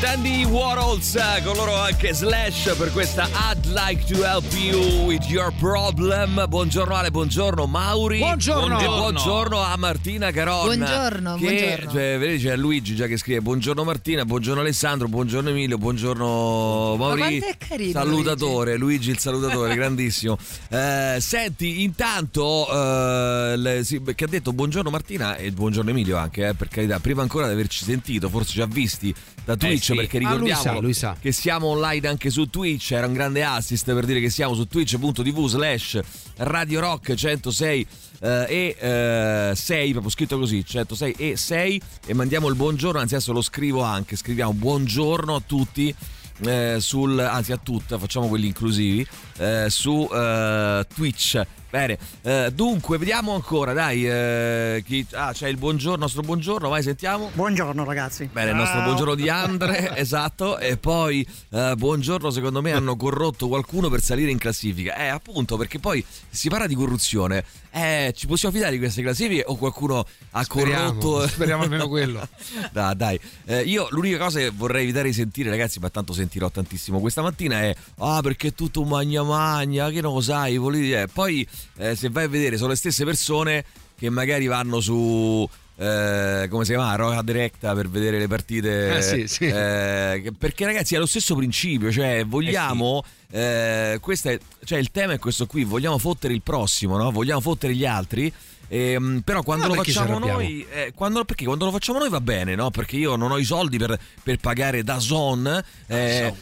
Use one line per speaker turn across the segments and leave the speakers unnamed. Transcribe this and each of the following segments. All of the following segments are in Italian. Dandy Warhols eh, con loro anche Slash per questa I'd like to help you with your problem. Buongiorno Ale, buongiorno Mauri.
Buongiorno.
E buongiorno a Martina Caronna.
Buongiorno,
che,
buongiorno.
cioè, vedi c'è Luigi già che scrive buongiorno Martina, buongiorno Alessandro, buongiorno Emilio, buongiorno Mauri.
quanto è carino,
Salutatore, Luigi, il salutatore, grandissimo. Eh, senti, intanto eh, le- sì, beh, che ha detto buongiorno Martina e buongiorno Emilio anche, eh, per carità, prima ancora di averci sentito, forse ci ha visti
Eh
da Twitch
sì.
perché
Ah, lui
ricordiamo
sa, lui sa.
che siamo online anche su Twitch, era un grande assist per dire che siamo su twitch.tv slash Radio Rock 106 eh, e eh, 6, proprio scritto così, 106 e 6 e mandiamo il buongiorno, anzi adesso lo scrivo anche, scriviamo buongiorno a tutti. eh, sul, anzi a tutta, facciamo quelli inclusivi eh, su eh, Twitch. Bene, eh, dunque vediamo ancora, dai, eh, chi- ah, c'è il buongiorno, nostro buongiorno, vai sentiamo.
Buongiorno ragazzi.
Bene, il nostro buongiorno di Andre, esatto, e poi eh, buongiorno secondo me hanno corrotto qualcuno per salire in classifica. Eh, appunto, perché poi si parla di corruzione. Eh, ci possiamo fidare di queste classifiche o qualcuno ha corrotto?
speriamo almeno quello.
No, dai, Eh, io l'unica cosa che vorrei evitare di sentire, ragazzi, ma tanto sentirò tantissimo questa mattina è ah perché è tutto un magna magna, che non lo sai, volevi dire". Poi eh, se vai a vedere sono le stesse persone che magari vanno su eh, come si chiama? Roca Directa per vedere le partite.
Eh, sì, sì.
eh, che- perché ragazzi è lo stesso principio, cioè vogliamo... eh, questa è- cioè il tema è questo qui, vogliamo fottere il prossimo, no? vogliamo fottere gli altri, ehm, però quando
Ah,
lo
perché ci
facciamo
arrabbiamo?
noi eh, quando, perché quando lo facciamo noi va bene, no? Perché io non ho i soldi per, per pagare da Zon.
Ah,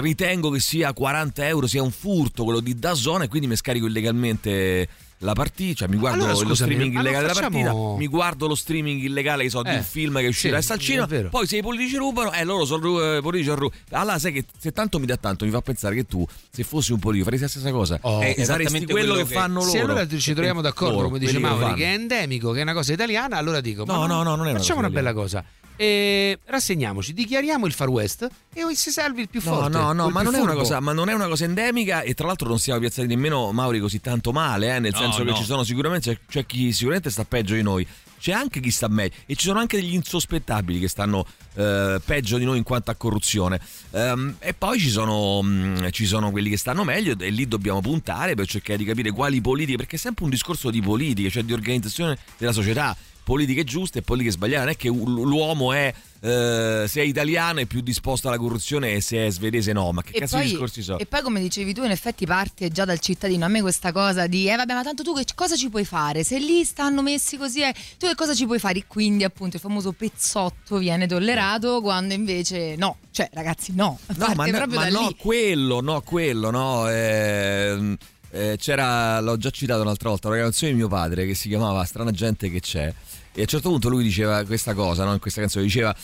ritengo che sia 40 euro, sia un furto quello di Dazon e quindi mi scarico illegalmente la partita, cioè mi guardo
Allora,
lo
scusami,
streaming
allora
illegale della
facciamo-
partita, mi guardo lo streaming illegale che so, di
Eh,
un film che uscirà
sì,
al cinema,
è vero.
poi se i politici rubano, eh loro sono ru- eh, politici hanno rubato. Allora sai che se tanto mi dà tanto mi fa pensare che tu se fossi un politico faresti la stessa cosa,
Oh.
Eh,
È
saresti
esattamente
quello,
quello
che
che-
fanno loro. Eh,
Se allora ci troviamo d'accordo,
Loro,
come dice
quelli che lo
Mauri,
fanno.
che è endemico, che è una cosa italiana, allora dico: ma
No, no, no, non è una
Facciamo una
cosa
bella cosa. E rassegniamoci, dichiariamo il far west e si salvi il più
No,
forte.
no, no,
o il
ma
più
non, è una
furbo.
cosa, ma non è una cosa endemica e tra l'altro non siamo piazzati nemmeno Mauri così tanto male, eh, nel
No,
senso che
no.
ci sono sicuramente, c'è, c'è chi sicuramente sta peggio di noi, c'è anche chi sta meglio e ci sono anche degli insospettabili che stanno eh, peggio di noi in quanto a corruzione. Ehm, e poi ci sono, mm, ci sono quelli che stanno meglio e lì dobbiamo puntare per cercare di capire quali politiche, perché è sempre un discorso di politiche, cioè di organizzazione della società politiche giuste e politiche sbagliate. Non è che u- l'uomo è, eh, se è italiano, è più disposto alla corruzione e se è svedese no. Ma che
E
cazzo di
poi,
discorsi sono?
e poi, come dicevi tu, in effetti parte già dal cittadino. A me questa cosa di, eh vabbè, ma tanto tu che cosa ci puoi fare? Se lì stanno messi così, eh, tu che cosa ci puoi fare? E Quindi, appunto, il famoso pezzotto viene tollerato quando invece no. Cioè, ragazzi, no.
Eh. No,
Parte
ma, no,
proprio
ma
da
no,
lì.
quello, no, quello, no. ehm, eh, c'era, l'ho già citato un'altra volta, una canzone di mio padre che si chiamava Strana gente che c'è. E a un certo punto lui diceva questa cosa, no, in questa canzone, diceva...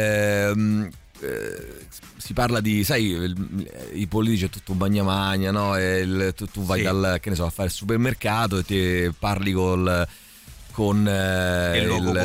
ehm, eh, si parla di, sai, il- i politici è tutto un bagnamagna, no? E il- tu, tu vai
Sì.
dal, che ne so, a fare il supermercato e ti parli col... Con, eh,
Il luogo comune,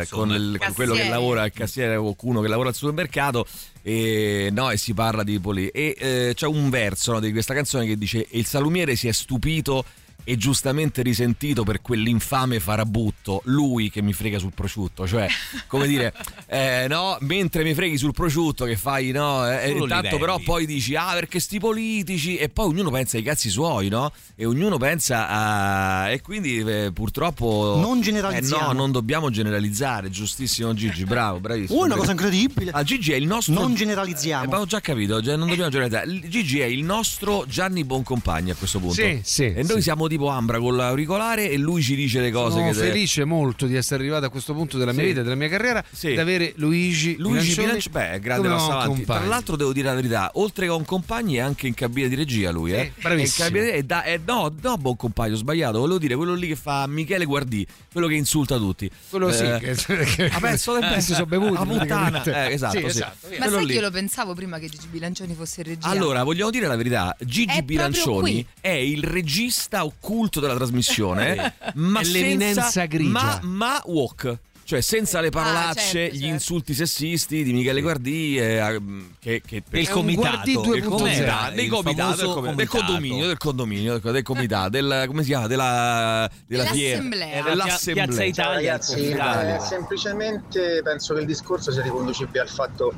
eh, con
insomma.
il- con quello che
Cassiere.
lavora al cassiere o qualcuno che lavora al supermercato e, no, e si parla di poli e eh, c'è un verso no, di questa canzone che dice il salumiere si è stupito e giustamente risentito per quell'infame farabutto lui che mi frega sul prosciutto cioè come dire eh, no mentre mi freghi sul prosciutto che fai no eh,
Solo
intanto
livelli.
però poi dici ah perché sti politici e poi ognuno pensa ai cazzi suoi no e ognuno pensa a e quindi eh, purtroppo
Non
eh, no
generalizziamo.
non dobbiamo generalizzare giustissimo Gigi bravo bravissimo
Oh, è una cosa incredibile.
Ah, Gigi è il nostro.
Non generalizziamo.
Eh, ma ho già capito, cioè, non dobbiamo generalizzare. L- Gigi è il nostro Gianni Boncompagni a questo punto.
Sì, sì,
E noi
sì.
siamo tipo Ambra con l'auricolare e lui ci dice le cose
Sono
che.
felice molto di essere arrivato a questo punto della mia
Sì.
vita, della mia carriera,
Sì.
di avere Luigi,
Luigi
Bilancioni
Bilanci, beh, è grande
come
passo
un
avanti. Tra
compagno.
l'altro, devo dire la verità: oltre che un compagno, è anche in cabina di regia lui, eh.
Sì, bravissimo.
È in cabina di- è da- è- no, no, buon compagno, ho sbagliato. Volevo dire quello lì che fa Michele Guardì, quello che insulta tutti.
quello sì,
Eh,
che, che-
ah, beh, sono
che si sono bevuti.
Ah, puttana.
praticamente.
Eh, esatto,
Sì,
sì.
esatto, via.
Ma
quello
sai
lì.
che io lo pensavo prima che Gigi Bilancioni fosse regia?
Allora, vogliamo dire la verità: Gigi
È proprio
Bilancioni
qui.
è il regista occulto della trasmissione, ma
È
senza-
l'eminenza grigia.
Ma, ma walk. Cioè, senza le parolacce,
certo,
gli
certo.
insulti sessisti di Michele Guardì, eh, che, che
Del
È un Guardì
comitato.
2.0.
Il comitato,
dei
il
comitato, del,
famoso
comitato, del condominio, del condominio, del, del comitato, del, come si chiama? Della, della
Dell'assemblea.
fiera,
Era Pia-
dell'assemblea.
Piazza
Ciao
Italia. il
ragazzi,
comitato.
eh, semplicemente penso che il discorso sia riconducibile al fatto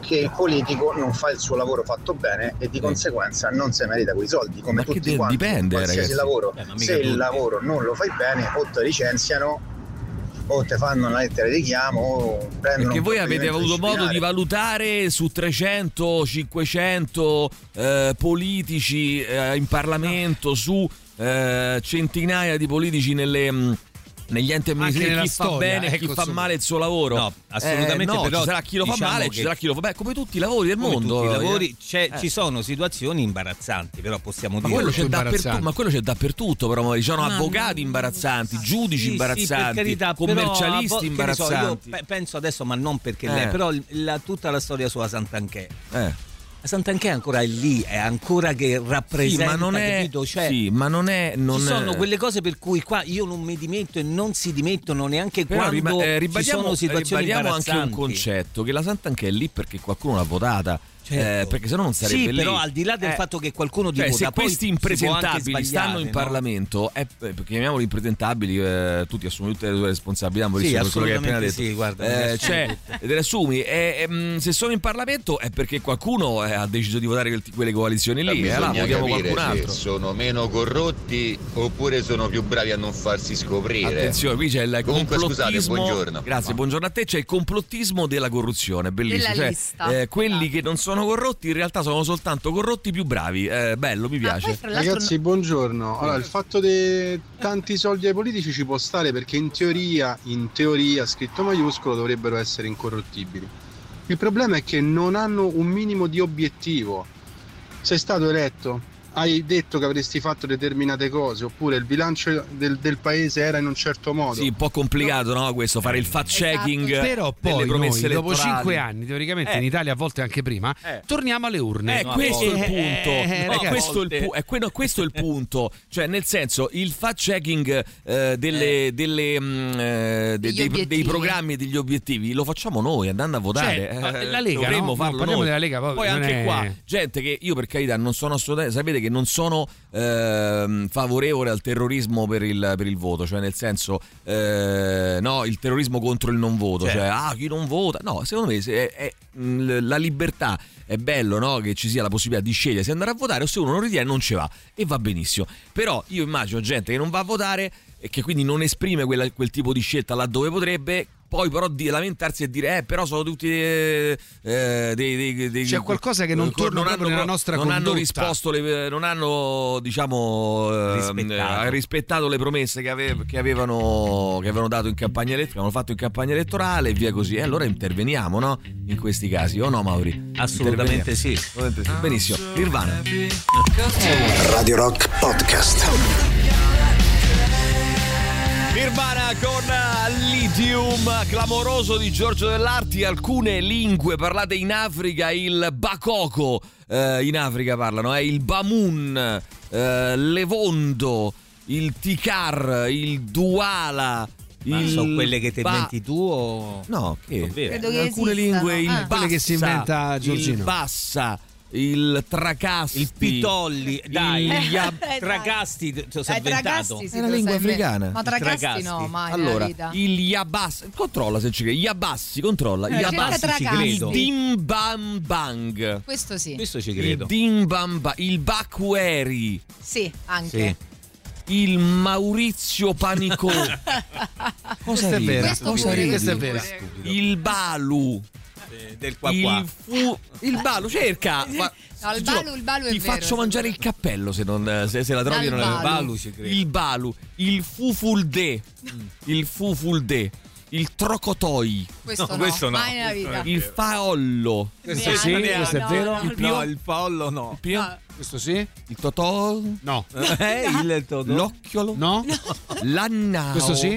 che il politico non fa il suo lavoro fatto bene e di conseguenza non si merita quei soldi come
Mm. Ma che
tutti
de-
quanti
dipende,
in qualsiasi
ragazzi.
lavoro
Eh, ma mica
se
tutti.
il lavoro non lo fai bene o ti licenziano o ti fanno una lettera di chiamo o
Eh,
prendono
Perché
un
voi avete
provvedimento
avuto modo di
disciplinare.
valutare su 300, 500 eh, politici eh, in Parlamento, su eh, centinaia di politici nelle, mh, negli enti amministrativi,
nella
chi fa
storia,
bene e chi
ecco,
fa
insomma.
male il suo lavoro.
No, assolutamente,
Eh, no,
però
ci sarà chi lo fa
diciamo
male, e ci
che-
sarà chi lo fa bene, come tutti i lavori del
Come
mondo.
tutti i
eh.
lavori c'è-
Eh.
ci sono situazioni imbarazzanti, però possiamo
Ma
dire
quello, c'è
Molto
dappertutto,
imbarazzante.
ma quello c'è dappertutto, però ci sono
Mamma
avvocati
mia.
imbarazzanti, giudici
Sì, sì, per
imbarazzanti,
carità, però,
commercialisti
a vo- che ne so,
imbarazzanti.
io pe- penso adesso, ma non perché
Eh.
lei, però il- la- tutta la storia sulla Sant'Anchè.
Eh.
La Sant'Anchè è ancora lì, è ancora che
Sì,
rappresenta,
ma non è,
capito? Cioè,
sì, ma non è, Eh, non
ci sono
è-
quelle cose per cui qua io non mi dimetto e non si dimettono neanche
Però riba-
quando
eh,
ci sono
ribadiamo,
situazioni
ribadiamo anche un
imbarazzanti.
concetto che la Sant'Anchè è lì perché qualcuno l'ha votata eh,
Certo.
perché sennò non sarebbe
Sì,
lì
però al di là del
Eh,
fatto che qualcuno di
cioè, se
vota, poi
questi
si può anche
impresentabili stanno in
sbagliare, no?
Parlamento è- eh, chiamiamoli impresentabili eh, tu ti assumi tutte le tue responsabilità Maurizio,
Sì,
per quello che hai appena
assolutamente
detto
sì, guarda, mi
Eh,
assumo
cioè te le assumi e, e, mh, se sono in Parlamento è perché qualcuno eh, ha deciso di votare quel- quelle coalizioni lì e allora votiamo qualcun altro
sono meno corrotti oppure sono più bravi a non farsi scoprire.
Attenzione, qui c'è il
Comunque,
complottismo.
scusate, buongiorno.
Grazie,
Ma-
buongiorno a te. C'è il complottismo della corruzione, bellissimo.
Della
Cioè,
lista.
eh, quelli che non sono corrotti in realtà sono soltanto corrotti più bravi. Eh, bello, mi
Ah, poi
piace.
fra l'altro
Ragazzi, buongiorno. Allora, il fatto dei tanti soldi ai politici ci può stare perché in teoria, in teoria, scritto maiuscolo, dovrebbero essere incorruttibili. Il problema è che non hanno un minimo di obiettivo. Sei stato eletto, hai detto che avresti fatto determinate cose, oppure il bilancio del, del paese era in un certo modo.
Sì, un po' complicato, no? Questo fare il fact checking
Esatto.
Però
delle
poi
promesse
noi, dopo
elettorali.
5 anni, teoricamente
Eh.
in Italia, a volte anche prima,
Eh.
torniamo alle urne.
Eh,
No, a
questo è il
volte.
punto.
Eh,
No,
ragazzi.
questo, è il pu- è quello- questo è il punto. Cioè, nel senso, il fact-checking eh, delle- delle, mh, eh, de-
Degli
dei, dei
obiettivi.
programmi e degli obiettivi lo facciamo noi andando a votare.
Cioè,
Eh,
la Lega,
dovremmo
no?
farlo
No, parliamo
noi.
della Lega, poi
Poi
non
anche
è-
qua, gente che io per carità non sono assolutamente. Sapete che non sono ehm, favorevole al terrorismo per il, per il voto, cioè nel senso, eh, no, il terrorismo contro il non voto,
Certo.
cioè ah, chi non vota. No, secondo me se- è- è- mh, la libertà è bello no, che ci sia la possibilità di scegliere se andare a votare o se uno non ritiene non ci va e va benissimo. Però io immagino gente che non va a votare e che quindi non esprime quella- quel tipo di scelta laddove potrebbe. Poi però di lamentarsi e dire, eh però sono tutti eh, eh, dei, dei- dei-
C'è qualcosa che non torna proprio nella nostra
non hanno
condotta.
risposto, le- eh, non hanno diciamo ehm,
Rispettato.
eh, rispettato le promesse che, ave- che avevano, che avevano dato in campagna elettorale, che avevano fatto in campagna elettorale e via così. E allora interveniamo, no? In questi casi, o no, Mauri?
Assolutamente sì.
Interveniamo. Benissimo, Nirvana.
Radio Rock Podcast.
Nirvana con Lithium, clamoroso di Giorgio Dell'Arti, alcune lingue parlate in Africa, il Bakoko eh, in Africa parlano, eh, il Bamun, eh, Levondo, il Tikar, il Duala,
Ma
il
sono quelle che ti
Ba-
inventi tu o...
No, che?
Non vero.
Credo che
alcune
esistano.
lingue il
Ah.
Bassa,
Quelle che si inventa
Il
Giorgino.
Bassa, il Tracasti,
Il Pitolli, dai,
il
gli ab-
Dai.
Tragasti, te lo sei
Eh,
inventato.
Tragasti sì,
È una
lo
lingua
sai me-
africana.
Ma Tragasti
Tragasti.
no, mai
Allora,
nella vita.
il Yabassi, controlla se ci credi, Yabassi, controlla,
Eh,
Yabassi.
Cerca
Abassi ci credo.
Tragasti.
Dim Bam Bang.
Questo sì.
Questo ci
Il
credo.
Dim Bam Bang. Il Bacueri.
Sì,
Sì.
anche.
Il Maurizio Panicò.
Questa è
ridi?
vera.
Questo
Questa
pure,
questa è
questo
vera.
pure.
il Balu.
Eh, Del qua qua. Ah,
Il, fu- il Balu, cerca. Ah, Ma-
No, il
giuro,
Balu- il Balu è
Ti
vero,
faccio mangiare il cappello se, non, se, se la trovi.
Dal
Non
Balu.
è
Balu ci credo.
Il Balu. Il Fufulde.
Mm.
Il Fufulde. Il Trocotoi.
Questo
No,
no,
questo no.
mai nella vita.
Il Faollo.
Questo
Neanche,
sì,
neanche,
questo è
no,
vero.
no,
Il
no.
più-
No, il pollo no. Ah.
Pio-
Questo sì?
Il Totò.
No.
Eh, il Totò.
L'occhiolo.
No?
L'annao.
Questo sì?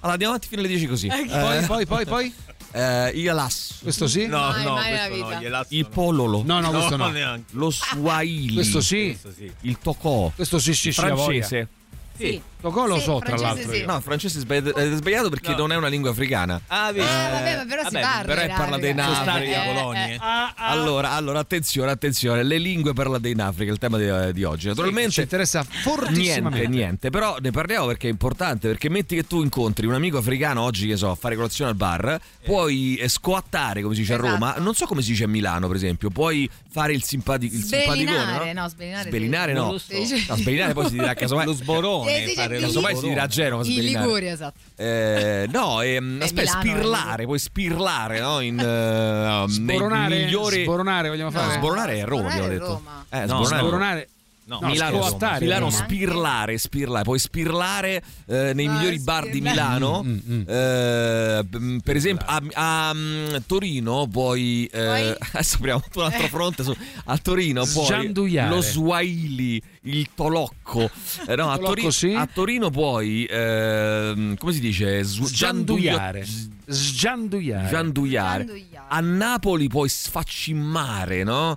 Allora andiamo avanti fino alle 10 così.
Poi, poi, poi, poi?
Eh, il Alas.
Questo sì?
No,
Ecco. Mai,
no,
mai
questo
nella
no,
vita.
gliel'asso
Il
no.
Pololo.
No, no, questo no.
neanche.
Lo Swahili.
Questo sì?
Questo sì.
Il Tocò.
Questo sì, sì,
Il
sì, a voglia.
francese.
Sì.
Tocò lo
Sì,
so, tra
francese
l'altro.
sì.
io.
No, il francese è sbagli- è sbagliato perché non è una lingua africana.
Ah, vedi.
Eh, vabbè, ma però si parla.
Però è parla dei
raga.
Napoli,
Eh,
la
eh,
ah,
eh.
Allora, allora, attenzione, attenzione, le lingue parlate in Africa, il tema di, di oggi.
Ci
Naturalmente
interessa
Niente,
fortissimamente.
niente, però ne parliamo perché è importante, perché metti che tu incontri un amico africano oggi, che so, a fare colazione al bar, puoi eh, scoattare, come si dice a
Esatto.
Roma, non so come si dice a Milano per esempio, puoi fare il, simpati- il simpaticone,
Sbelinare,
no?
no, sbelinare.
Sbelinare
sì.
no.
Lo so.
No, sbelinare poi si dirà casomai...
Lo
Eh,
sborone. fare
sì, sì,
lo
sì.
Casomai si dirà a Genova
In
sbelinare.
Liguria, esatto.
Eh, no, ehm,
Beh,
aspetta,
Milano,
spirlare, puoi spirlare, no? In, eh, nei
Sboronare,
migliori...
sboronare vogliamo
No,
fare.
sboronare è Roma, abbiamo
Sboronare è
detto.
Roma.
Eh,
No,
sboronare. è Roma.
Sboronare.
No,
No,
Milano,
scoattare.
Milano
Roma.
spirlare, spirlare, puoi spirlare eh, nei
Ah,
migliori bar di
spirlare.
Milano.
Mm, mm, mm.
Eh, b- per esempio a, a, mm, Torino puoi eh,
Puoi?
adesso apriamo un altro fronte su- a Torino puoi
Sgianduiare.
lo Swahili, il Tolocco. Eh, no, a,
Tolocco,
Tori-
sì.
a Torino puoi ehm, come si dice? Sgu-
Sgianduiare.
gianduio-
Sgianduiare.
Gianduiare.
Gianduiare.
A Napoli puoi sfacimmare, no?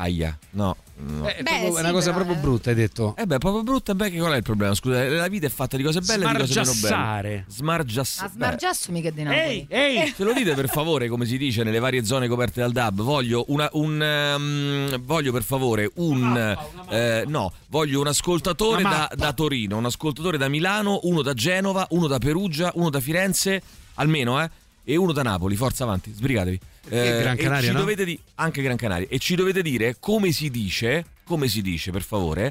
Aia, no. no.
Eh, è
Beh,
proprio- è
sì,
una cosa
però,
proprio
eh.
brutta, hai detto.
Eh beh, proprio brutta, beh, che qual è il problema? Scusa, la vita è fatta di cose belle e di cose meno belle.
Smargiassare.
Ma
Smargiassare.
smargiasso mica è di Napoli.
Ehi, ehi.
Se lo dite per favore, come si dice nelle varie zone coperte dal DAB, voglio una- un ehm, voglio per favore un eh, no, voglio un ascoltatore
Una
da,
mappa.
da Torino, un ascoltatore da Milano, uno da Genova, uno da Perugia, uno da Firenze, almeno, eh, e uno da Napoli, forza avanti, sbrigatevi. Eh,
Perché Gran
e
Canaria,
ci
no?
dovete di- anche Gran Canaria e ci dovete dire come si dice, come si dice, per favore,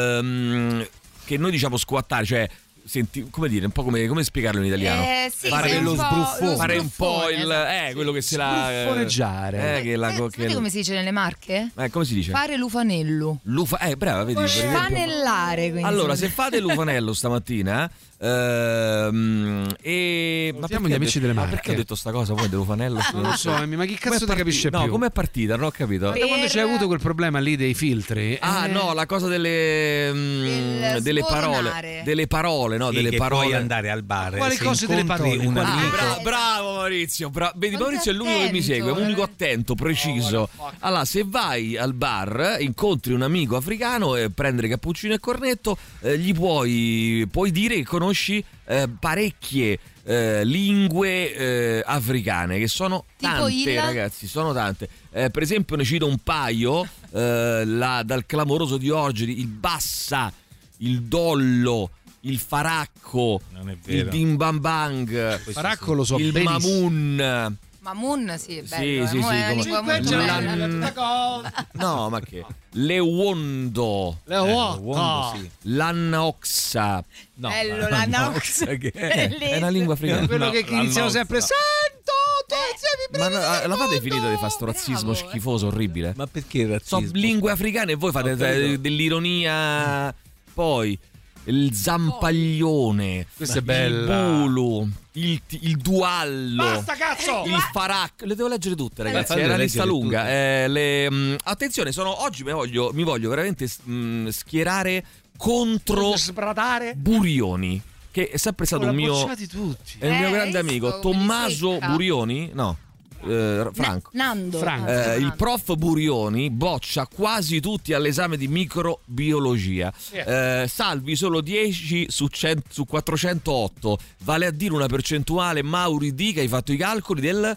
ehm, che noi diciamo squattare, cioè senti, come dire, un po' come, come spiegarlo in italiano
Eh, sì,
Fare
sei
lo
un po'
sbruffone.
lo
fare un po'
sbruffone,
il
esatto.
eh, quello che se la
Sbruffoneggiare.
eh, che la
Eh,
che-
sapete come si dice nelle marche?
eh, come si dice
Fare l'ufanello.
Lufa- eh brava vedi per esempio-
Fanellare, quindi.
allora se fate l'ufanello stamattina ehm, e
Salutiamo
ma
gli
perché ho
amici
detto-
delle
ma
Marche.
perché ho detto sta cosa poi dell'ufanello
Non lo so, Amy, ma chi cazzo ti capisce
no
più?
com'è partita non ho capito
Per-
Da quando c'è avuto quel problema lì dei filtri?
Ah
eh,
no, la cosa delle, mm,
Del
delle parole,
sboronare.
delle parole, no,
Sì,
delle
che
parole.
puoi andare al bar.
Quali
se
cose delle
incontri
parole?
Un
Quali-
Ah,
amico.
Bra-
eh,
bravo Maurizio, bra- vedi
Quanto
Maurizio è l'unico che mi
attento,
segue, è un unico
veramente.
attento,
eh.
preciso. Allora, se vai al bar, incontri un amico africano e prendere cappuccino e cornetto, eh, gli puoi, puoi dire che conosci eh, parecchie eh, lingue eh, africane, che sono
Tipo
tante
il?
ragazzi, sono tante. Eh, per esempio ne cito un paio, eh, la- dal clamoroso di Orgeri, il Bassa, il Dollo, il Faracco,
Non è
il
vero.
Dimbambang.
Paracco lo so
Il
benissimo.
Mamun.
Ma Moon sì, è
Sì,
bello. eh.
sì,
Mo
sì,
è una
come-
lingua
Cinque
molto
giorni.
bella.
No, ma che? Lewondo,
Leo, oh,
Uomo,
oh.
Eh, sì.
Lannaoxa.
No, ma-
Bello, la
no,
Nox.
sai che è?
È una
Bellissimo.
lingua africana.
quello
No,
che
la
iniziano
nostra.
sempre sento te
Eh.
sei mi
Ma no,
prendi
l'avete
secondo!"
finito di fare sto razzismo
Bravo, eh.
schifoso, orribile?
Ma perché il
So
razzismo?
lingue africane e voi fate
Ho capito.
eh, dell'ironia. Poi il zampaglione,
Questa è
il
bella.
bulu, il, ti- il duallo.
cazzo!
Il
Eh,
faracco, le devo leggere tutte, ragazzi.
Eh,
È una
leggere
lista
tutte.
lunga. Eh, le, mm, attenzione, sono, oggi mi voglio, mi voglio veramente mm, schierare contro
sbradare.
Burioni, che è sempre stato un mio,
Bocciati tutti.
è un mio
Eh,
grande
hai
amico.
visto come li
Tommaso
secca?
Burioni, no, eh, Franco.
Na- Nando.
Franco.
Ah,
Eh, il
Nando.
prof Burioni boccia quasi tutti all'esame di microbiologia, Eh, salvi solo 10 su, 100 su 408, vale a dire una percentuale, Mauri dica, hai fatto i calcoli del...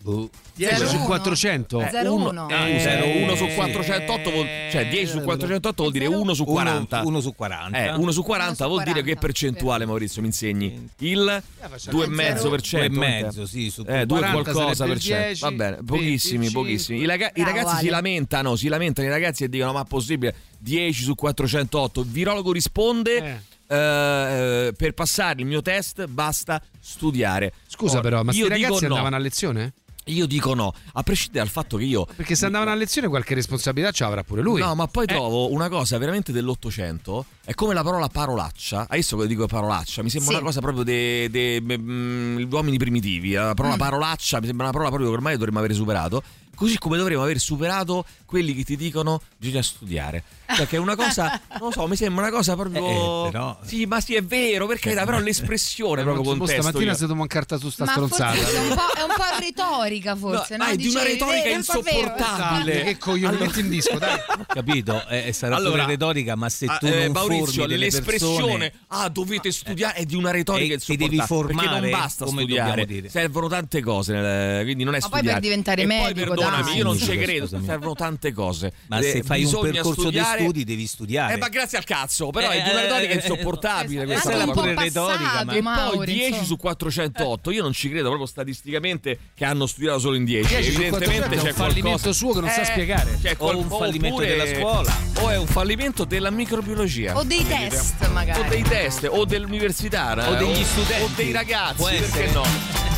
Boh.
10 su
Zero.
400.
Eh, Zero
uno-
uno.
ah,
Eh,
zero, uno su
eh,
408 vuol- cioè 10 su
eh,
408 vuol dire
zero-
1 su
Uno-
40.
Uno su 40.
Eh, 1 su 40
Uno su
vuol dire
40,
che percentuale, Maurizio, mi insegni? Il
facciamo
Eh, zero.
2,5%.
Due e mezzo, sì, su
Eh, 2
40
qualcosa
sarebbe
per
il
cento.
10,
Va bene, pochissimi,
25.
pochissimi. I, raga- i
Bravo,
ragazzi si
Ale.
lamentano, si lamentano i ragazzi e dicono ma possibile 10 su 408. Il virologo risponde eh, per passare il mio test basta studiare.
Scusa
Ora,
però, ma sti
io dico
ragazzi
no.
andavano a lezione?
Io dico no, a prescindere dal fatto che io
Perché se andavano a lezione qualche responsabilità ce l'avrà pure lui.
No, ma
Eh.
poi trovo una cosa veramente dell'Ottocento. È come la parola parolaccia. Hai visto che dico parolaccia? Mi sembra
Sì.
una cosa proprio mm, degli eh.
Mm.
uomini primitivi. La parola parolaccia mi sembra una parola proprio che ormai dovremmo aver superato. Così come dovremmo aver superato quelli che ti dicono bisogna studiare. Cioè, che è una cosa, non lo so, mi sembra una cosa proprio.
Eh, eh, però-
Sì, ma sì, è vero, perché
Eh,
però
ma-
l'espressione
Eh,
proprio
ma tu
contesto.
stamattina
io-
siete un carta su sta
Ma
stronzata.
forse è un po', è un po' retorica,
Ah,
No,
forse. no?
ma è di una
Dicevi,
retorica
"Eh, un po' vero".
insopportabile.
Che coglione, metti in disco, dai.
Capito? Eh, sarà
Allora,
pure retorica, ma se
Ah,
tu
eh,
non
Maurizio,
formi delle
l'espressione
persone,
ah dovete studiare è di una
e-
retorica
e devi
insopportabile, perché
formare,
non basta
come
studiare
dobbiamo dire.
servono tante cose nel- quindi non è
Ma poi
studiare
per diventare
e poi
medico,
perdonami
dai.
io non
Sì,
ci
scusa,
credo
scusami.
servono tante cose
ma
Eh,
se fai un
bisogna
percorso
studiare-
di studi devi studiare.
eh, ma grazie al cazzo, però è di una
Eh,
retorica
eh,
insopportabile
eh,
questa
eh,
Anche
roba.
un po'
pure retorica,
esatto. passato,
ma-
E poi
Mauri,
10
insomma.
su 408, io non ci credo proprio statisticamente che hanno studiato solo in 10.
10 su
Evidentemente
408
c'è
è un fallimento
qualcosa-
suo che non sa
Eh,
spiegare.
c'è
O un
qualcosa-
fallimento
oppure-
della scuola.
O è un fallimento della microbiologia.
O dei test,
o
magari.
dei test, o dell'università, eh,
O degli studenti.
o dei ragazzi,
Può
perché
essere.
no?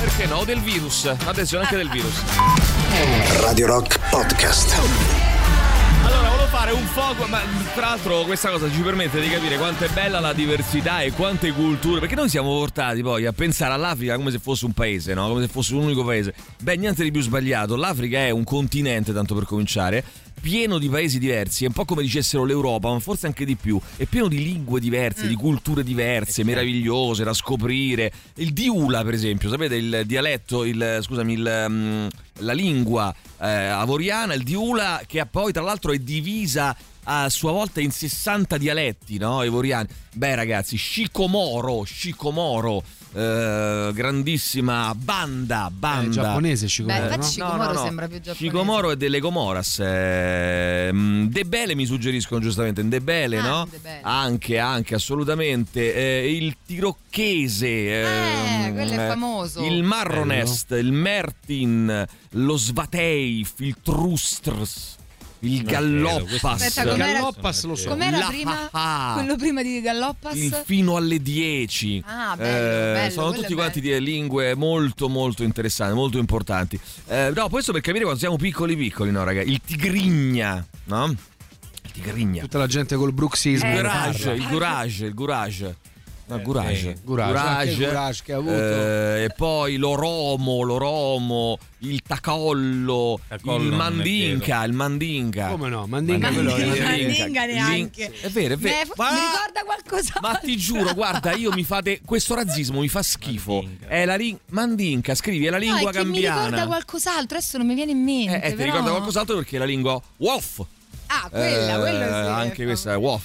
Perché no? O del virus, attenzione anche del virus.
Radio Rock Podcast.
Allora, volevo fare un fuoco, ma tra l'altro questa cosa ci permette di capire quanto è bella la diversità e quante culture, perché noi siamo portati poi a pensare all'Africa come se fosse un paese, no? Come se fosse un unico paese. Beh, niente di più sbagliato, l'Africa è un continente, tanto per cominciare, pieno di paesi diversi, è un po' come dicessero l'Europa, ma forse anche di più, è pieno di lingue diverse, di culture
Eh,
diverse,
certo.
meravigliose da scoprire. Il diula, per esempio, sapete il dialetto, il scusami, il, mm, la lingua eh, avoriana, il diula che ha poi tra l'altro è divisa a sua volta in 60 dialetti, no, ivoriani. Beh, ragazzi, Shicomoro, Shicomoro eh, grandissima banda,
È
banda
Eh, giapponese,
Beh,
Shigomoro,
infatti
no?
Shigomoro sembra più giapponese.
Shigomoro è delle Comoras. eh, mm, De Bele mi suggeriscono giustamente. De Bele,
Ah,
no?
De Bele.
Anche, anche, assolutamente. Eh, il tirocchese. ehm,
Eh, quello è famoso.
Il Marronest, il Mertin, lo Svatei, il Trustrs, il
Non credo, questo
Galloppas.
Aspetta, com'era-
Galloppas lo so.
Com'era
La
prima?
fa-
Quello prima di Galloppas?
il fino alle 10.
Ah, bello, bello,
sono
quello
tutti
è
quanti di lingue molto molto interessanti, molto importanti. Eh, no, questo per capire quando siamo piccoli piccoli, no, raga? Il tigrigna, no? Il tigrigna.
Tutta la Eh, gente col bruxismo.
Il
che
gourage,
parla.
il gourage, il gourage. No,
Eh,
gourage.
sì.
Gourage, anche il gourage che ha avuto.
eh, e poi l'oromo, l'oromo, il tacollo,
Tacollo
il
non è
mandinca, il mandinca.
Come no? Mandinga,
Mandinga.
quello è-
Mandinga. neanche.
È vero, è
Mi
vero.
ricorda qualcosa.
Ma ti giuro, guarda, io mi fate. Questo razzismo mi fa schifo.
Mandinga.
È la ri- mandinca, scrivi, è la
No,
lingua
è che mi ricorda
cambiana.
qualcos'altro, adesso non mi viene in
Eh,
mente.
eh, ti
però-
ricorda qualcos'altro perché è la lingua Woff.
Ah, quella,
Eh,
quella sì. ecco.
Anche
è
questa è
famosa.
Woff.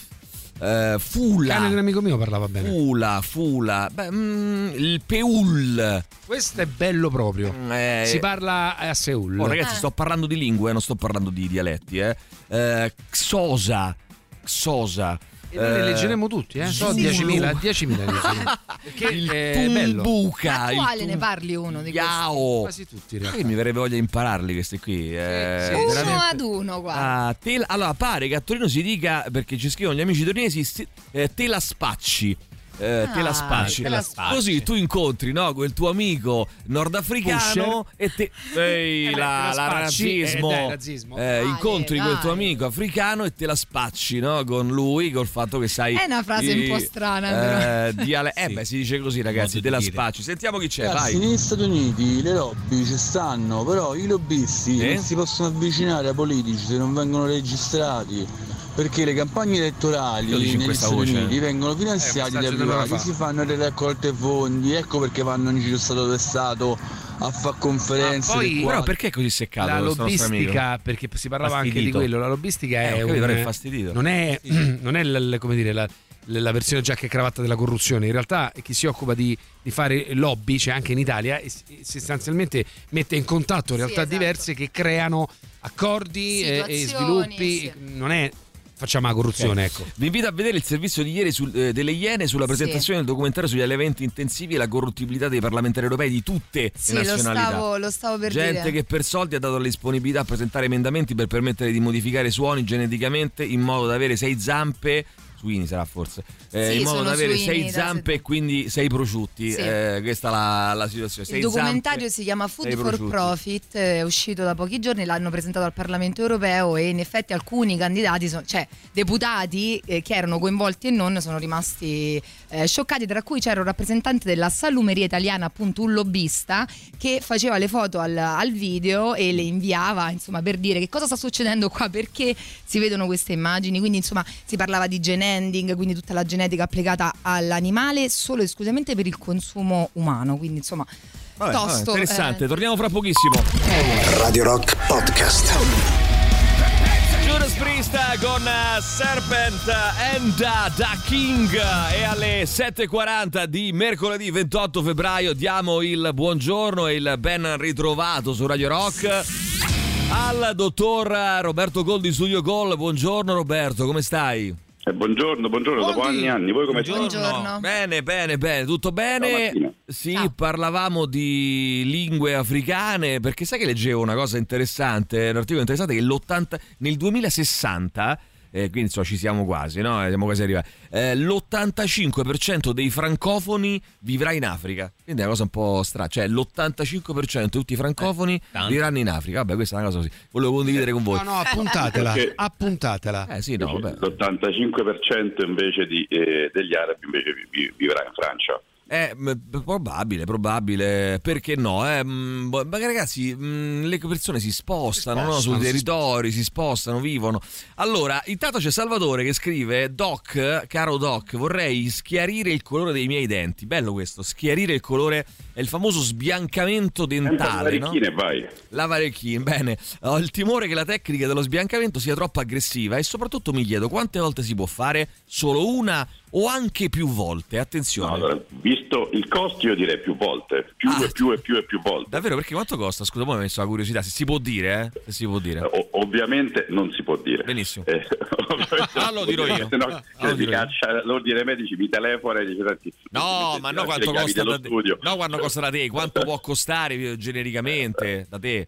Eh,
Il cane di un
fula.
amico mio parlava bene.
Fula, fula. Beh, mm, il Peul.
Questo è bello proprio.
Eh,
Si parla a Seul.
Oh, ragazzi,
Eh.
sto parlando di lingue, eh, non sto parlando di dialetti. Eh. Eh, Xosa. Xosa.
E noi le
Eh,
leggeremo tutti, eh? So,
Zulu.
10.000, 10.000 le leggeremo. Perché
il
Eh, è bello.
Tumbuca.
Ma
Ah, il
quale ne
Tum-
parli uno di questi?
Yao.
Quasi tutti, in
Sai
realtà.
che mi verrebbe voglia di impararli questi qui. eh,
sì,
Uno
veramente.
ad uno, guarda.
Ah, te- allora, pare che a Torino si dica, perché ci scrivono gli amici torinesi, si- eh, te la spacci. Eh, te la
Ah,
spacci.
te la spacci.
Così tu incontri no, quel tuo amico nordafricano e te. Ehi,
Eh,
la,
te la
la
spacci,
razzismo.
eh, dai, razzismo.
Eh,
Dai,
incontri quel tuo
dai.
amico africano e te la spacci no, con lui, col fatto che sai.
È una frase un po' strana,
eh, diale- eh,
Sì.
beh, si dice così, ragazzi.
Modo
Te
di
la
dire.
spacci. Sentiamo chi
Eh,
c'è,
Ragazzi,
vai.
negli Stati Uniti le lobby ci stanno, però i lobbisti
Eh?
Sì.
non si possono avvicinare ai politici se non vengono registrati. Perché le campagne
Lo dici
elettorali
in
negli
questa
Stati
voce?
Uniti vengono finanziate
Eh,
dai
un messaggio dell'ora
privati,
fa.
si fanno delle raccolte fondi, ecco perché vanno in giro stato per stato a fare conferenze.
Ma poi-
di qua,
Però perché è così seccato?
La
questo nostro amico?
lobbistica, perché si parlava anche di
Fastidito.
quello, la lobbistica
Eh,
è
ho capito, però è
un,
fastidito.
non è, non è l- l- come dire, la, la versione giacca e cravatta della corruzione. In realtà chi si occupa di, di fare lobby, c'è anche in Italia, e s- e sostanzialmente mette in contatto
Sì,
realtà
esatto.
diverse che creano accordi eh, e
Situazioni,
sviluppi.
sì.
Non è facciamo la corruzione, ecco.
Vi invito a vedere il servizio di ieri sul- eh, delle Iene sulla
Sì.
presentazione del documentario sugli allevamenti intensivi e la corruttibilità dei parlamentari europei di tutte
Sì,
le
lo
nazionalità.
stavo, lo stavo per
Gente
dire.
che per soldi ha dato la disponibilità a presentare emendamenti per permettere di modificare i suoni geneticamente in modo da avere sei zampe suini sarà forse, eh,
Sì,
in modo
sono
da avere
suini,
sei
da-
zampe e quindi sei prosciutti.
Sì.
Eh, questa è la, la situazione.
Il
Sei
documentario
zampe
si chiama Food
dei
for
prosciutti.
Profit, eh, è uscito da pochi giorni, l'hanno presentato al Parlamento europeo e in effetti alcuni candidati, sono- cioè deputati eh, che erano coinvolti e non, sono rimasti eh, scioccati, tra cui c'era un rappresentante della salumeria italiana, appunto un lobbista, che faceva le foto al, al video e le inviava insomma, per dire che cosa sta succedendo qua, perché si vedono queste immagini, quindi insomma si parlava di genending, quindi tutta la genetica applicata all'animale solo e esclusivamente per il consumo umano, quindi insomma...
Vabbè, vabbè,
tosto,
interessante, torniamo fra pochissimo.
Radio Rock Podcast.
Judas Priest con eh, Serpent and eh, Da King e alle 7.40 di mercoledì 28 febbraio diamo il buongiorno e il ben ritrovato su Radio Rock al dottor Roberto Gol di Studio Gol. Buongiorno Roberto, come stai?
Eh, buongiorno, buongiorno, dopo anni e anni, voi come state?
Bene, bene, bene, tutto bene. Sì, parlavamo di lingue africane perché sai che leggevo una cosa interessante, un articolo interessante che l'80 nel 2060 eh, quindi insomma ci siamo quasi, no? Siamo quasi arrivati. eh, l'85% dei francofoni vivrà in Africa. Quindi è una cosa un po' strana. Cioè, l'85% di tutti i francofoni vivranno in Africa. Vabbè, questa è una cosa così. Volevo condividere con voi.
Eh, No, no, appuntatela,
Perché-
appuntatela.
Eh sì, no, vabbè.
L'85% invece di, eh, degli arabi invece vi- vi- vivrà in Francia.
Eh, m- probabile, probabile, perché no? Eh? Mm, boh, Ma ragazzi, mm, le persone si spostano, no? sui
spostano, si
territori, si spostano, vivono. Allora, intanto c'è Salvatore che scrive: Doc, caro Doc, vorrei schiarire il colore dei miei denti. Bello questo, schiarire il colore è il famoso sbiancamento dentale. no?
Varecchine, vai.
La Varecchini, bene. Ho il timore che la tecnica dello sbiancamento sia troppo aggressiva e soprattutto mi chiedo quante volte si può fare, solo una o anche più volte. Attenzione.
Allora, visto il costo io direi più volte, più
Ah.
e più e più e più volte.
Davvero, perché quanto costa? Scusa, poi mi ha messo la curiosità, se si può dire, eh? Se si può dire.
O- ovviamente non si può dire. Eh,
Benissimo.
Ah,
lo dirò io.
Se no, se ti caccia l'ordine medici, mi telefona e dice senti.
No, ma no
le
quanto
chiavi
costa
dello
da te.
studio.
No, quanto costa da te, quanto può costare eh, genericamente da te?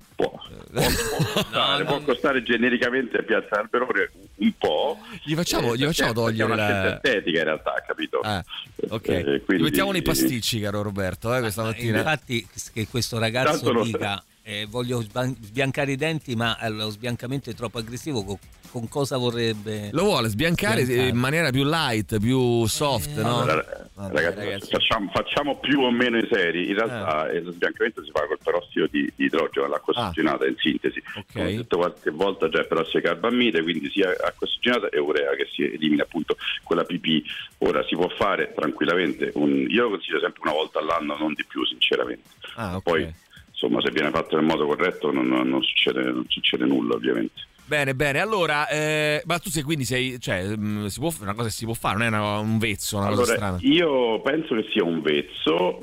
Costare, può costare genericamente a Piazza Alberone un po'. eh,
Gli facciamo- gli facciamo togliere
la...
la-
estetica in realtà, capito?
Ah, ok.
Eh,
Li
quindi-
mettiamo nei pasticci, caro Roberto, eh, questa mattina.
Infatti, che questo ragazzo
Tanto lo-
dica eh, voglio sban- sbiancare i denti, ma eh, lo sbiancamento è troppo aggressivo. co- con cosa vorrebbe?
Lo vuole sbiancare, eh, in maniera più light, più
Eh.
soft, no?
Allora, ragazzi, Facciamo, facciamo più o meno i seri. In realtà eh, lo sbiancamento si fa col perossido di, di idrogeno, l'acqua
Ah.
ossigenata in sintesi. Come ho detto qualche volta già è perossido di carbamide, quindi sia acqua ossigenata e urea che si elimina appunto con la pipì. Ora si può fare tranquillamente, un- io lo consiglio sempre una volta all'anno, non di più sinceramente.
Ah, ok.
Poi insomma se viene fatto nel modo corretto non, non- non succede, non succede nulla ovviamente.
Bene, bene. Allora, eh, ma tu sei quindi sei, cioè, mh, si può, f- una cosa che si può fare, non è una- un vezzo, una cosa
Allora,
strana.
io penso che sia un vezzo,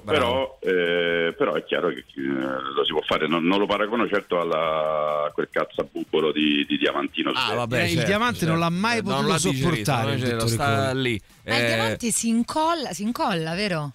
però,
Bravo.
eh, però è chiaro che eh, lo si può fare. Non, non lo paragono certo alla, a quel cazzabubbolo di, di Diamantino. Ah,
Eh,
certo,
il diamante non l'ha mai potuto
Eh, l'ha digerito,
sopportare.
non
il
ce l'ho,
dottore
sta
Coli.
lì. Eh,
Ma il diamante eh, si incolla, si incolla, vero?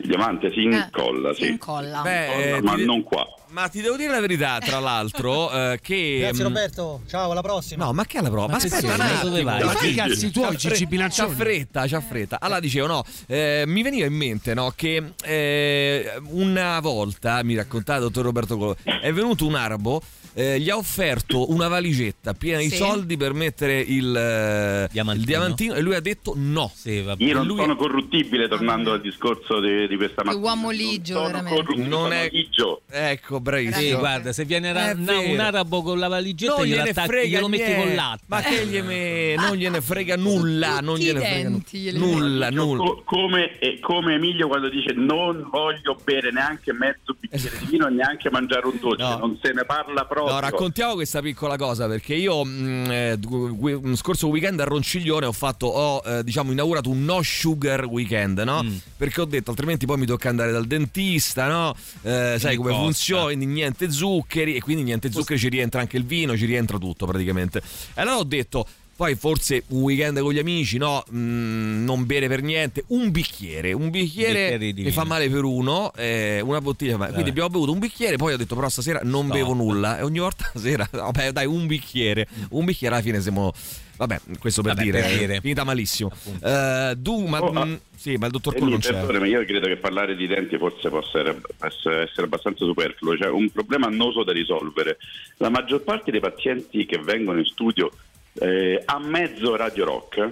Il diamante
Eh.
si incolla, sì.
Si incolla.
Beh, eh,
ma
ti-
non qua.
Ma ti devo dire la verità, tra l'altro, eh, che...
Grazie
mh,
Roberto, ciao, alla prossima.
No, ma che alla prova? Ma
Ma che
aspetta,
sei?
un
Ma
attimo.
dove vai?
Ma
Ma
che
fai i cazzi tuoi,
C'ha fre-
Gigi Bilancioni.
C'ha fretta, c'ha fretta. Allora dicevo, no, eh, mi veniva in mente no, che eh, una volta, mi raccontava il dottor Roberto Colo, è venuto un arabo, eh, gli ha offerto una valigetta piena di
Sì.
soldi per mettere il eh, il diamantino, e lui ha detto no.
Io non
Lui-
sono corruttibile, tornando al discorso di, di questa
Che
mattina.
uomo ligio, veramente.
Corruttibile,
Non
sono
è-
ligio.
Ecco,
Sì,
bravissimo.
guarda, se viene ra-
È
na- un
Eh, vero.
arabo con la valigetta,
non
glielo
gliene
attacchi-
frega
glielo metti
niente.
con latte.
Ma che gliene, non gliene frega nulla, non
Tutti i
gliene frega nulla.
denti glieli-
Nulla, nulla.
Cioè, Co- come, e come Emilio quando dice non voglio bere neanche mezzo bicchiere di vino, neanche mangiare un dolce, non se ne parla proprio.
No,
Ecco.
raccontiamo questa piccola cosa perché io mh, eh, du- gu- mh, scorso weekend a Ronciglione ho fatto, ho eh, diciamo inaugurato un no sugar weekend, no?
Mm.
Perché ho detto altrimenti poi mi tocca andare dal dentista, no? Eh, sai come
costa.
funziona, quindi niente zuccheri e quindi niente zuccheri ci rientra anche il vino, ci rientra tutto praticamente. E allora ho detto... Poi forse un weekend con gli amici, no, mm, non bere per niente, un bicchiere, un bicchiere
Bicchieri di
che fa
vino.
male per uno, eh, una bottiglia, fa male. quindi abbiamo bevuto un bicchiere, poi ho detto però stasera non
Stop.
bevo nulla e ogni volta sera, vabbè dai un bicchiere, un bicchiere alla fine siamo, Vabbè, questo per,
Vabbè,
dire,
per dire.
finita malissimo. Eh, du, ma,
Oh, ah.
mh, sì, ma il dottor
Eh,
Colo non
niente,
c'è.
perdone, ma io credo che parlare di denti forse possa era- essere essere abbastanza superfluo, cioè un problema annoso da risolvere. La maggior parte dei pazienti che vengono in studio eh, a mezzo Radio Rock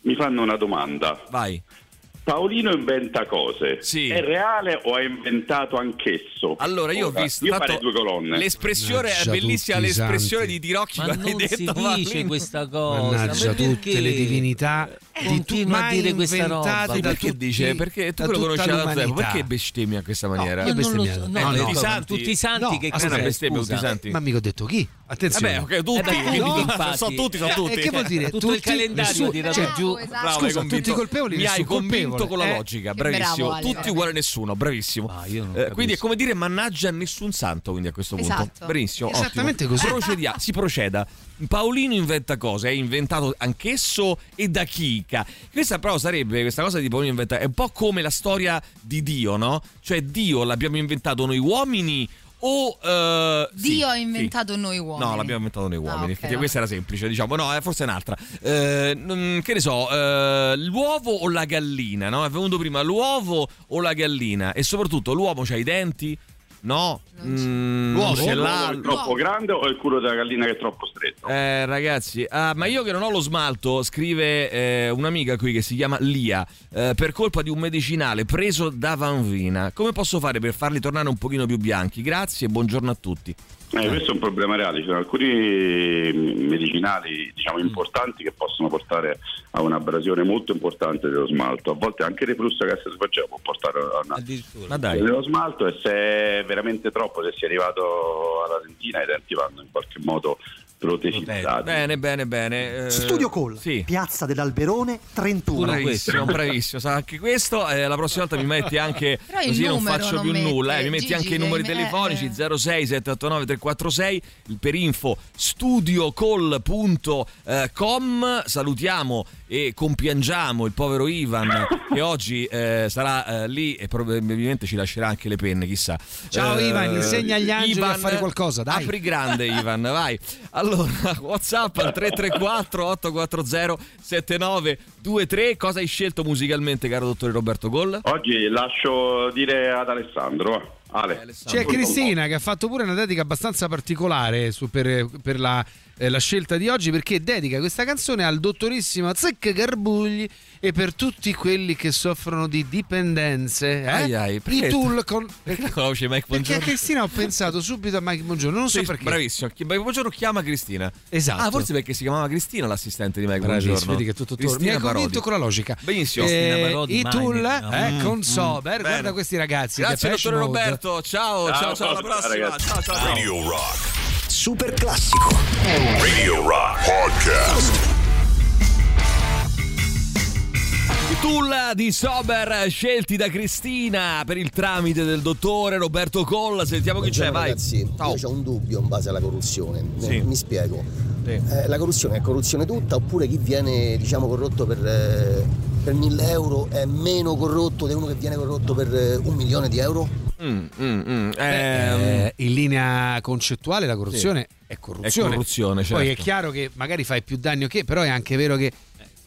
mi fanno una domanda.
Vai.
Paolino inventa cose, è reale o ha inventato anch'esso?
Allora, io ho
Ora,
visto,
Io
tanto,
farei due colonne.
L'espressione è bellissima, l'espressione di Tirocchi.
Ma non si dice questa cosa.
Mannaggia
ma perché?
tutte le divinità di tu-
Continua a
mai
dire questa
inventate
roba,
da
perché
tutti-
dice? Perché tu
da
lo
tutta
conosci da
l'umanità.
tempo, perché bestemmia in questa maniera?
io bestemmiato.
Eh,
No, no.
tutti i santi,
tutti i santi
No,
che
ah, scusa,
cos'è?
bestemmia, tutti i
Scusa.
santi.
Ma mica ho detto chi? Attenzione.
Vabbè, ok, tutti,
Eh, beh,
quindi-
no,
infatti.
sono tutti, sono
Eh,
tutti.
che vuol dire?
Tutto il
Tutti?
calendario
Nessuno-
di
cioè,
giù.
giù- bravo, hai
Scusa,
convinto.
tutti colpevoli,
Mi hai
nessun
convinto
colpevole,
con la
eh?
logica,
Che bravo,
bravissimo.
Ale.
tutti uguali a nessuno, bravissimo.
Ah,
Eh, quindi è come dire mannaggia a nessun santo, quindi a questo punto.
Esatto.
Benissimo, ottimo.
Esattamente così.
Procedia- si proceda. Paolino inventa cose, è inventato anch'esso e da chi? ca- Questa però sarebbe questa cosa di Paolino inventa è un po' come la storia di Dio, no? Cioè Dio l'abbiamo inventato noi uomini o eh, sì,
Dio ha
sì.
inventato noi uomini. Ah,
No, l'abbiamo inventato noi uomini.
ok,
Effettivamente,
vabbè.
questa era semplice, diciamo. No, eh, forse è un'altra. Eh, mm, che ne so, eh, l'uovo o la gallina? No? È venuto prima l'uovo o la gallina? E soprattutto, l'uomo c'ha i denti? No? Mm,
L'uovo
ce l'ha.
è troppo grande o il culo della gallina che è troppo stretto?
Eh, ragazzi, ah, ma io che non ho lo smalto, scrive eh, un'amica qui che si chiama Lia, eh, per colpa di un medicinale preso da Vanvina. Come posso fare per farli tornare un pochino più bianchi? Grazie e buongiorno a tutti.
Eh, questo è un problema reale, ci sono alcuni mm, medicinali diciamo, importanti che possono portare a un'abrasione molto importante dello smalto, a volte anche il reflusso che si svolgeva può portare a una
Ma dai.
dello smalto e se è veramente troppo, se si è arrivato alla dentina i denti vanno in qualche modo protesizzati.
Bene, bene, bene. eh,
Studio Call,
Sì.
piazza dell'Alberone 31.
Bravissimo, bravissimo, sa anche questo. eh, la prossima volta mi metti anche
Però il
così non
numero
faccio
non
più
mette,
nulla. eh, mi metti
Gigi,
anche i numeri
devi- eh,
telefonici 06 789 346 il per info studiocall.com. Salutiamo e compiangiamo il povero Ivan che oggi eh, sarà eh, lì e probabilmente ci lascerà anche le penne, chissà. Eh,
Ciao, Ivan, insegna agli angeli a fare qualcosa, dai.
Apri grande Ivan, vai. Allora, WhatsApp al 334 840 7923. Cosa hai scelto musicalmente, caro dottore Roberto Goll?
Oggi lascio dire ad Alessandro. va. Ale.
C'è Cristina che ha fatto pure una dedica abbastanza particolare su- per, per la, eh, la scelta di oggi perché dedica questa canzone al dottorissimo Zecca Garbugli e per tutti quelli che soffrono di dipendenze. Eh?
Ai, ai, perché-
I tool con...
Perché la conosci Mike
Perché a
Buongiorno?
Cristina ho pensato subito a Mike Buongiorno, non so
Sì,
perché.
Bravissimo. Chi- Mike Buongiorno chiama Cristina.
Esatto.
Ah, forse perché si chiamava Cristina l'assistente di Mike
Bravissimo,
Buongiorno.
vedi che tutto torna.
Cristina
Mi hai
Parodi.
convinto con la logica.
Benissimo.
Eh, I tool
Mm,
eh, con Sober, guarda questi ragazzi.
Mm, Grazie,
Depeche
dottore
Mode.
Roberto. Certo, Ciao, ciao, ciao, alla prossima. Ciao, ciao, ciao.
Radio Rock.
Super classico.
Radio Rock Podcast.
I Tool di Sober scelti da Cristina per il tramite del dottore Roberto Colla. Sentiamo chi c'è,
Buongiorno,
vai.
Ragazzi, io ho un dubbio in base alla corruzione.
Sì.
Mi spiego. Eh, la corruzione è corruzione tutta oppure chi viene diciamo corrotto per, eh, per 1000 euro è meno corrotto di uno che viene corrotto per eh, un milione di euro?
Mm,
Beh, eh, in linea concettuale la corruzione
ehm, Sì.
è corruzione.
È corruzione,
Poi è
certo.
chiaro che magari fai più danno che, però è anche vero che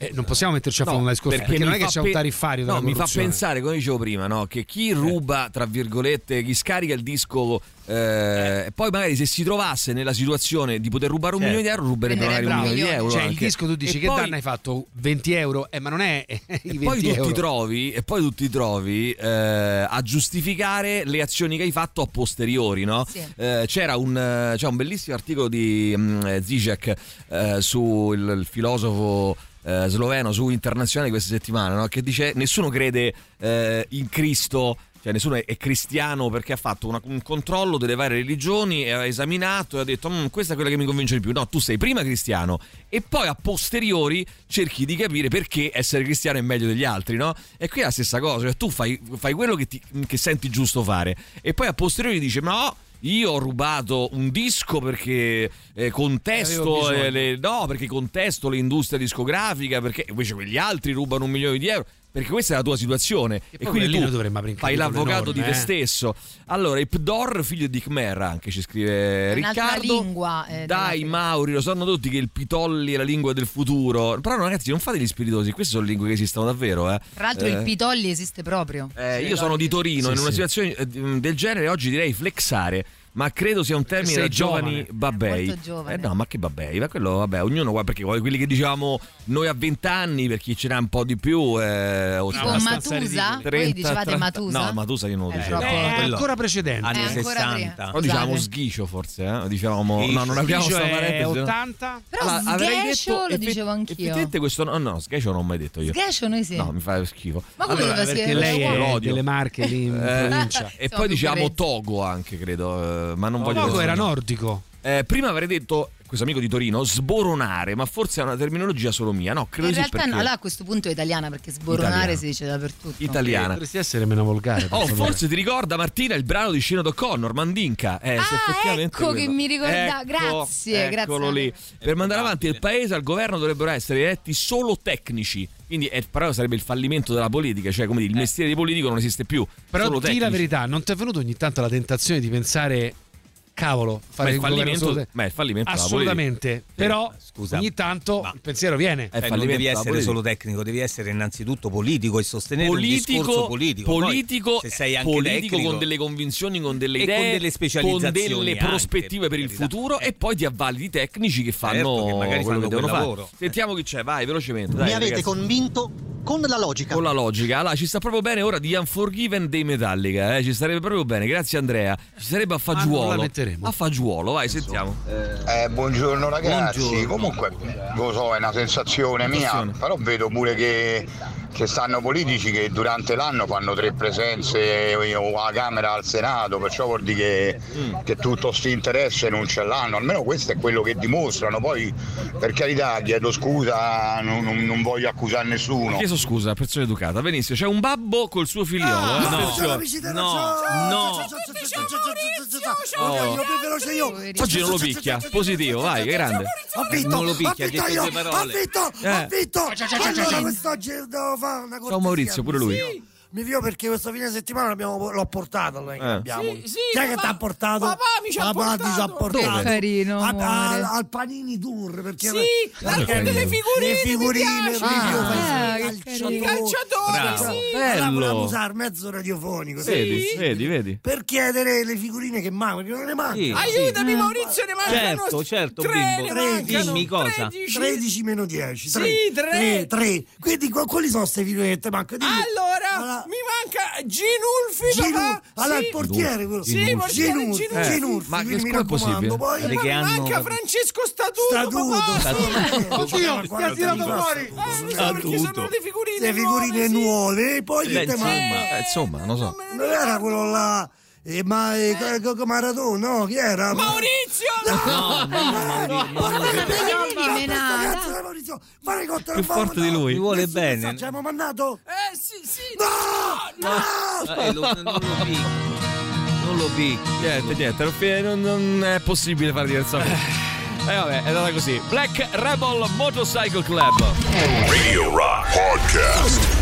eh, non possiamo metterci a fare
No,
un discorso perché,
mi
non è che
fa
c'è
pe-
un tariffario della
No, mi fa
corruzione.
pensare, come dicevo prima, no, che chi ruba, tra virgolette, chi scarica il disco, eh, e poi magari se si trovasse nella situazione di poter rubare un
Certo.
milione di euro, ruberebbe magari un
Bravo.
milione di euro.
Cioè, il
anche.
disco tu dici
E
che
poi-
danno hai fatto 20 euro, eh, ma non è i 20
E poi, tu
euro.
ti trovi, e poi tu ti trovi eh, a giustificare le azioni che hai fatto a posteriori, no? Eh, c'era un, eh, c'è un bellissimo articolo di mm, eh, Zizek eh, sul il filosofo eh, sloveno su Internazionale questa settimana, no? Che dice nessuno crede eh, in Cristo. Cioè, nessuno è è cristiano perché ha fatto una- un controllo delle varie religioni e ha esaminato e ha detto: "Mm, Questa è quella che mi convince di più. No, tu sei prima cristiano e poi a posteriori cerchi di capire perché essere cristiano è meglio degli altri, no? E qui è la stessa cosa: cioè, tu fai, fai quello che, ti- che senti giusto fare e poi a posteriori dici: Ma no, Io ho rubato un disco perché eh,
Avevo
contesto
bisogno.
eh, le- no, perché contesto l'industria discografica, perché invece quegli altri rubano un milione di euro. Perché questa è la tua situazione. E,
poi
quindi
quelli
tu
noi dovremmo aprire un
fai
capitolo
l'avvocato di
enorme,
te
eh.
stesso. Allora, i Pdor, figlio di Khmer, anche ci scrive
Un'altra
Riccardo.
lingua. eh,
Dai Mauri, lo sanno tutti che il pitolli è la lingua del futuro. Però no, ragazzi, non fate gli spiritosi, queste sono lingue che esistono davvero. eh.
Tra l'altro
Eh,
il Pitolli esiste proprio.
eh, io sono di Torino,
Sì,
in una
sì.
situazione eh, di- del genere oggi direi flexare, ma credo sia un termine
Sei
da giovani
giovane.
babbei.
Molto giovane.
Eh no, ma che babbei? Ma quello, vabbè, ognuno qua perché poi quelli che diciamo noi a 20 anni, per chi ce n'ha un po' di più, eh, o
Tipo
tra-
Matusa? Voi dicevate Matusa?
No, Matusa io non lo
Eh,
dicevo.
troppo. Eh,
ancora precedente.
Anni Eh, ancora 60. prima.
Però diciamo
Scusate.
sghicio forse, eh? diciamo
Sghicio.
no, non abbiamo
Sghicio
sta
è
parentesi, no?
80?
Però
Allora, avrei
sghescio
detto
lo
effe-
dicevo anch'io.
Effettivamente questo no, no, sghicio non l'ho mai detto io.
Sghescio noi sì.
No, mi fa schifo.
Ma come lo si- Perché lei è
delle Marche, lì in provincia.
Eh,
Siamo
E poi
tutti
diciamo
grezzi.
Togo anche, credo, eh, ma non
No,
voglio
Togo
pensare.
era nordico.
Eh, prima avrei detto questo amico di Torino sboronare, ma forse è una terminologia solo mia. No, credo di
In
sì
realtà no,
perché
allora a questo punto è italiana perché sboronare
Italiana.
si dice dappertutto.
italiana.
Dovresti essere meno volgare. per
Oh,
favore.
forse ti ricorda Martina il brano di Scino O'Connor, Mandinca. Eh, se effettivamente
ecco che
quello.
mi ricorda- grazie, grazie.
eccolo lì. Per mandare avanti il paese al governo dovrebbero essere eletti solo tecnici. Quindi eh, però sarebbe il fallimento della politica, cioè come dire, il
Eh.
mestiere di politico non esiste più.
Però
solo
di la
tecnici.
verità, non ti è venuto ogni tanto la tentazione di pensare, cavolo, fare
il
il governo
fallimento-
solo te?
ma è il fallimento della
Assolutamente.
politica.
Però
Sì, scusa.
ogni tanto il pensiero viene.
Eh,
Cioè, non devi essere solo tecnico, devi essere innanzitutto politico e sostenere
Politico,
un discorso politico. Poi,
politico,
se sei anche
politico
tecnico,
con delle convinzioni, con delle
E
idee,
con delle specializzazioni
con delle
anche, Ecco.
prospettive per il futuro e poi ti avvali di tecnici che fanno
Certo, che magari
quello
fanno
che devono
quel
fare.
lavoro.
Sentiamo chi c'è, vai velocemente. Dai,
Mi avete
ragazzi.
convinto con la logica.
Con la logica, allora ci sta proprio bene ora di Unforgiven dei Metallica, eh? ci starebbe proprio bene, grazie Andrea. Ci sarebbe a
Ah, non la
fagiolo.
metteremo.
a fagiolo, vai, sentiamo.
Eh, buongiorno ragazzi,
Buongiorno.
comunque lo so è una sensazione mia,
Sensazione.
però vedo pure che ci stanno politici che durante l'anno fanno tre presenze eh, o alla Camera al Senato, perciò vuol dire che,
Mm.
che tutto questo interesse non ce l'hanno, almeno questo è quello che dimostrano, poi per carità chiedo scusa, non, non- non voglio accusare nessuno.
Chieso scusa, persona educata, benissimo. C'è un babbo col suo figliolo.
Ah,
eh? Attenzione. Oh.
più veloce io.
Oggi non lo picchia, positivo, vai, che grande.
Ho vinto,
Eh, non lo picchia,
ho
ha
vinto
detto
io,
due
ho
parole.
vinto, ho
Eh.
vinto.
Ciao, ciao, ciao,
Allora,
ciao, ciao.
quest'oggi devo fare una cortesia.
Maurizio, pure lui.
Mi fio- Mi fio perché questo fine settimana l'abbiamo- l'ho portato. allora, che
Eh.
abbiamo.
Sì, sì,
Chi è che
papà-
t'ha portato?
papà mi ci ha
Papà ti ci ha
portato.
portato.
Che carino,
A-
amore.
al, al Panini Tour. Perché
Sì,
era-
anche
Era-
delle figurine,
Le
mi
figurine,
piace.
mi fio,
Ah,
fai-
che
calciatore.
carino. Calciatore,
Bravo.
sì.
Bello.
Allora, volevamo usare mezzo radiofonico.
Vedi,
sì.
vedi, vedi.
Per chiedere le figurine che mancano, che non ne mancano.
Sì,
Aiutami, Maurizio, ne mancano
Certo, certo,
tre,
bimbo.
ne
Tre,
mancano
dimmi cosa.
13.
13 meno 10.
Sì,
3.
tre.
3. Quindi qua- quali sono queste figure che ti mancano? Dimmi.
Allora, mi manca Ginulfi,
Ginu-
papà.
allora,
Sì.
il portiere quello.
Sì, il portiere
Ginulfi.
Ginulfi.
Eh,
Ginulfi,
ma che-
quindi mi
com'è
raccomando,
possibile?
poi-
Perché
Ma
hanno-
manca Francesco Statuto, papà.
Statuto.
Sì. Oddio, ti ha tirato
Statuto.
fuori. Eh, mi sa perché sono le figurine
Le figurine nuove, e poi
Beh,
che te mancano?
insomma, eh, insomma, non lo so.
Non era quello là. eh, ma eh, co- co- Maradona, no, chi era?
Maurizio!
No,
no, no, no,
Ma
no,
che
no,
cazzo,
no,
sta
no,
cazzo di Maurizio? Ma che cotto
Più
non fa
forte di
mandare?
lui. Mi vuole
Nessun
bene.
messaggio, abbiamo mandato?
Eh, sì, sì.
No!
No, eh, lo- non lo picchi.
Non lo picchi. Niente, niente, non, fi- non- non è possibile fare diversamente. E vabbè, è andata così. Black Rebel Motorcycle Club.
Radio Rock Podcast.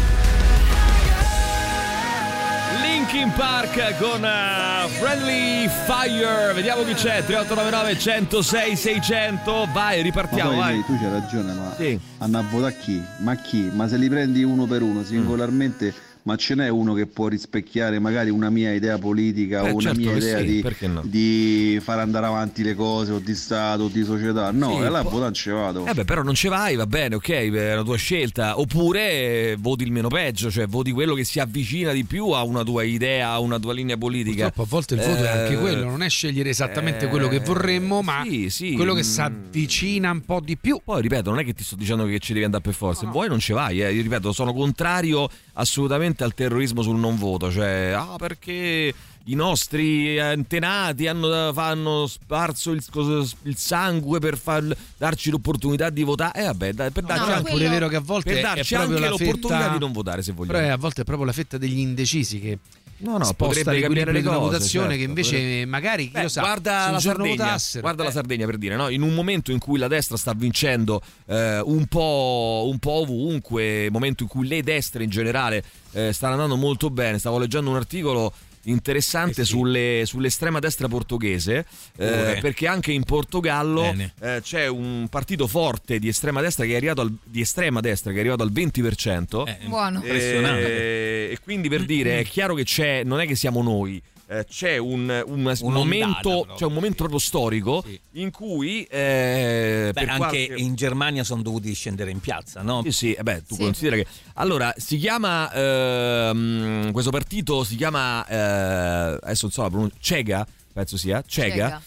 Linkin Park con eh, Friendly Fire. Vediamo chi c'è. 3899 106 600. Vai, ripartiamo,
Ma poi
vai.
lì tu c'hai ragione, ma
Sì.
hanno a votare chi? Ma chi? Ma se li prendi uno per uno singolarmente,
Mm.
ma ce n'è uno che può rispecchiare magari una mia idea politica
Eh,
o una
certo
mia
che
idea
sì, perché
di,
no?
di far andare avanti le cose o di Stato o di società? No, eh.
Sì,
e là a
può-
votare ci vado.
Eh beh, però non ci vai, va bene, ok, è una tua scelta. Oppure eh, voti il meno peggio, cioè voti quello che si avvicina di più a una tua idea, a una tua linea politica. Eh,
Purtroppo a volte il voto è anche quello, non è scegliere esattamente quello che vorremmo, ma quello che sa
avvicina un po' di più. mm. Poi ripeto, non è che ti sto dicendo che ci devi andare per forza, se vuoi non ci vai, eh. io ripeto, sono contrario assolutamente al terrorismo sul non voto, cioè ah perché i nostri eh, antenati hanno, hanno sparso il, cos- il sangue per far- darci l'opportunità di votare. E vabbè, dai, per darci
però è
anche,
pure vero che a volte
per
è
darci
proprio
anche
la
l'opportunità
fetta-
Eh. di non votare se vogliamo.
Però è- a volte è proprio la fetta degli indecisi che
No, no,
sposta
potrebbe
l'equilibrio
cambiare le
di una
cose,
votazione
certo,
che invece
potrebbe-
magari chi
Beh,
lo sa, se
guarda,
un
la
giorno
Sardegna,
votassero, Eh.
guarda la Sardegna per dire, no? in un momento in cui la destra sta vincendo eh, un, po', un po' ovunque, momento in cui le destre in generale eh, stanno andando molto bene, stavo leggendo un articolo
Eh
interessante sulle- sull'estrema destra portoghese eh,
Pure.
perché anche in Portogallo
Bene.
eh, c'è un partito forte di estrema destra che è arrivato al, di estrema destra che è arrivato al 20%
Eh,
Eh,
Buono.
e, e quindi per dire, è chiaro che c'è, non è che siamo noi. eh, C'è un, un momento, c'è un momento proprio storico in cui eh,
Beh,
per
anche
qualche-
in Germania sono dovuti scendere in piazza, no?
Sì, sì, eh beh, tu
Sì.
considera che allora si chiama ehm, questo partito si chiama eh, adesso non so la pronuncia Cega, penso sia Cega,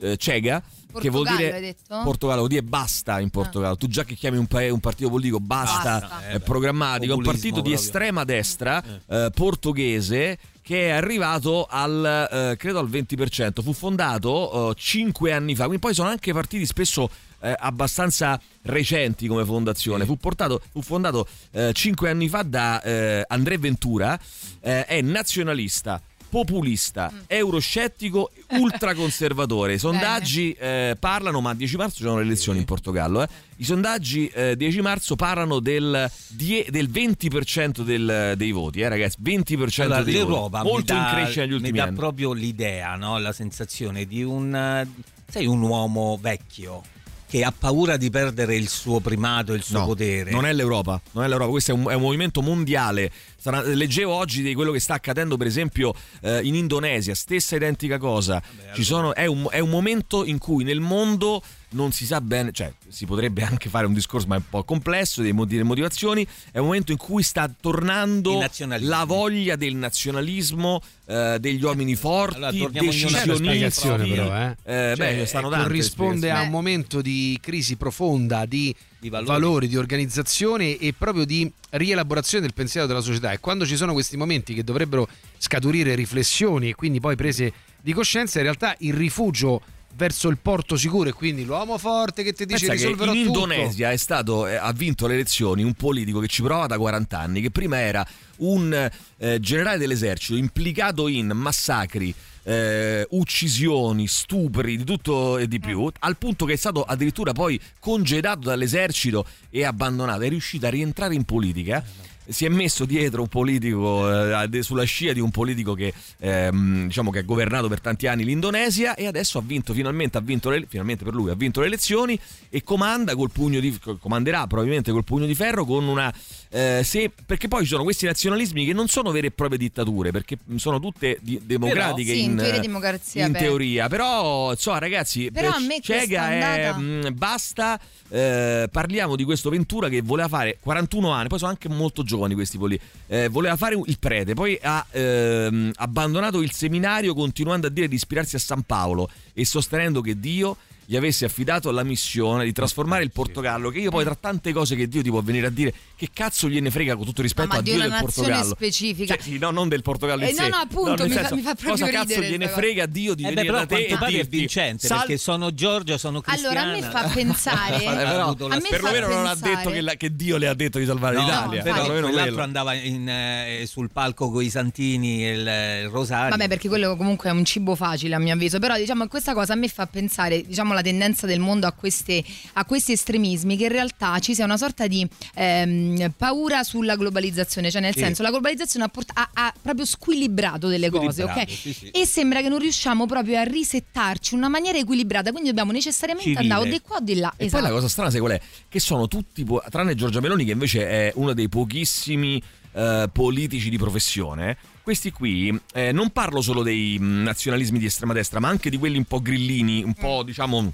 eh, Cega che vuol
Portogallo,
dire
hai detto?
Portogallo, vuol dire basta in Portogallo. Tu già che chiami un, pae- un partito politico basta,
Basta.
è programmatico, è un
Populismo
partito di
proprio.
estrema destra eh, portoghese che è arrivato al eh, credo al 20%, fu fondato 5 anni fa, quindi poi sono anche partiti spesso eh, abbastanza recenti come fondazione. Fu, portato- fu fondato 5 anni fa da eh, André Ventura, eh, è nazionalista. Populista, euroscettico, ultraconservatore. I sondaggi eh, parlano, ma a 10 marzo ci sono le elezioni in Portogallo. eh. I sondaggi eh, 10 marzo parlano del, die- del 20% del- dei voti, eh, ragazzi. 20%
Allora,
dei
L'Europa
voti. Molto
mi dà,
in crescita negli ultimi
mi dà
anni.
proprio l'idea, no? la sensazione di un, eh, sai, un uomo vecchio che ha paura di perdere il suo primato, il suo
No,
potere.
Non è l'Europa, non è l'Europa, questo è un, è un movimento mondiale. Sarà- leggevo oggi di quello che sta accadendo, per esempio, eh, in Indonesia, stessa identica cosa. Ci sono- è, un, è un momento in cui nel mondo non si sa bene, cioè si potrebbe anche fare un discorso, ma è un po' complesso, dei mo- delle motivazioni. È un momento in cui sta tornando la voglia del nazionalismo, eh, degli uomini forti,
torniamo ognuno alla
decisionisti.
spiegazione, però, eh. Cioè,
beh, stanno
eh,
tante
corrisponde a
spiegazioni.
un momento di crisi profonda di, valori. di organizzazione e proprio di rielaborazione del pensiero della società. E quando ci sono questi momenti che dovrebbero scaturire riflessioni e quindi poi prese di coscienza, in realtà il rifugio verso il porto sicuro e quindi l'uomo forte che ti dice
Pensa che
risolverò
in
tutto.
Indonesia è stato, eh, ha vinto le elezioni un politico che ci prova da 40 anni, che prima era un eh, generale dell'esercito implicato in massacri. eh, uccisioni, stupri, di tutto e di più,
Mm.
al punto che è stato addirittura poi congedato dall'esercito e abbandonato. È riuscito a rientrare in
Eh,
politica. Si è messo dietro un politico, eh, de- sulla scia di un politico che, ehm, diciamo che ha governato per tanti anni l'Indonesia e adesso ha vinto finalmente, ha vinto le, finalmente per lui, ha vinto le elezioni e comanda col pugno di, co- comanderà probabilmente col pugno di ferro con una... eh, se- perché poi ci sono questi nazionalismi che non sono vere e proprie dittature, perché mh, sono tutte di- democratiche
Sì, in
in,
teoria democrazia,
in
beh.
teoria, però insomma ragazzi, eh,
Però a me questa
Cega è...
andata-
mh, basta, eh, parliamo di questo Ventura che voleva fare 41 anni, poi sono anche molto giovani questi poli, eh, voleva fare il prete, poi ha ehm, abbandonato il seminario continuando a dire di ispirarsi a San Paolo e sostenendo che Dio gli avesse affidato la missione di trasformare il Portogallo, che io poi tra tante cose che Dio ti può venire a dire, che cazzo gliene frega con tutto il rispetto
ma
a
di
Dio
una
del
nazione
Portogallo.
specifica.
Cioè, sì, no, non del Portogallo in
Eh, no,
sé.
no, appunto,
nel
mi fa-
senso,
mi fa
Cosa
proprio
cazzo
ridere
gliene
sta
frega Dio di
Eh beh,
venire
però
da
a
te
quanto
e
pare è
dirti,
vincente
"Sal-
perché sono Giorgio, sono
Allora
cristiana.
a me fa pensare.
Eh, però,
a me fa
perlomeno non ha
pensare-
detto che, la- che Dio le ha detto di salvare
No,
l'Italia.
però
Perlomeno
quell'altro
quello.
andava in, eh, sul palco con i santini e il, eh, il
Ah,
rosario.
Vabbè, perché quello comunque è un cibo facile a mio avviso, però diciamo questa cosa a me fa pensare, diciamo, la tendenza del mondo a, queste- a questi estremismi, che in realtà ci sia una sorta di ehm, paura sulla globalizzazione, cioè nel
Sì.
senso la globalizzazione ha, port- ha- ha proprio squilibrato delle cose, ok?
Squilibrato, sì, sì.
E sembra che non riusciamo proprio a risettarci in una maniera equilibrata, quindi dobbiamo necessariamente
Civile.
andare o di qua o di là. Esatto.
E poi la cosa strana, sai qual è? Che sono tutti, po- tranne Giorgia Meloni, che invece è uno dei pochissimi eh, politici di professione. Questi qui, eh, non parlo solo dei mh, nazionalismi di estrema destra, ma anche di quelli un po' grillini, un po' diciamo.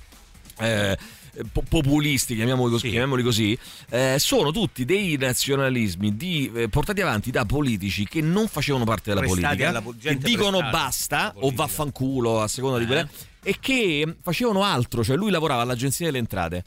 eh, po- populisti, chiamiamoli così, chiamiamoli così, eh, sono tutti dei nazionalismi di- eh, portati avanti da politici che non facevano parte della
Prestati
politica,
alla po-
che
gente
dicono
prestata. Eh.
basta basta o vaffanculo a seconda di quella e che facevano altro cioè lui lavorava all'agenzia delle entrate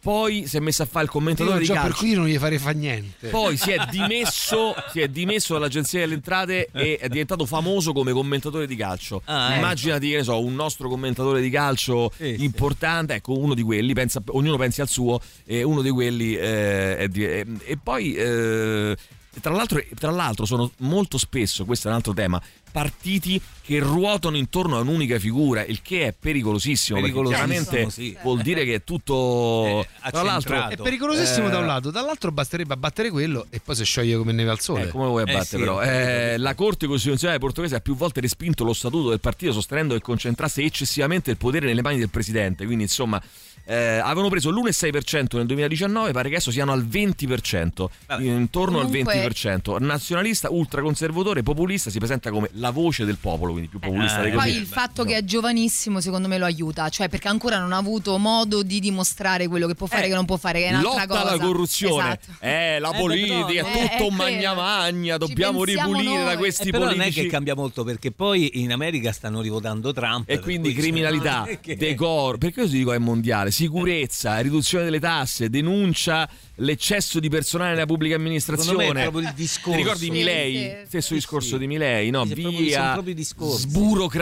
poi si è messo a fare il
Io
commentatore di
già per
calcio
cui non gli farei fa niente.
poi si è dimesso si è dimesso dall'agenzia delle entrate e è diventato famoso come commentatore di calcio
Ah, eh.
immaginati che ne so un nostro commentatore di calcio importante ecco uno di quelli pensa- ognuno pensi al suo e uno di quelli eh, è di- e- e poi eh, tra l'altro, tra l'altro sono molto spesso, questo è un altro tema, partiti che ruotano intorno a un'unica figura, il che è pericolosissimo. perché
Pericolosissimo,
chiaramente
sì. Eh,
vuol dire che è tutto. Tra l'altro,
è pericolosissimo
eh,
da un lato, dall'altro basterebbe abbattere quello e poi si scioglie come neve al sole.
eh, come vuoi abbattere, però? Eh, la Corte Costituzionale portoghese ha più volte respinto lo statuto del partito, sostenendo che concentrasse eccessivamente il potere nelle mani del presidente. Quindi, insomma, eh, avevano preso l'1,6% nel 2019, pare che adesso siano al 20%, intorno
Comunque-
al 20%. Nazionalista, ultraconservatore, populista, si presenta come la voce del popolo, quindi più populista di
Poi
così.
Eh, il fatto che è giovanissimo secondo me lo aiuta, cioè perché ancora non ha avuto modo di dimostrare quello che può fare e che non può fare, che è un'altra
Eh, Lotta
cosa.
alla corruzione,
Esatto.
eh, la
Eh,
politica,
perdono,
è
eh,
tutto
è
un magna
quello.
magna,
Ci
dobbiamo
pensiamo
ripulire da
noi.
questi
Eh, però non è
politici.
che cambia molto perché poi in America stanno rivotando Trump
E
per
quindi
cui, cioè,
criminalità,
non è che-
decoro, perché io ti dico è mondiale, sicurezza, riduzione delle tasse, denuncia, l'eccesso di personale nella pubblica amministrazione.
Secondo me è proprio il discorso.
Ti ricordi
Sì,
Milei?
sì.
Stesso
Sì,
discorso
sì.
di Milei, no?
Sì, è proprio-
Via,
sono proprio i discorsi.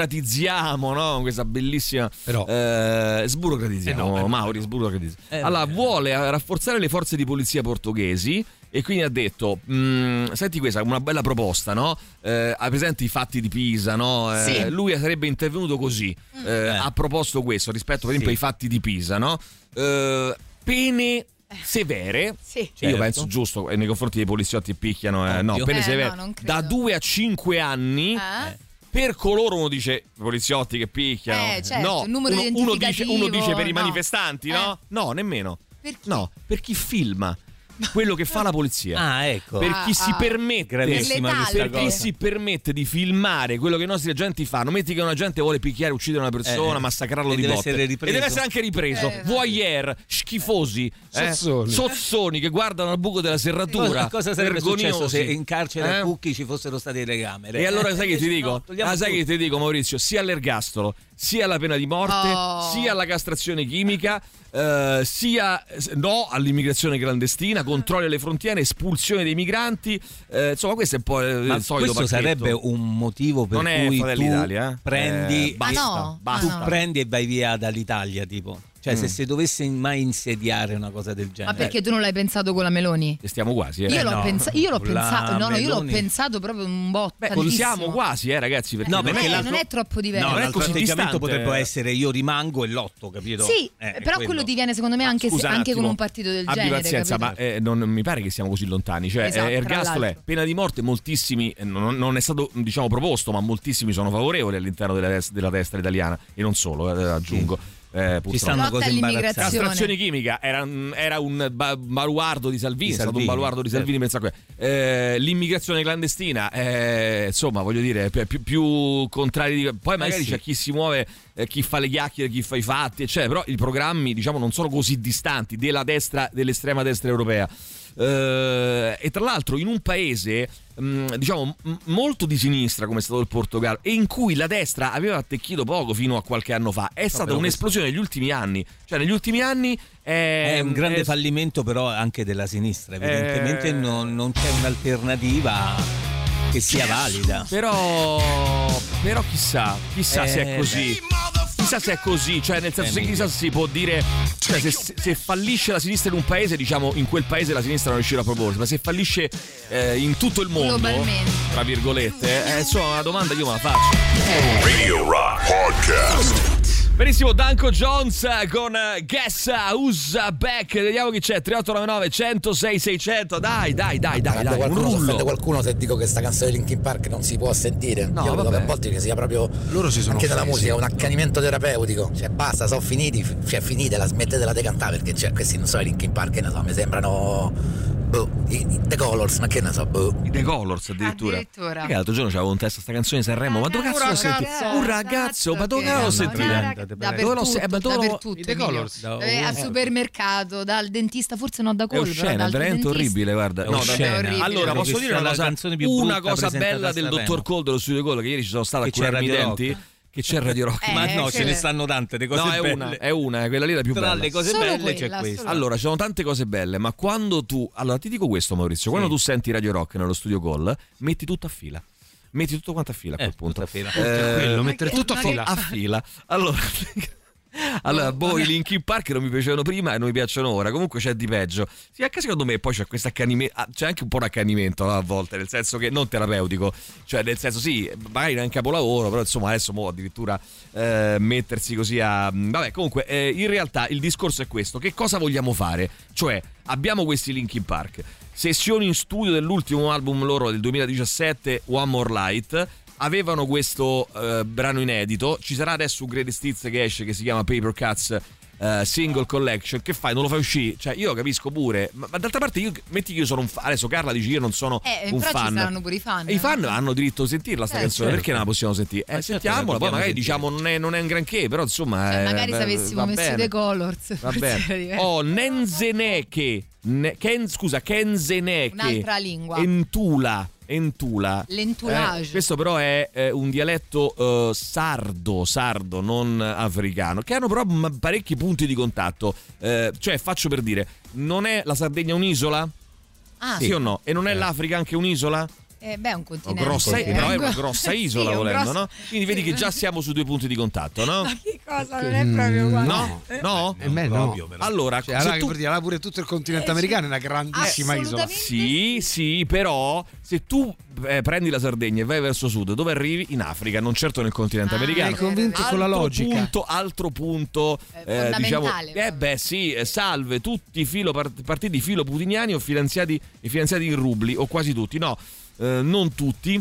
sburocratizziamo, no? Questa bellissima... eh, sburocratizziamo, Mauri, sburocratizziamo. allora, vuole eh, rafforzare le forze di polizia portoghesi e quindi ha detto, "Mm, senti questa, una bella proposta, no? Eh, hai presente i fatti di Pisa, no? Eh,
Sì. Mm.
Lui sarebbe intervenuto così, eh, ha proposto questo rispetto per esempio ai fatti di Pisa, no? Eh, pene severe, io
Eh. Certo.
penso giusto eh, nei confronti dei poliziotti che picchiano, eh, no,
Ovvio.
pene
Eh,
severe,
no, non credo. Eh.
da 2 a 5 anni. Per coloro uno dice poliziotti che picchiano,
Eh, certo,
no,
il numero
uno, uno dice,
identificativo,
uno dice per i
no. Eh.
manifestanti, no? No, nemmeno.
Per
No, per chi filma quello che fa la polizia.
Ah, ecco.
Per
Ah,
chi si
ah.
permette
Gravissima questa
per chi
cosa.
si permette di filmare quello che i nostri agenti fanno. Metti che un agente vuole picchiare, uccidere una persona,
Eh,
massacrarlo
e
di
deve
botte.
essere
E
ripreso.
deve essere anche ripreso.
Eh,
Voyeur, schifosi, eh,
Sozzoni.
sozzoni che guardano al bucco della serratura.
Cosa, cosa sarebbe successo se
vergognosi.
in carcere
Eh?
a Cucchi ci fossero state le camere?
E allora
Eh,
sai che ti
invece
dico?
no, togliamo
Ah, sai che
tutto.
ti dico Maurizio? Sia all'ergastolo, sia alla pena di morte,
Oh.
sia alla castrazione chimica, eh, sia s- no all'immigrazione clandestina, controlli alle frontiere, espulsione dei migranti. eh, insomma, questo è un po' il
Ma
il solito
questo
pacchetto.
sarebbe un motivo per
Non è
cui
Fratelli
tu
d'Italia, eh?
prendi,
Eh, basta, Ah, no? basta.
tu prendi e vai via dall'Italia, tipo. Cioè,
Mm.
se si dovesse mai insediare una cosa del genere.
Ma perché tu non l'hai pensato con la Meloni?
E stiamo quasi, eh.
Io l'ho, pensa- io l'ho
con la
pensato, no, no, io l'ho
Meloni.
pensato proprio un botto.
Col- siamo quasi, eh, ragazzi. Perché
No,
Non,
perché
è,
l'altro-
non è troppo
No,
diverso.
non è
l'altro
così
atteggiamento
distante. potrebbe
Ecco, eh.
essere io rimango e lotto, capito?
Sì,
Eh,
però
quello.
quello diviene secondo me anche, se-
Scusa
anche con
attimo,
un partito del
abbi
genere.
pazienza,
capito?
ma eh, non mi pare che siamo così lontani. Cioè,
Esatto,
eh,
tra
ergastolo è
l'altro.
pena di morte, moltissimi eh, non, non è stato diciamo proposto, ma moltissimi sono favorevoli all'interno della, tes- della destra italiana e non solo, eh, aggiungo. Eh, purtroppo.
stanno Lotta cose all'immigrazione. imbarazzanti.
Castrazione chimica era, era un ba- baluardo di
Di
Salvini, è stato un
Salvini,
baluardo di Salvini. pensa a que- eh, l'immigrazione clandestina, eh, insomma, voglio dire, pi- più, più contrari. di- Poi magari
Eh sì.
c'è chi si muove, eh, chi fa le chiacchiere, chi fa i fatti, eccetera. Però i programmi, diciamo, non sono così distanti della destra, dell'estrema destra europea. Eh, e tra l'altro, in un paese. mh, Diciamo m- molto di sinistra come è stato il Portogallo e in cui la destra aveva attecchito poco fino a qualche anno fa è stata
però
un'esplosione negli ultimi anni cioè negli ultimi anni è,
È un grande
è-
fallimento però anche della sinistra, evidentemente
Eh.
non, non c'è un'alternativa che sia valida.
Però, però chissà, chissà
Eh,
se è così. Chissà se è così, cioè nel senso,
Eh,
se
minchia.
chissà se si può dire, cioè se, se fallisce la sinistra in un paese, diciamo in quel paese la sinistra non riuscirà a proporsi, ma se fallisce eh, in tutto il mondo,
Globalmente.
tra virgolette, eh, insomma è una domanda che io me la faccio.
Radio Rock Podcast.
Benissimo, Danko Jones eh, con eh, Guess Usa Back, vediamo chi c'è, 3899 106 600, dai dai dai dai, dai un
qualcuno, se offende
rullo.
qualcuno se dico che sta canzone di Linkin Park non si può sentire. No, Io credo
vabbè.
che a volte che sia proprio
Loro si sono
anche nella
offesi.
musica, un accanimento terapeutico. Cioè basta, sono finiti, f- cioè finitela, smettetela di cantare perché cioè, questi non sono i Linkin Park, che ne so, mi sembrano boh, i- i- The Colors, ma che ne so, boh.
I The Colors addirittura.
Addirittura.
Perché l'altro giorno c'avevo in testa sta canzone di Sanremo, ma dove
Un
cazzo l'ho sentita?
ragazzo,
Un ragazzo, ma
Eh,
dove l'ho sentita? Dove l'ho oh.
Dappertutto,
sentita?
dappertutto, Emilio. Eh, al supermercato, dal dentista, forse no da
È
colpo.
oscena, è veramente orribile, guarda.
È
No,
oscena.
vabbè.
Orribile.
Allora,
Credo
posso
che
dire
sia
una
la
cosa,
canzone più
una
brutta
cosa
presentata
bella
a
del
Sanremo.
dottor Cole dello studio Cole, che ieri ci sono stato a
Che c'è
curarmi i
Radio Rock.
denti, che c'è Radio Rock.
Ma no, ce ne stanno tante di cose
No, è
belle.
una, è una, è quella lì la più
Tra
bella.
le cose Solo belle c'è quella, questa. solo
Allora, ci sono tante cose belle, ma quando tu. Allora, ti dico questo, Maurizio: quando tu senti Radio Rock nello studio Call, metti tutto a fila. Metti Eh, tutto quanto a fila a quel punto.
fila.
Eh,
Quello, mettere tutto a
a
fila.
fila. Allora, Allora, boh, i Linkin Park non mi piacevano prima e non mi piacciono ora. Comunque c'è di peggio. Sì, anche secondo me poi c'è questo accanimento. ah, C'è anche un po' un accanimento no, a volte, nel senso che non terapeutico. Cioè, nel senso, sì, magari non è un capolavoro, però insomma, adesso mo addirittura eh, mettersi così a. Vabbè, comunque, eh, in realtà il discorso è questo: che cosa vogliamo fare? Cioè, abbiamo questi Linkin Park, sessioni in studio dell'ultimo album loro del 2017, One More Light avevano questo eh, brano inedito. Ci sarà adesso un Greatest Hits che esce che si chiama Paper Cuts. eh, single collection che fai non lo fai uscire cioè io capisco pure ma, ma d'altra parte io metti che io sono un fan adesso Carla dice io non sono
Eh,
un
però
fan
ci saranno pure i fan.
e i fan hanno diritto a sentirla sta
Eh,
canzone
certo.
perché non la possiamo sentire eh,
Ma certo che la
sentiamola poi
dobbiamo
magari
sentire.
diciamo non è, non è un granché però insomma eh,
Cioè, magari se
va-
avessimo
va
messo
bene.
The Colors.
Va
forse era
bene. Oh,
diverso.
Ho Nenzeneke. Ne- Ken- scusa, Kenzeneke.
Un'altra lingua.
Entula. Entula.
L'entourage.
Eh, questo però è eh, un dialetto eh, sardo, sardo, non africano, che hanno però m- parecchi punti di contatto. Eh, cioè, faccio per dire, non è la Sardegna un'isola?
Ah.
sì. o no? E non
Eh.
è l'Africa anche un'isola?
Eh, beh, è un
Oh,
continente.
grossa-
eh.
però è una grossa
Sì,
isola
un
volendo,
grosso-
no? Quindi vedi che già siamo su due punti di contatto, no?
Che cosa? Non è proprio
Mm,
uguale.
No, no,
proprio, però.
Allora,
Cioè,
se
allora,
tu-
per dire, allora pure tutto il continente
Eh,
americano è una grandissima isola.
Sì, sì, però se tu eh, prendi la Sardegna e vai verso sud, dove arrivi? In Africa, non certo nel continente americano.
Hai convinto con la
Altro
logica.
Punto, altro punto, eh,
fondamentale,
diciamo, eh beh sì, eh, salve tutti i filo part- partiti filo putiniani o finanziati, e finanziati in rubli o quasi tutti, no, eh, non tutti.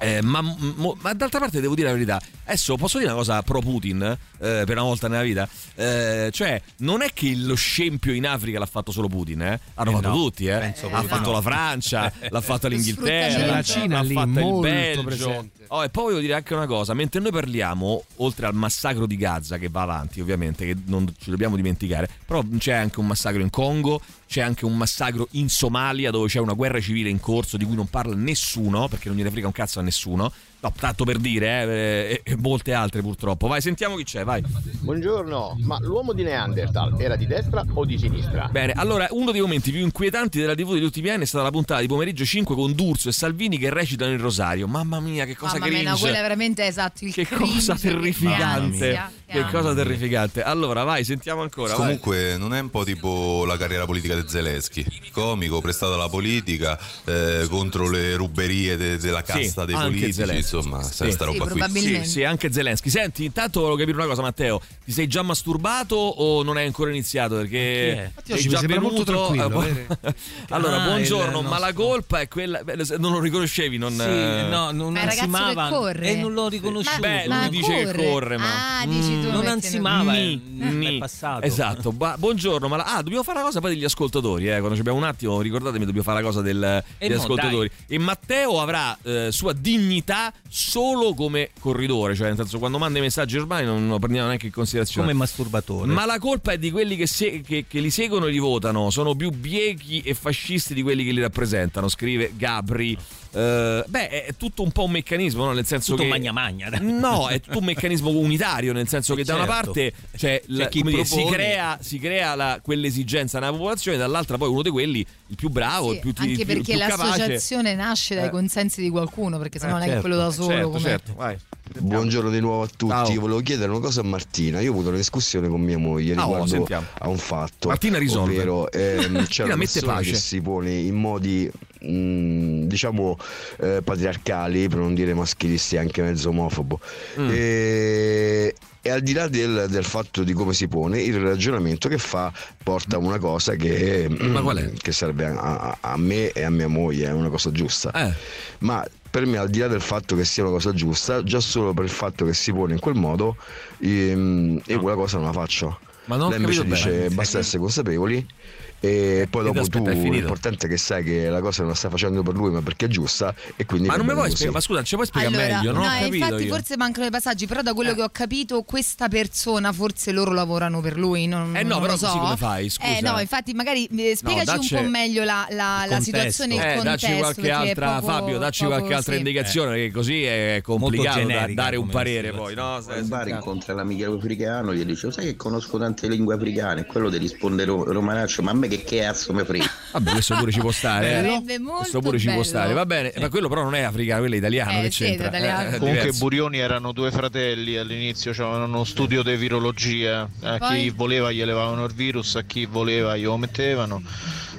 eh, ma, mo- ma d'altra parte devo dire la verità adesso posso dire una cosa pro Putin eh, per una volta nella vita Eh, cioè non è che lo scempio in Africa l'ha fatto solo Putin eh? hanno
Eh
fatto
no,
tutti eh?
penso
ha
proprio
fatto
no.
la Francia l'ha fatta
Lo
l'Inghilterra
sfruttamento. La Cina
l'ha
lì,
fatta il
molto
Belgio
presente.
Oh, e poi voglio dire anche una cosa: mentre noi parliamo, oltre al massacro di Gaza che va avanti, ovviamente, che non ci dobbiamo dimenticare, però c'è anche un massacro in Congo, c'è anche un massacro in Somalia dove c'è una guerra civile in corso di cui non parla nessuno, perché non gliene frega un cazzo a nessuno. No, tanto per dire, eh, e, e molte altre purtroppo. Vai, sentiamo chi c'è, vai.
Buongiorno, ma l'uomo di Neanderthal era di destra o di sinistra?
Bene, allora uno dei momenti più inquietanti della TV degli ultimi anni è stata la puntata di pomeriggio 5 con D'Urso e Salvini che recitano il Rosario. Mamma mia, che cosa
Mamma
cringe.
mia, no, quella è veramente esatto. Il
Che cosa terrificante. Che cosa terrificante. Allora, vai, sentiamo ancora. vai.
Comunque non è un po' tipo la carriera politica di Zelensky, comico, prestato alla politica, eh, contro le ruberie de- della
Sì,
casta dei
anche
politici,
Zelensky.
insomma, sai sta roba qui.
Sì, sì, anche Zelensky. Senti, intanto volevo capire una cosa, Matteo. Ti sei già masturbato o non hai ancora iniziato? Perché
Infatti
sei
oggi mi
già
sembra molto
bevuto?
tranquillo,
Eh, bu- allora,
Ah, il
buongiorno, ma
nostro-
la colpa è quella. beh, Non lo riconoscevi, non.
Sì,
eh,
no, non Eh,
Ma il ragazzo che
ansimava
corre.
e non l'ho riconosciuto.
Beh, lui dice che corre, ma Mm.
Ah, dici tu.
non
metti-
ansimava,
Ni,
eh,
ni.
è passato.
mm. Esatto, ba- buongiorno. Ma la- ah, dobbiamo fare la cosa poi degli ascoltatori. Eh, quando ci abbiamo un attimo, ricordatemi, dobbiamo fare la cosa del- degli
Eh, no,
ascoltatori. E Matteo avrà eh, sua dignità solo come corridore, cioè nel senso quando manda i messaggi ormai non lo prendiamo neanche in considerazione.
Come masturbatore.
Ma la colpa è di quelli che, se- che- che li seguono e li votano. Sono più biechi e fascisti di quelli che li rappresentano, scrive Gabri. Eh, beh, è tutto un po' un meccanismo, no? nel senso
Tutto
che.
magna magna, dai.
No, è tutto un meccanismo unitario, nel senso che da una
Certo.
parte cioè,
C'è
la-
chi
come dire, si
propone.
crea, si crea la- quell'esigenza nella popolazione, dall'altra poi uno di quelli, il più bravo, il più ti-
Anche
il più-
perché
il più capace.
l'associazione nasce dai
Eh.
consensi di qualcuno, perché sennò
Eh,
non è che
certo,
quello da solo.
certo,
come-
certo. Buongiorno di nuovo a tutti. Io volevo chiedere una cosa a Martina. Io ho avuto una discussione con mia moglie
Ah, oh,
riguardo
sentiamo.
a un fatto.
Martina risolve.
Ovvero, ehm, c'è
Martina
una
mette
persona
pace.
che si pone in modi mm, diciamo eh, patriarcali, per non dire maschilisti, anche mezzo omofobo.
Mm.
E, e al di là del, del fatto di come si pone, il ragionamento che fa porta a una cosa che,
Ma qual è?
che serve a, a- a me e a mia moglie, è una cosa giusta.
Eh.
Ma per me, al di là del fatto che sia una cosa giusta, già solo per il fatto che si pone in quel modo, ehm, io quella cosa non la faccio.
Ma non ho
Lei invece
capito
dice
bene.
basta essere consapevoli. E poi dopo
Eh, aspetta, è
tu
finito.
l'importante è che sai che la cosa non la sta facendo per lui, ma perché è giusta. E quindi
Ma non
va
mi
bene
vuoi
così.
spiegare? Ma scusa, ci puoi spiegare meglio? Non
no,
ho capito
infatti
io. Eh.
forse mancano i passaggi, però da quello che ho capito questa persona forse loro lavorano per lui, non,
Eh no,
non
però
lo so.
così come fai, scusa?
Eh no, infatti magari eh, spiegaci
dacci-
un po' meglio la, la- la situazione, il
eh,
contesto.
dacci qualche
perché è
altra,
poco-
Fabio, dacci
poco-
qualche altra
sì.
indicazione, perché così è complicato da-
generica
dare un
come
parere poi, no?
Al bar incontra l'amica africano, gli dice: Sai che conosco tanti tante lingue africane, quello ti risponde ro- romanaccio, ma a me che cazzo mi frega.
Vabbè, questo pure ci può stare. eh.
Sarebbe molto
Questo pure ci può
bello.
stare, va bene, ma quello però non è africano, quello è italiano.
Eh,
che
sì,
c'entra?
è italiano.
Eh, è
Comunque i
diverso.
Burioni erano due fratelli all'inizio, cioè avevano uno studio di virologia, a
Poi?
chi voleva gli elevavano il virus, a chi voleva glielo mettevano,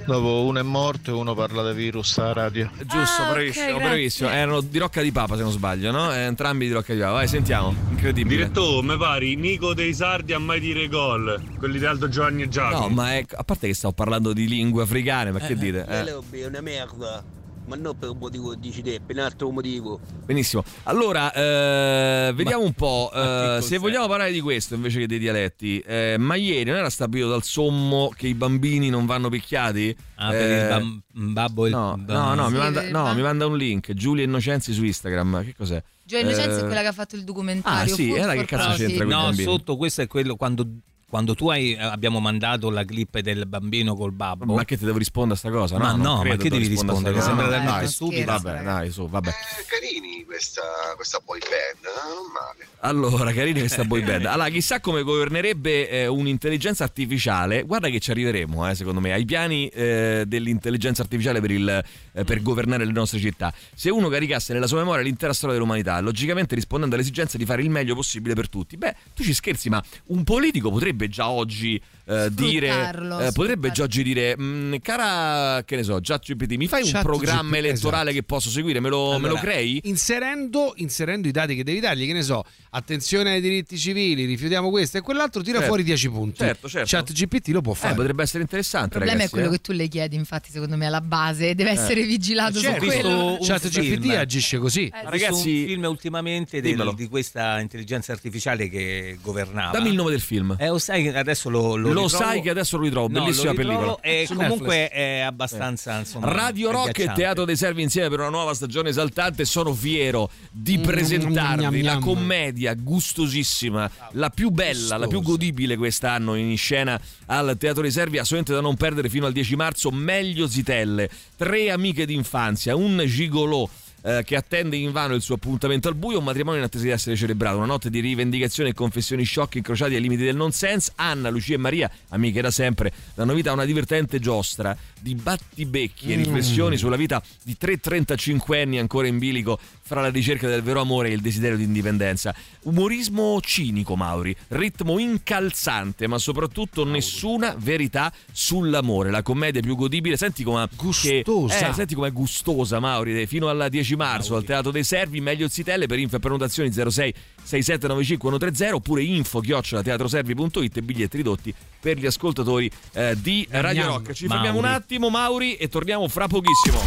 dopo uno è morto e uno parla di virus alla radio.
Ah,
Giusto, bravissimo, bravissimo. Eh, Erano di Rocca di Papa, se non sbaglio, no? Eh, Entrambi di Rocca di Papa. Vai, sentiamo. Incredibile.
Direttore, mi pari, Nico dei Sardi a mai dire gol. Quelli di Aldo Giovanni e Giacomo.
No, ma ecco, a parte che stavo parlando di lingue africane, ma che dite? Eh.
è una merda, ma non per un motivo che dici te, per un altro motivo.
Benissimo. Allora, eh, vediamo un po'. eh, se vogliamo parlare di questo invece che dei dialetti, eh, ma ieri non era stabilito dal sommo che i bambini non vanno picchiati? Eh,
Ah, per il bam- babbo e il
no,
bambino.
no, no, mi
Sì,
manda,
per il
no,
bam-
mi manda un link. Giulia Innocenzi su Instagram. Che cos'è?
Gio Innocenzi
Eh,
è quella che ha fatto il
ah,
documentario.
sì,
Food
era
for
che cazzo
Profit.
c'entra quel
No,
bambino?
sotto questo è quello quando, quando tu hai, eh, abbiamo mandato la clip del bambino col babbo.
Ma che ti devo rispondere a sta cosa?
Ma
non
no, ma
credo
che devi
risponda a sta
rispondere?
cosa.
Sembra
Dai,
veramente
dai,
stupido.
Vabbè, dai, su, vabbè.
Carini questa, questa boy band, eh, non male.
Allora, carina questa boy band. Allora, chissà come governerebbe eh, un'intelligenza artificiale. Guarda che ci arriveremo, eh, secondo me, ai piani eh, dell'intelligenza artificiale per, il, eh, per governare le nostre città. Se uno caricasse nella sua memoria l'intera storia dell'umanità, logicamente rispondendo all'esigenza di fare il meglio possibile per tutti. Beh, tu ci scherzi, ma un politico potrebbe già oggi eh, dire...
Sfruttarlo,
eh, potrebbe già oggi dire, "Mm, cara, che ne so, già GPT, mi fai un
Chat
programma
GPT,
elettorale che posso seguire? Me lo, me
esatto.
lo
Allora,
crei?
Inserendo, inserendo i dati che devi dargli, che ne so, attenzione ai diritti civili, rifiutiamo questo e quell'altro, tira
Certo.
fuori 10 punti.
Certo, certo.
Chat GPT lo può fare.
potrebbe essere interessante. eh.
Il problema è quello che tu le chiedi, infatti, secondo me, alla base. Deve
Eh.
essere vigilato
Certo.
su quello.
Chat GPT agisce così.
Ma
Ragazzi-
ragazzi, Eh, un film ultimamente del-
Dimmelo.
di questa intelligenza artificiale che governava.
Dammi il nome del film.
Ah, Eh, lo sai che adesso lo, lo,
Lo
ritrovo.
sai che adesso lo ritrovo,
No,
bellissima
lo ritrovo
pellicola.
E
Su
comunque
Netflix.
è abbastanza insomma.
Radio Rock e
agghiacciante.
Teatro dei Servi insieme per una nuova stagione esaltante. Sono fiero di presentarvi la commedia gustosissima, la più bella, la più godibile quest'anno in scena al Teatro dei Servi. Assolutamente da non perdere fino al 10 marzo. Meglio Zitelle, tre amiche d'infanzia, un gigolò. eh, che attende invano il suo appuntamento al buio, un matrimonio in attesa di essere celebrato, una notte di rivendicazione e confessioni shock incrociati ai limiti del nonsense. Anna, Lucia e Maria, amiche da sempre, danno vita a una divertente giostra di battibecchi e
Mm.
riflessioni sulla vita di tre 35enni ancora in bilico fra la ricerca del vero amore e il desiderio di indipendenza. Umorismo cinico, Mauri, ritmo incalzante, ma soprattutto nessuna verità sull'amore. La commedia più godibile, senti com'è
Gustosa.
eh, senti com'è gustosa, Mauri, fino al 10 marzo al Teatro dei Servi, meglio Zitelle per info e prenotazioni 06 6795 130 oppure info teatroservi.it e biglietti ridotti per gli ascoltatori eh, di Radio
Andiamo.
Rock. Ci fermiamo un
Mauri.
attimo, Mauri, e torniamo fra pochissimo.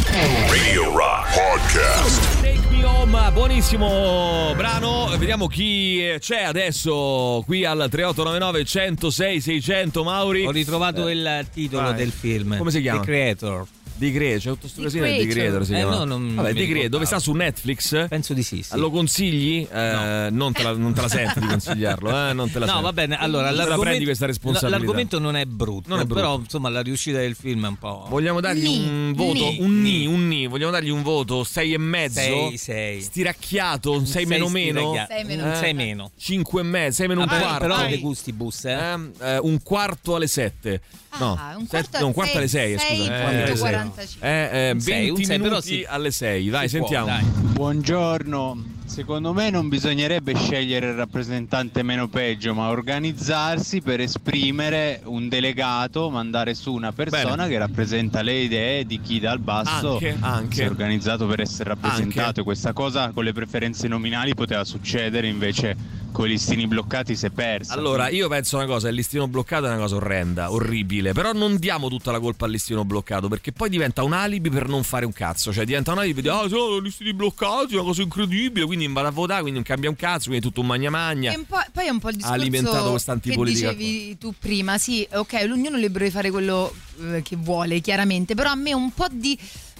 Radio Rock Podcast.
Take Me Home, buonissimo brano. Vediamo chi eh, c'è adesso qui al 3899 106 600 Mauri.
Ho ritrovato il titolo
Eh. vai.
del film.
Come si chiama?
The Creator.
Di Creator, c'è tutto sto
The
casino di Creator si
Eh,
chiama.
no, non mi
Vabbè, di Creator, dove
ricordavo.
sta su Netflix?
Penso di sì, sì.
Lo consigli? Eh, non, te la, non te la sento di consigliarlo, eh, non te la
No,
sento.
va bene. Allora,
Te la
l'argomento-
prendi questa responsabilità.
L'argomento non è brutto,
Non è brutto.
però insomma la riuscita del film è un po'.
Vogliamo dargli
Ni,
un voto?
ni,
un ni, un ni. Vogliamo dargli un voto? 6 e mezzo?
Sei, sei.
Stiracchiato? Un
Sei
6 meno meno? Eh,
stiracchiato. Sei meno- sei meno.
5 e mezzo? 6 meno un
Ah,
quarto?
però De gustibus, eh.
Ehm, eh, un quarto alle 7. No,
Ah, un
set-
quarto-
no, un quarto
sei-
alle 6,
sei
scusa. Eh,
punto
alle sei.
45.
Eh, eh,
Un
20
sei, un sei, però
minuti
sì.
alle 6. Vai,
Si può,
sentiamo.
dai. Buongiorno, secondo me non bisognerebbe scegliere il rappresentante meno peggio, ma organizzarsi per esprimere un delegato, mandare su una persona
Bene.
che rappresenta le idee di chi dal basso
Anche, anche.
si è organizzato per essere rappresentato. E Questa cosa con le preferenze nominali poteva succedere, invece con i listini bloccati si è persa.
Allora, io penso una cosa, il listino bloccato è una cosa orrenda, orribile, però non diamo tutta la colpa al listino bloccato perché poi diventa un alibi per non fare un cazzo, cioè diventa un alibi di ah, sono listini bloccati, è una cosa incredibile, quindi vado a votare, quindi non cambia un cazzo, quindi è tutto un magna magna.
E un po'- poi è un po' il discorso
alimentato questa
che
antipolitica
dicevi tu prima, sì, ok, ognuno è libero di fare quello eh, che vuole, chiaramente, però a me un po' di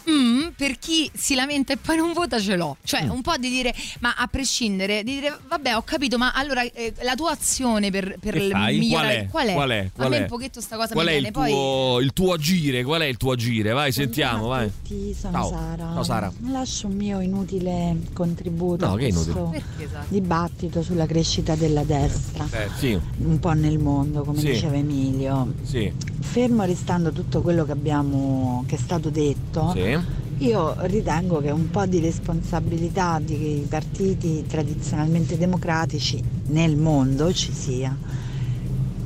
mm, per chi si lamenta e poi non vota ce l'ho.
Mm.
Cioè, un po' di dire, ma a prescindere, di dire, vabbè, ho capito, ma allora eh, la tua azione per, per
Che fai?
migliorare
Qual è?
Qual è?
Qual
a me
è?
un pochetto sta cosa
Qual
mi
è
viene,
il
poi
tuo, il tuo agire? Qual è il tuo agire? Vai, sentiamo, vai.
tutti, sono
Ciao.
Sara.
Ciao, Sara.
Lascio un mio inutile contributo
No, che
a
inutile.
questo dibattito sulla crescita della destra,
Eh, Sì.
un po' nel mondo, come
Sì.
diceva Emilio.
Sì.
Fermo restando tutto quello che abbiamo che è stato detto,
Sì.
io ritengo che un po' di responsabilità di partiti tradizionalmente democratici nel mondo ci sia.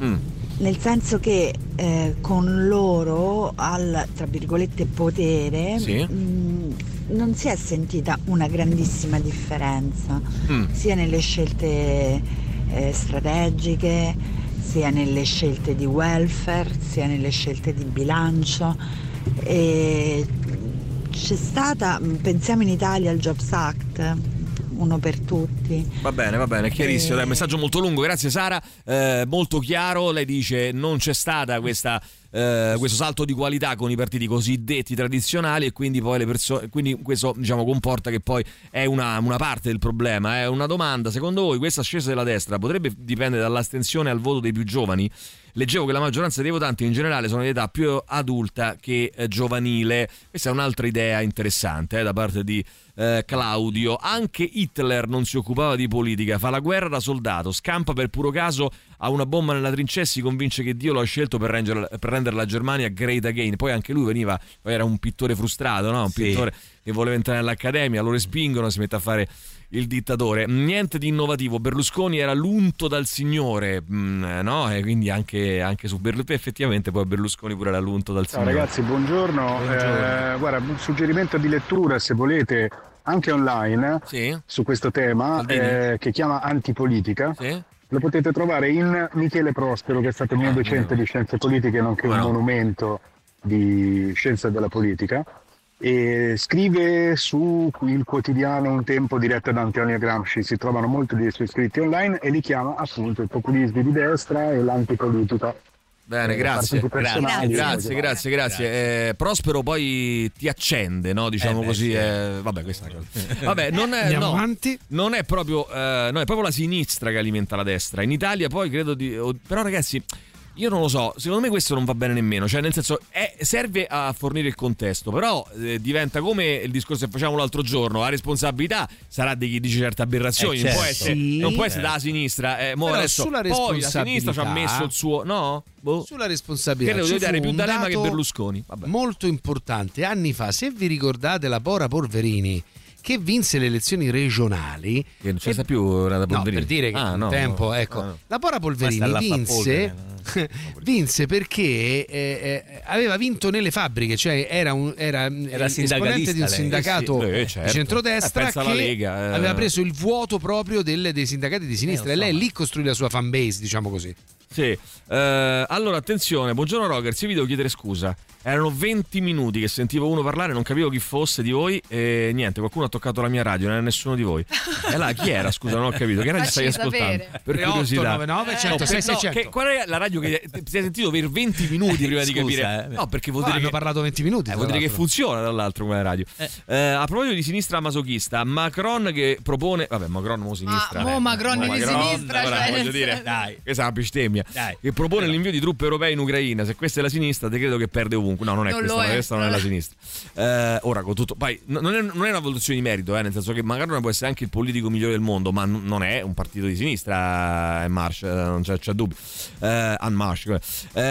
Mm.
Nel senso che eh, con loro al tra virgolette potere
Sì.
mh, non si è sentita una grandissima differenza
Mm.
sia nelle scelte eh, strategiche, sia nelle scelte di welfare, sia nelle scelte di bilancio. E c'è stata, mh, pensiamo in Italia al Jobs Act, uno per tutti.
Va bene, va bene, è chiarissimo.
Eh.
Dai, messaggio molto lungo, grazie Sara, eh, molto chiaro. Lei dice non c'è stata questa, eh, questo salto di qualità con i partiti cosiddetti tradizionali e quindi poi le persone, quindi questo diciamo comporta che poi è una, una parte del problema. È una domanda, secondo voi questa ascesa della destra potrebbe dipendere dall'astensione al voto dei più giovani? Leggevo che la maggioranza dei votanti in generale sono di età più adulta che eh, giovanile. Questa è un'altra idea interessante eh, da parte di eh, Claudio. Anche Hitler non si occupava di politica, fa la guerra da soldato, scampa per puro caso a una bomba nella trincea e si convince che Dio lo ha scelto per, renger- per rendere la Germania great again. Poi anche lui veniva, poi era un pittore frustrato, no? un pittore che voleva entrare all'accademia, lo respingono, si mette a fare il dittatore. Niente di innovativo, Berlusconi era l'unto dal signore, mm, no? E quindi anche, anche su Berlusconi, effettivamente poi Berlusconi pure era l'unto dal
Ciao
signore.
ragazzi, buongiorno. Eh, guarda, un suggerimento di lettura se volete anche online su questo tema
bene.
eh, che chiama Antipolitica. Lo potete trovare in Michele Prospero, che è stato il mio docente di scienze politiche, nonché un monumento di scienza della politica. E scrive su il quotidiano Un tempo diretto da Antonio Gramsci. Si trovano molti dei suoi scritti online e li chiama appunto i populismi di destra e l'antipolitica.
Bene,
Eh,
grazie.
partiti
Grazie,
personali,
grazie,
eccetera.
grazie, grazie. Eh, Prospero poi ti accende, no? Diciamo
Eh, beh,
così.
sì.
eh, vabbè, questa è una cosa. Vabbè, non è,
Eh, Andiamo
no, non è proprio. eh, no, è proprio la sinistra che alimenta la destra. In Italia poi credo di. o- Però, ragazzi. Io non lo so, secondo me questo non va bene nemmeno, cioè nel senso è- serve a fornire il contesto, però eh, diventa come il discorso che facciamo l'altro giorno, la responsabilità sarà di chi dice certe aberrazioni,
Eh,
non, può
certo.
essere,
Sì.
non può essere dalla sinistra, eh, mo
Però
adesso
sulla
poi la sinistra ci ha
responsabilità-
messo il suo, no? Boh.
Sulla responsabilità.
Credo di
ci
dare
fu
più
un
D'Alema
dato
che Berlusconi.
Molto importante, anni fa, se vi ricordate la Bora Porverini che vinse le elezioni regionali.
Che non c'è sta più la
No, per dire
Ah,
che un tempo, ecco. La Bora Polverini
Questa è la
vinse, vinse perché eh, eh, aveva vinto nelle fabbriche, cioè era, un, era, mm,
Era
esponente di
sindacalista
un
lei.
sindacato
Sì, eh, certo.
di
Eh,
centrodestra
pensa alla
che
Lega, eh.
aveva preso il vuoto proprio del- dei sindacati di sinistra
Eh,
e
lo so,
lei lì costruì la sua fan base, diciamo così.
Sì. Eh, allora, attenzione, buongiorno Roger, vi devo chiedere scusa. Erano 20 minuti che sentivo uno parlare, non capivo chi fosse di voi e niente, qualcuno ha toccato la mia radio, non era nessuno di voi. E là chi era? Scusa, non ho capito. Che radio
Facci
stai ascoltando?
sapere.
Per
38,
curiosità. Eh,
99,
No,
106,
per- no,
600.
che- qual è la radio che ti ti sei sentito per 20 minuti prima di
Scusa,
capire?
eh.
No, perché vuol
Qua
dire
hanno
che
parlato 20 minuti.
Eh,
tra
vuol dire che
l'altro.
funziona dall'altro come radio. Eh, a proposito di sinistra masochista, Macron che propone. Vabbè, Macron mo sinistra.
mo
eh.
Macron di sinistra,
ora
cioè,
voglio
nel
dire,
senso-
dai. Questa è una bestemmia. Che propone l'invio di truppe europee in Ucraina. Se questa è la sinistra, te credo che perde ovunque. No, non è
Non
questa,
lo
no,
è,
questa non è
non
la
lo-
sinistra. Eh, ora, con tutto. Poi, no- non, è, non è una valutazione di merito, eh, nel senso che Macron può essere anche il politico migliore del mondo, ma n- non è un partito di sinistra. È Marsh, eh, non c'è, c'è dubbio. Eh, en marche, come-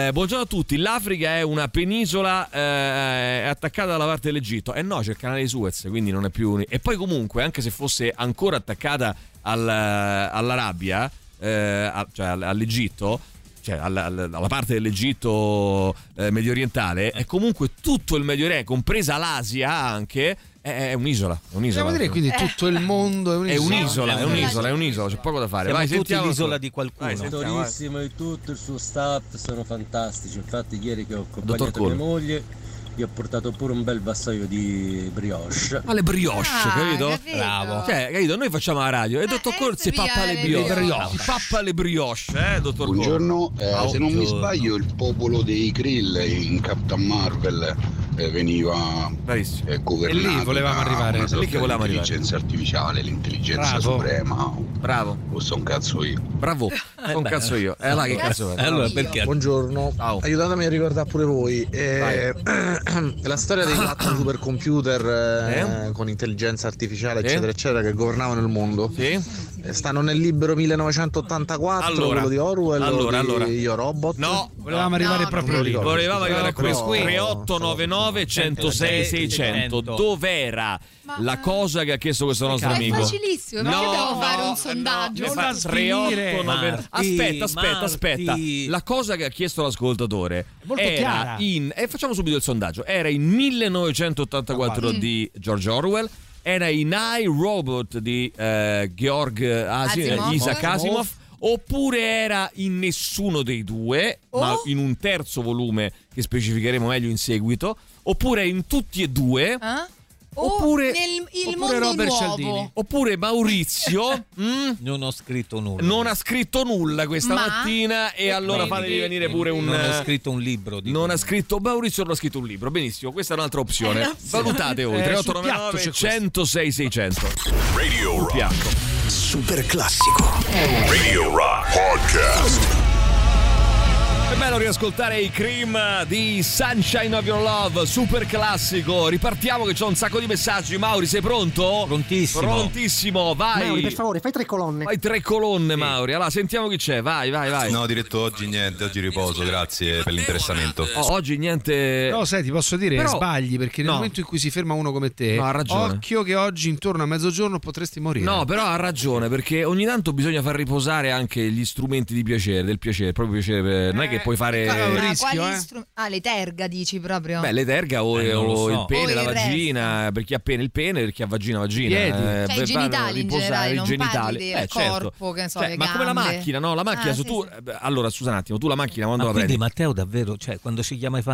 eh, buongiorno a tutti. L'Africa è una penisola eh, attaccata dalla parte dell'Egitto. Eh no, c'è il canale di Suez, quindi non è più. un- E poi, comunque, anche se fosse ancora attaccata al- all'Arabia, eh, a- cioè all- all'Egitto. Cioè, alla, alla- alla parte dell'Egitto eh, medio orientale, è comunque tutto il Medio Oriente, compresa l'Asia anche, è, è un'isola. È un'isola.
Possiamo dire quindi tutto il mondo è
È
un'isola.
un'isola, è un'isola, è un'isola, c'è poco da fare.
Siamo
Vai,
tutti
sentiamo
l'isola
ancora.
di qualcuno.
Vai, sentiamo, vai.
Dottorissimo e tutto il suo staff sono fantastici. Infatti, ieri che ho
Dottor
accompagnato
Cole.
mia moglie, gli ho portato pure un bel vassoio di brioche.
Ma Ah, le brioche,
Ah,
capito?
capito.
Bravo. Cioè, capito? Noi facciamo la radio e il dottor Corsi pappa le brioche.
brioche.
Pappa le brioche, eh, dottor Corsi.
Buongiorno, eh,
Ciao.
se non mi
Buongiorno.
sbaglio il popolo dei Krill in Captain Marvel
eh, veniva eh, governata
E lì volevamo
da
arrivare.
una sorta
Lì che
di
volevamo arrivare.
intelligenza artificiale, l'intelligenza
Bravo.
suprema.
Bravo.
O son cazzo io.
Bravo. Son
beh.
cazzo io. Eh là che cazzo è?
Buongiorno, aiutatemi a ricordare pure voi. Eh, la storia dei quattro supercomputer eh, con intelligenza
Eh?
artificiale, eccetera, eccetera, che governavano il mondo. Eh, Stanno nel libro 1984,
Allora,
quello di Orwell,
allora,
di
allora.
Io Robot. No,
volevamo arrivare proprio lì.
Volevamo arrivare a
Però-
questo 3899 106 600 Dov'era
eh,
la cosa che ha chiesto questo nostro
Ma è
amico?
facilissimo, perché
No,
devo fare
no,
un sondaggio?
Ne fa 3899 Aspetta, aspetta, aspetta. La cosa che ha chiesto l'ascoltatore
Molto
era
chiara.
in e facciamo subito il sondaggio. Era in 1984
Mm.
di George Orwell. Era in I Robot di eh, Georg Asi-
Asimov.
eh, Isaac Asimov. Oppure era in nessuno dei due,
Oh.
ma in un terzo volume che specificheremo meglio in seguito. Oppure in tutti e due.
Oppure Eh? Oh, nel, Ah. il mondo nuovo.
Oppure Maurizio mm, non ho scritto nulla. Non ha scritto nulla questa
Ma-
mattina e
Eh,
E
allora
quindi-
fatevi venire pure un
Non ho scritto
un libro Non ha scritto Maurizio non ha scritto un libro. Benissimo, questa è un'altra
È
opzione.
un'opzione.
Valutate voi
Eh, sul
3899 106 600.
Radio Rock.
Super classico.
Radio Rock Podcast.
È bello riascoltare i cream di Sunshine of Your Love, super classico. Ripartiamo che c'ho un sacco di messaggi. Mauri, sei pronto? Prontissimo. Prontissimo, vai.
Mauri, per favore, fai tre colonne.
Fai tre colonne, Mauri. Allora, sentiamo chi c'è. Vai, vai, vai.
No, diretto oggi niente, oggi riposo, grazie per l'interessamento.
Eh,
Oh, oggi niente.
Però sai, ti posso dire,
Però-
sbagli perché nel
no.
momento in cui si ferma uno come te,
No, ha ragione.
occhio che oggi intorno a mezzogiorno potresti morire.
No, però ha ragione, perché ogni tanto bisogna far riposare anche gli strumenti di piacere, del piacere, proprio piacere. eh, Non è eh? che puoi fare.
Ah, quali strum- ah, le terga dici proprio.
Beh, le terga o,
Eh, non lo
o
so.
il pene,
O
la
il resto.
vagina, per chi ha pene il pene, per chi ha vagina vagina. Eh,
Piedi. Cioè, i
per far
genitali in generale,
i
non
genitali.
parli del
Eh, certo.
corpo, che ne so,
Cioè,
le
ma come la
gambe.
macchina, no? La macchina,
Ah,
se
sì,
tu...
sì.
eh, beh, Allora, scusa un attimo, tu la macchina quando
Ma
la
quindi
prendi?
Matteo davvero, cioè quando ci chiama e fa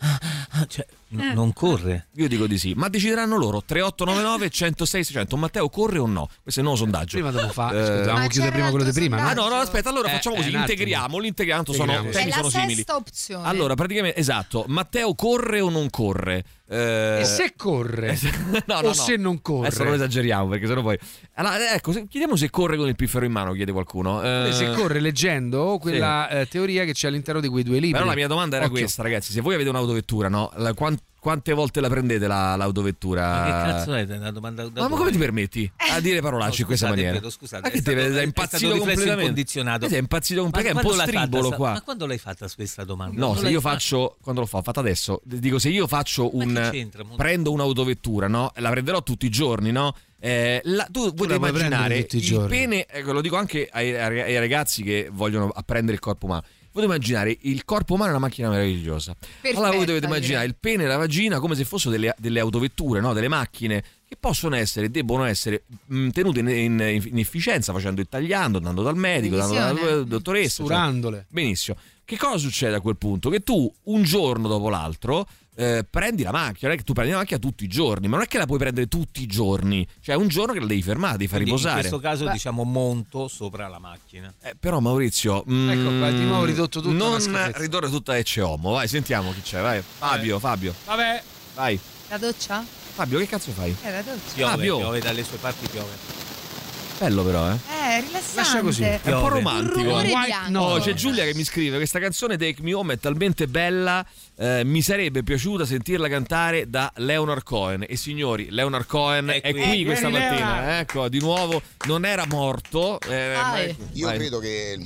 "Ah", cioè, n-
Eh.
non corre.
Io dico di sì, ma decideranno loro 3899 106 600. Matteo corre o no? Questo è il nuovo sondaggio.
Prima devo fare.
Eh,
Scusa, dovevamo chiudere prima quello di prima.
Ah no, no, aspetta, allora
Eh,
facciamo
eh,
così,
un attimo.
integriamo, l'integriamo, tanto sono,
Integriamo.
temi
È la
sono
sesta
simili.
opzione.
Allora, praticamente, esatto, Matteo corre o non corre? Eh,
E se corre?
Eh, se-
O se non corre?
Adesso non esageriamo perché sennò poi... Allora, ecco, se- chiediamo se corre con il piffero in mano, chiede qualcuno. Eh,
Eh, Se corre leggendo quella eh, teoria che c'è all'interno di quei due libri.
Però la mia domanda era
Occhio.
questa, ragazzi. Se voi avete un'autovettura, no? La- quan- quante volte la prendete la- l'autovettura?
Ma che cazzo è una domanda da
Ma, ma
dove?
come ti permetti a dire parolacce in Ah, questa
Eh. Oh, scusate,
maniera?
Pietro, scusate,
ma
è
che
stato-
te
è
è
stato
impazzito
riflesso
completamente?
incondizionato.
Eh, Sei
Ma
impazzito completamente, è
quando
un po'
l'hai fatta
stribolo
sta-
qua.
Ma quando l'hai fatta questa domanda?
No,
Quando
se
l'hai
io
fatta?
faccio, quando l'ho fa- fatta adesso, dico se io faccio un.
c'entra, Monti?
prendo un'autovettura, no? La prenderò tutti i giorni, no? Eh, la- tu vuoi
la puoi prendere
immaginare
tutti i
il
giorni.
pene, ecco, lo dico anche ai, ai- ai ragazzi che vogliono apprendere il corpo umano. Potete immaginare il corpo umano è una macchina meravigliosa. allora voi
Perfetta,
dovete
direi.
immaginare il pene e la vagina come se fossero delle, delle autovetture, no? delle macchine che possono essere, debbono essere mh, tenute in, in- in efficienza facendo il tagliando, andando dal medico, andando dalla
Revisione.
dottoressa. cioè-
Curandole.
Benissimo. Che cosa succede a quel punto? Che tu un giorno dopo l'altro eh, prendi la macchina, non è che tu prendi la macchina tutti i giorni, ma non è che la puoi prendere tutti i giorni, cioè un giorno che la devi fermare, devi far
Quindi
riposare.
In questo caso
Beh,
diciamo monto sopra la macchina.
eh, però Maurizio, mm,
Ecco qua, di nuovo ridotto tutto Eh. a una
Non
schifezza.
ridurre tutta Ecce Homo, vai, sentiamo chi c'è, vai. Fabio, Fabio.
Vabbè.
Vai.
La doccia?
Fabio, che cazzo fai?
Eh, la doccia.
Piove,
Fabio.
piove dalle sue parti piove.
Bello però, eh.
Eh, rilassante.
Lascia così, è un po'
Piove.
romantico.
Un rumore White cioè, bianco.
No,
noise.
c'è Giulia che mi scrive: Questa canzone Take Me Home è talmente bella. eh, mi sarebbe piaciuta sentirla cantare da Leonard Cohen. E signori, Leonard Cohen è, qui,
qui. Eh,
questa
vieni,
mattina.
Leonard.
Ecco, di nuovo, non era morto. eh, ma-
Io
vai.
credo che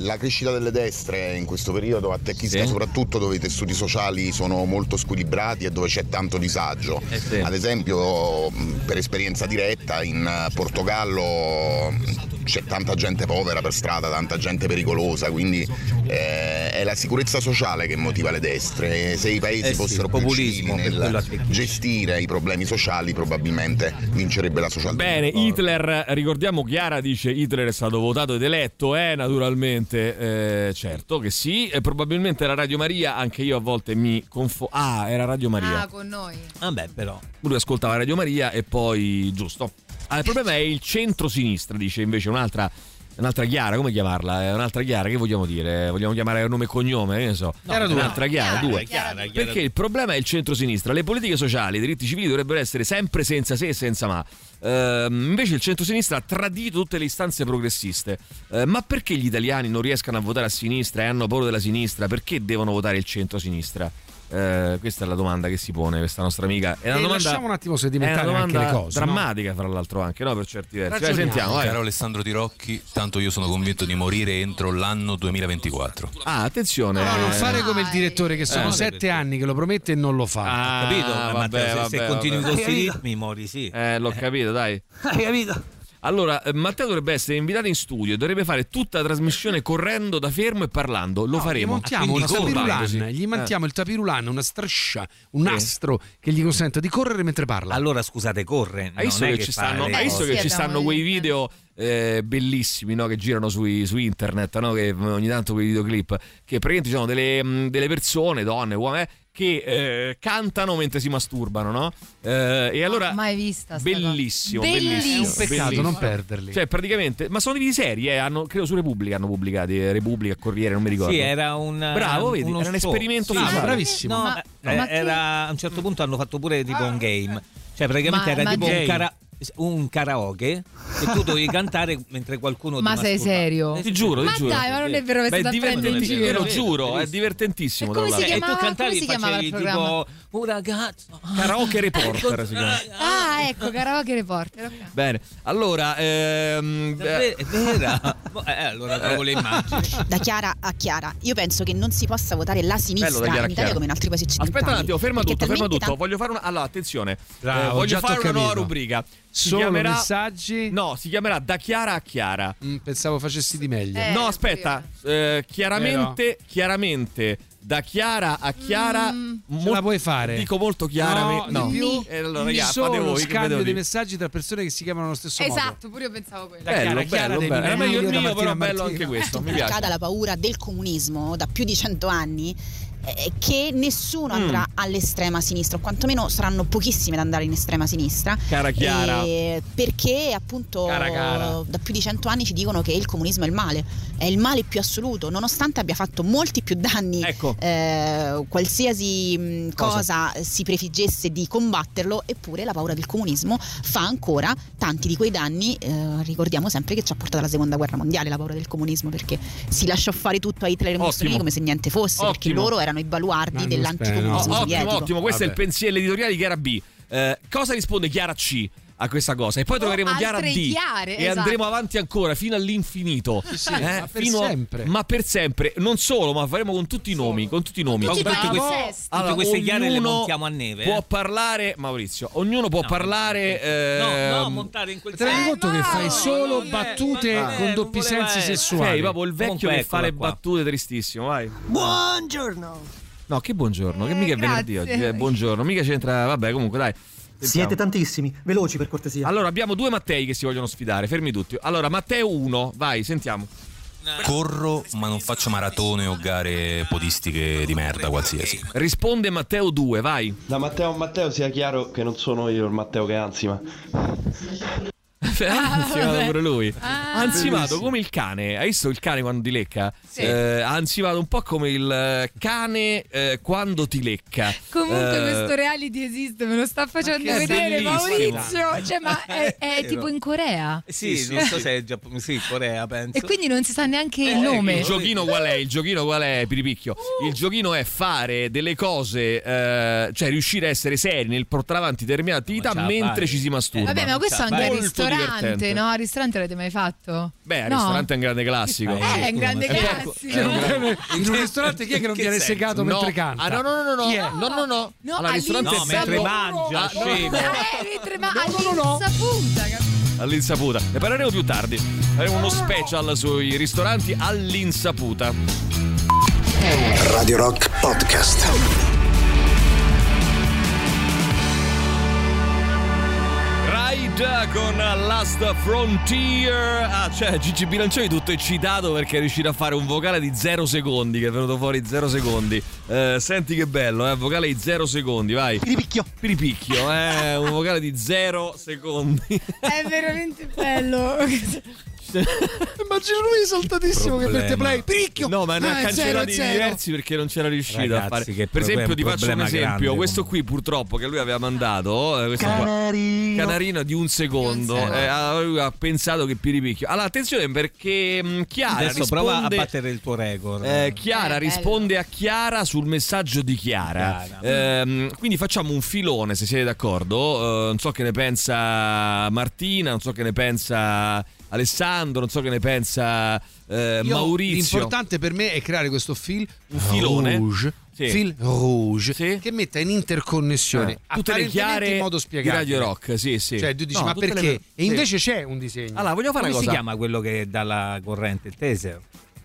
la crescita delle destre in questo periodo attecchisca soprattutto dove i tessuti sociali sono molto squilibrati e dove c'è tanto disagio.
Eh,
Ad esempio, mh, per esperienza diretta, in eh, Portogallo mh, c'è tanta gente povera per strada, tanta gente pericolosa, quindi eh, è la sicurezza sociale che motiva le destre. Se i paesi
Eh sì,
fossero più
populismo,
civili
per quello
nel
attecchisce.
gestire i problemi sociali, probabilmente vincerebbe la socialdemocrazia.
Bene, Hitler, ricordiamo Chiara dice Hitler è stato votato ed eletto, eh naturalmente, eh, certo che sì, e probabilmente la Radio Maria, anche io a volte mi confondo. Ah, era Radio Maria.
Ah, con noi.
Vabbè, però. Lui ascoltava Radio Maria e poi giusto. Ah, il problema è il centro-sinistra, dice invece un'altra Un'altra Chiara, come chiamarla? Eh, Un'altra Chiara, che vogliamo dire? Vogliamo chiamare nome e cognome? Che ne so.
Chiara due.
Un'altra Chiara,
Chiara,
due.
Chiara, Chiara
Perché
due.
il problema è il centrosinistra. Le politiche sociali, i diritti civili dovrebbero essere sempre senza se e senza ma. Ehm, invece il centrosinistra ha tradito tutte le istanze progressiste. Eh, ma perché gli italiani non riescano a votare a sinistra e hanno paura della sinistra? Perché devono votare il centrosinistra? Eh, questa è la domanda che si pone questa nostra amica. È una
E
domanda,
lasciamo un attimo
è
sedimentare
una
anche le
domanda
cose. no?
Drammatica, fra l'altro, anche no? per certi versi. Vai,
Ragioniamo.
sentiamo, vai.
Caro Alessandro Tirocchi, tanto io sono convinto di morire entro l'anno 2024.
Ah, attenzione.
No, non fare come il direttore che sono
Eh.
sette anni che lo promette e non lo fa. Eh,
capito?
Ah,
Eh,
vabbè,
Matteo, se- se
vabbè,
continui
vabbè.
con questi
Hai capito?
ritmi mori, sì.
Eh, l'ho capito, dai. Hai capito? Allora, eh, Matteo dovrebbe essere invitato in studio e dovrebbe fare tutta la trasmissione correndo da fermo e parlando. Lo
Gli
faremo. Ah,
montiamo una
eh,
tapirulan, gli mantiamo il tapirulan, una striscia, un nastro che gli consenta di correre mentre parla.
Allora scusate, corre.
Hai visto
non è
che,
che
ci
fa
stanno,
le
hai visto
cose.
che ci stanno quei video eh, bellissimi no, che girano sui- su internet, no, che ogni tanto quei videoclip, che praticamente ci sono delle, mh, delle persone, donne, uomini, eh, che eh, cantano mentre si masturbano, no? Eh, e allora...
Mai vista. sta cosa.
Bellissimo,
Bellissimo.
bellissimo.
È un peccato
bellissimo.
non perderli.
Cioè, praticamente, ma sono di serie, eh, hanno, credo su Repubblica hanno pubblicati, eh, Repubblica, Corriere, non mi ricordo.
Sì, era un eh,
Bravo, vedi,
uno
era un
show.
esperimento
Sì,
sociale.
No,
Ma-
eh,
ma che-
era- a un certo punto hanno fatto pure tipo un game. Cioè, praticamente
Ah. Ma-
era
ma
tipo
game.
un, cara- un karaoke che tu dovevi cantare mentre qualcuno
Ma
ti
sei
masturba.
serio?
Eh,
Ti giuro, ti
Ma
giuro.
dai, ma non è vero, mi
Beh,
state prendendo in
divertente-
giro.
Ve lo giuro, eh. è divertentissimo.
come
tra
si
l'altro.
E tu
chiamava-
cantavi
come si
e
chiamava il
facevi
programma?
tipo un ragazzo.
Karaoke Reporter si chiama.
Ah, ecco, karaoke reporter. ok.
Bene, allora... Ehm,
Davvero? È vera? Eh, allora trovo le immagini.
Da Chiara a Chiara, io penso che non si possa votare la sinistra
Bello
in
da Chiara
Italia
a Chiara.
come in altri paesi occidentali.
Aspetta un attimo, ferma
Perché
tutto, ferma
talmente
tutto. Voglio fare una. Allora, attenzione. Eh,
Bravo,
voglio
già
fare
t'ho
una nuova
capito.
rubrica. Si
Solo
chiamerà.
messaggi? Mm,
No, si chiamerà Da Chiara a Chiara.
pensavo facessi di meglio.
no, aspetta. eh, chiaramente, chiaramente, da Chiara a Chiara.
Mm.
Ce la puoi fare.
Dico molto chiaramente.
No,
No,
di più.
Eh, allora,
Di
raga, fate
solo
voi, che vedo
scambio
di-
dei messaggi tra persone che si chiamano allo stesso modo.
Esatto, pure io pensavo quello.
Da Chiara,
Bello,
Chiara
bello,
dei
bello. Era
Minelli,
meglio il
da
mio, però
Martina
bello anche
Martino.
questo. Mi piace.
Applicata la paura del comunismo da più di cento anni eh, che nessuno andrà
Mm.
all'estrema sinistra o quantomeno saranno pochissime ad andare in estrema sinistra
Cara Chiara.
eh, perché appunto
Cara, cara.
da più di cento anni ci dicono che il comunismo è il male è il male più assoluto nonostante abbia fatto molti più danni
Ecco.
eh, qualsiasi mh, cosa.
Cosa.
si prefiggesse di combatterlo eppure la paura del comunismo fa ancora tanti di quei danni eh, ricordiamo sempre che ci ha portato alla seconda guerra mondiale la paura del comunismo perché si lasciò fare tutto a Hitler e Mussolini
Ottimo.
come se niente fosse perché
Ottimo.
loro erano i baluardi
Oh,
dell'anticomunismo
ottimo,
sovietico
ottimo. Questo è il
Vabbè.
pensiero editoriale di Chiara B. Eh, cosa risponde Chiara C? A questa cosa, e poi troveremo Chiara
altre
D
Chiare,
e
esatto.
andremo avanti ancora fino all'infinito, Eh,
sì,
ma per
fino
sempre.
ma per sempre. Non solo, ma faremo con tutti i nomi. Con tutti i nomi,
Con tutti i Bravo. nomi. Tutte
Allora,
queste Chiare le
ognuno
montiamo a neve, eh.
Può parlare, Maurizio, ognuno può parlare. ehm,
No, no, montare in quel
Ti rendi conto che fai solo battute con doppi sensi sessuali?
Sei proprio il vecchio
Comunque,
che fa le
eccola qua.
battute, tristissimo. Vai.
Buongiorno.
No, che buongiorno, che mica è
grazie.
venerdì oggi. eh, buongiorno, mica c'entra. Vabbè, comunque, dai.
Siete tantissimi, veloci per cortesia.
Allora, abbiamo due Mattei che si vogliono sfidare, fermi tutti. Allora, Matteo 1, vai, sentiamo.
Corro, ma non faccio maratone o gare podistiche di merda qualsiasi.
Risponde Matteo 2, vai.
Da Matteo a Matteo sia chiaro che non sono io il Matteo che ansima.
anzimato
vabbè.
pure lui.
Ah.
anzimato
Bellissimo.
come il cane. Hai visto il cane quando ti lecca?
Sì.
Eh, anzimato un po' come il eh, cane eh, quando ti lecca.
Comunque
Eh,
questo reality esiste, me lo sta facendo
Ma che
vedere
bellissimo. Eh
Maurizio. Cioè, ma è, è
È vero.
tipo in Corea.
Eh, Sì,
Sì,
non
sì.
so se è Giappone, sì, Corea penso.
E quindi non si sa neanche il
Eh, Il
nome.
giochino qual è? Il giochino qual è, Piripicchio? Il giochino è fare delle cose, eh, cioè riuscire a essere seri nel portare avanti determinate attività
ce la
mentre
fai.
ci si masturba.
Vabbè, ma questo anche al
Molto
ristorante,
divertente.
no? Al ristorante l'avete mai fatto?
Beh, al
No.
ristorante è un grande classico.
Eh, è un grande
È
classico.
poco- è un grande-
In un ristorante chi è che non
Che
viene
senso?
segato
No.
mentre canta?
Ah, no, no, no, no,
Chi è?
no, no, no.
No,
Allora, al ristorante
all'insaputa.
è bello- Ah, no.
Eh, mentre ma all'insaputa, capito?
All'insaputa. Ne parleremo più tardi. Faremo uno special sui ristoranti all'insaputa.
Radio Rock Podcast.
Ride con Last Frontier. Ah, cioè, Gigi Bilancioni tutto eccitato perché è riuscito a fare un vocale di 0 secondi, che è venuto fuori 0 secondi. Eh, senti che bello, eh, vocale di 0 secondi, vai. Piripicchio. Piripicchio, eh, un vocale di 0 secondi.
È veramente bello.
Immagino lui esaltatissimo che mette play. Pricchio!
No, ma ne
Eh.
ha
Ah, è zero,
cancellati
è zero.
diversi perché non c'era riuscito a
Ragazzi,
fare.
che
per
problema-
esempio, ti faccio un
problema
esempio:
grande,
questo qui purtroppo che lui aveva mandato, eh, questo qua.
Canarino.
Canarino di un secondo,
Di un secondo.
eh, allora lui ha pensato che piripicchio. Allora, attenzione perché mh, Chiara
Adesso
risponde...
prova a battere il tuo record.
Eh, Chiara risponde a Chiara sul messaggio di Chiara. Ehm, quindi facciamo un filone, se siete d'accordo. Eh, non so che ne pensa Martina, non so che ne pensa Alessandro, non so che ne pensa eh,
Io-
Maurizio.
L'importante per me è creare questo fil un
filone.
rouge,
Sì.
fil rouge che metta in interconnessione
Eh, tutte le
apparentemente
chiare
in modo
di
spiegato.
Radio Rock, sì, sì.
Cioè, tu dici,
No,
ma
tutte le-
perché? E invece c'è un disegno.
Allora, vogliamo fare
Come
una cosa.
si
chiama quello che dà la corrente? Il taser?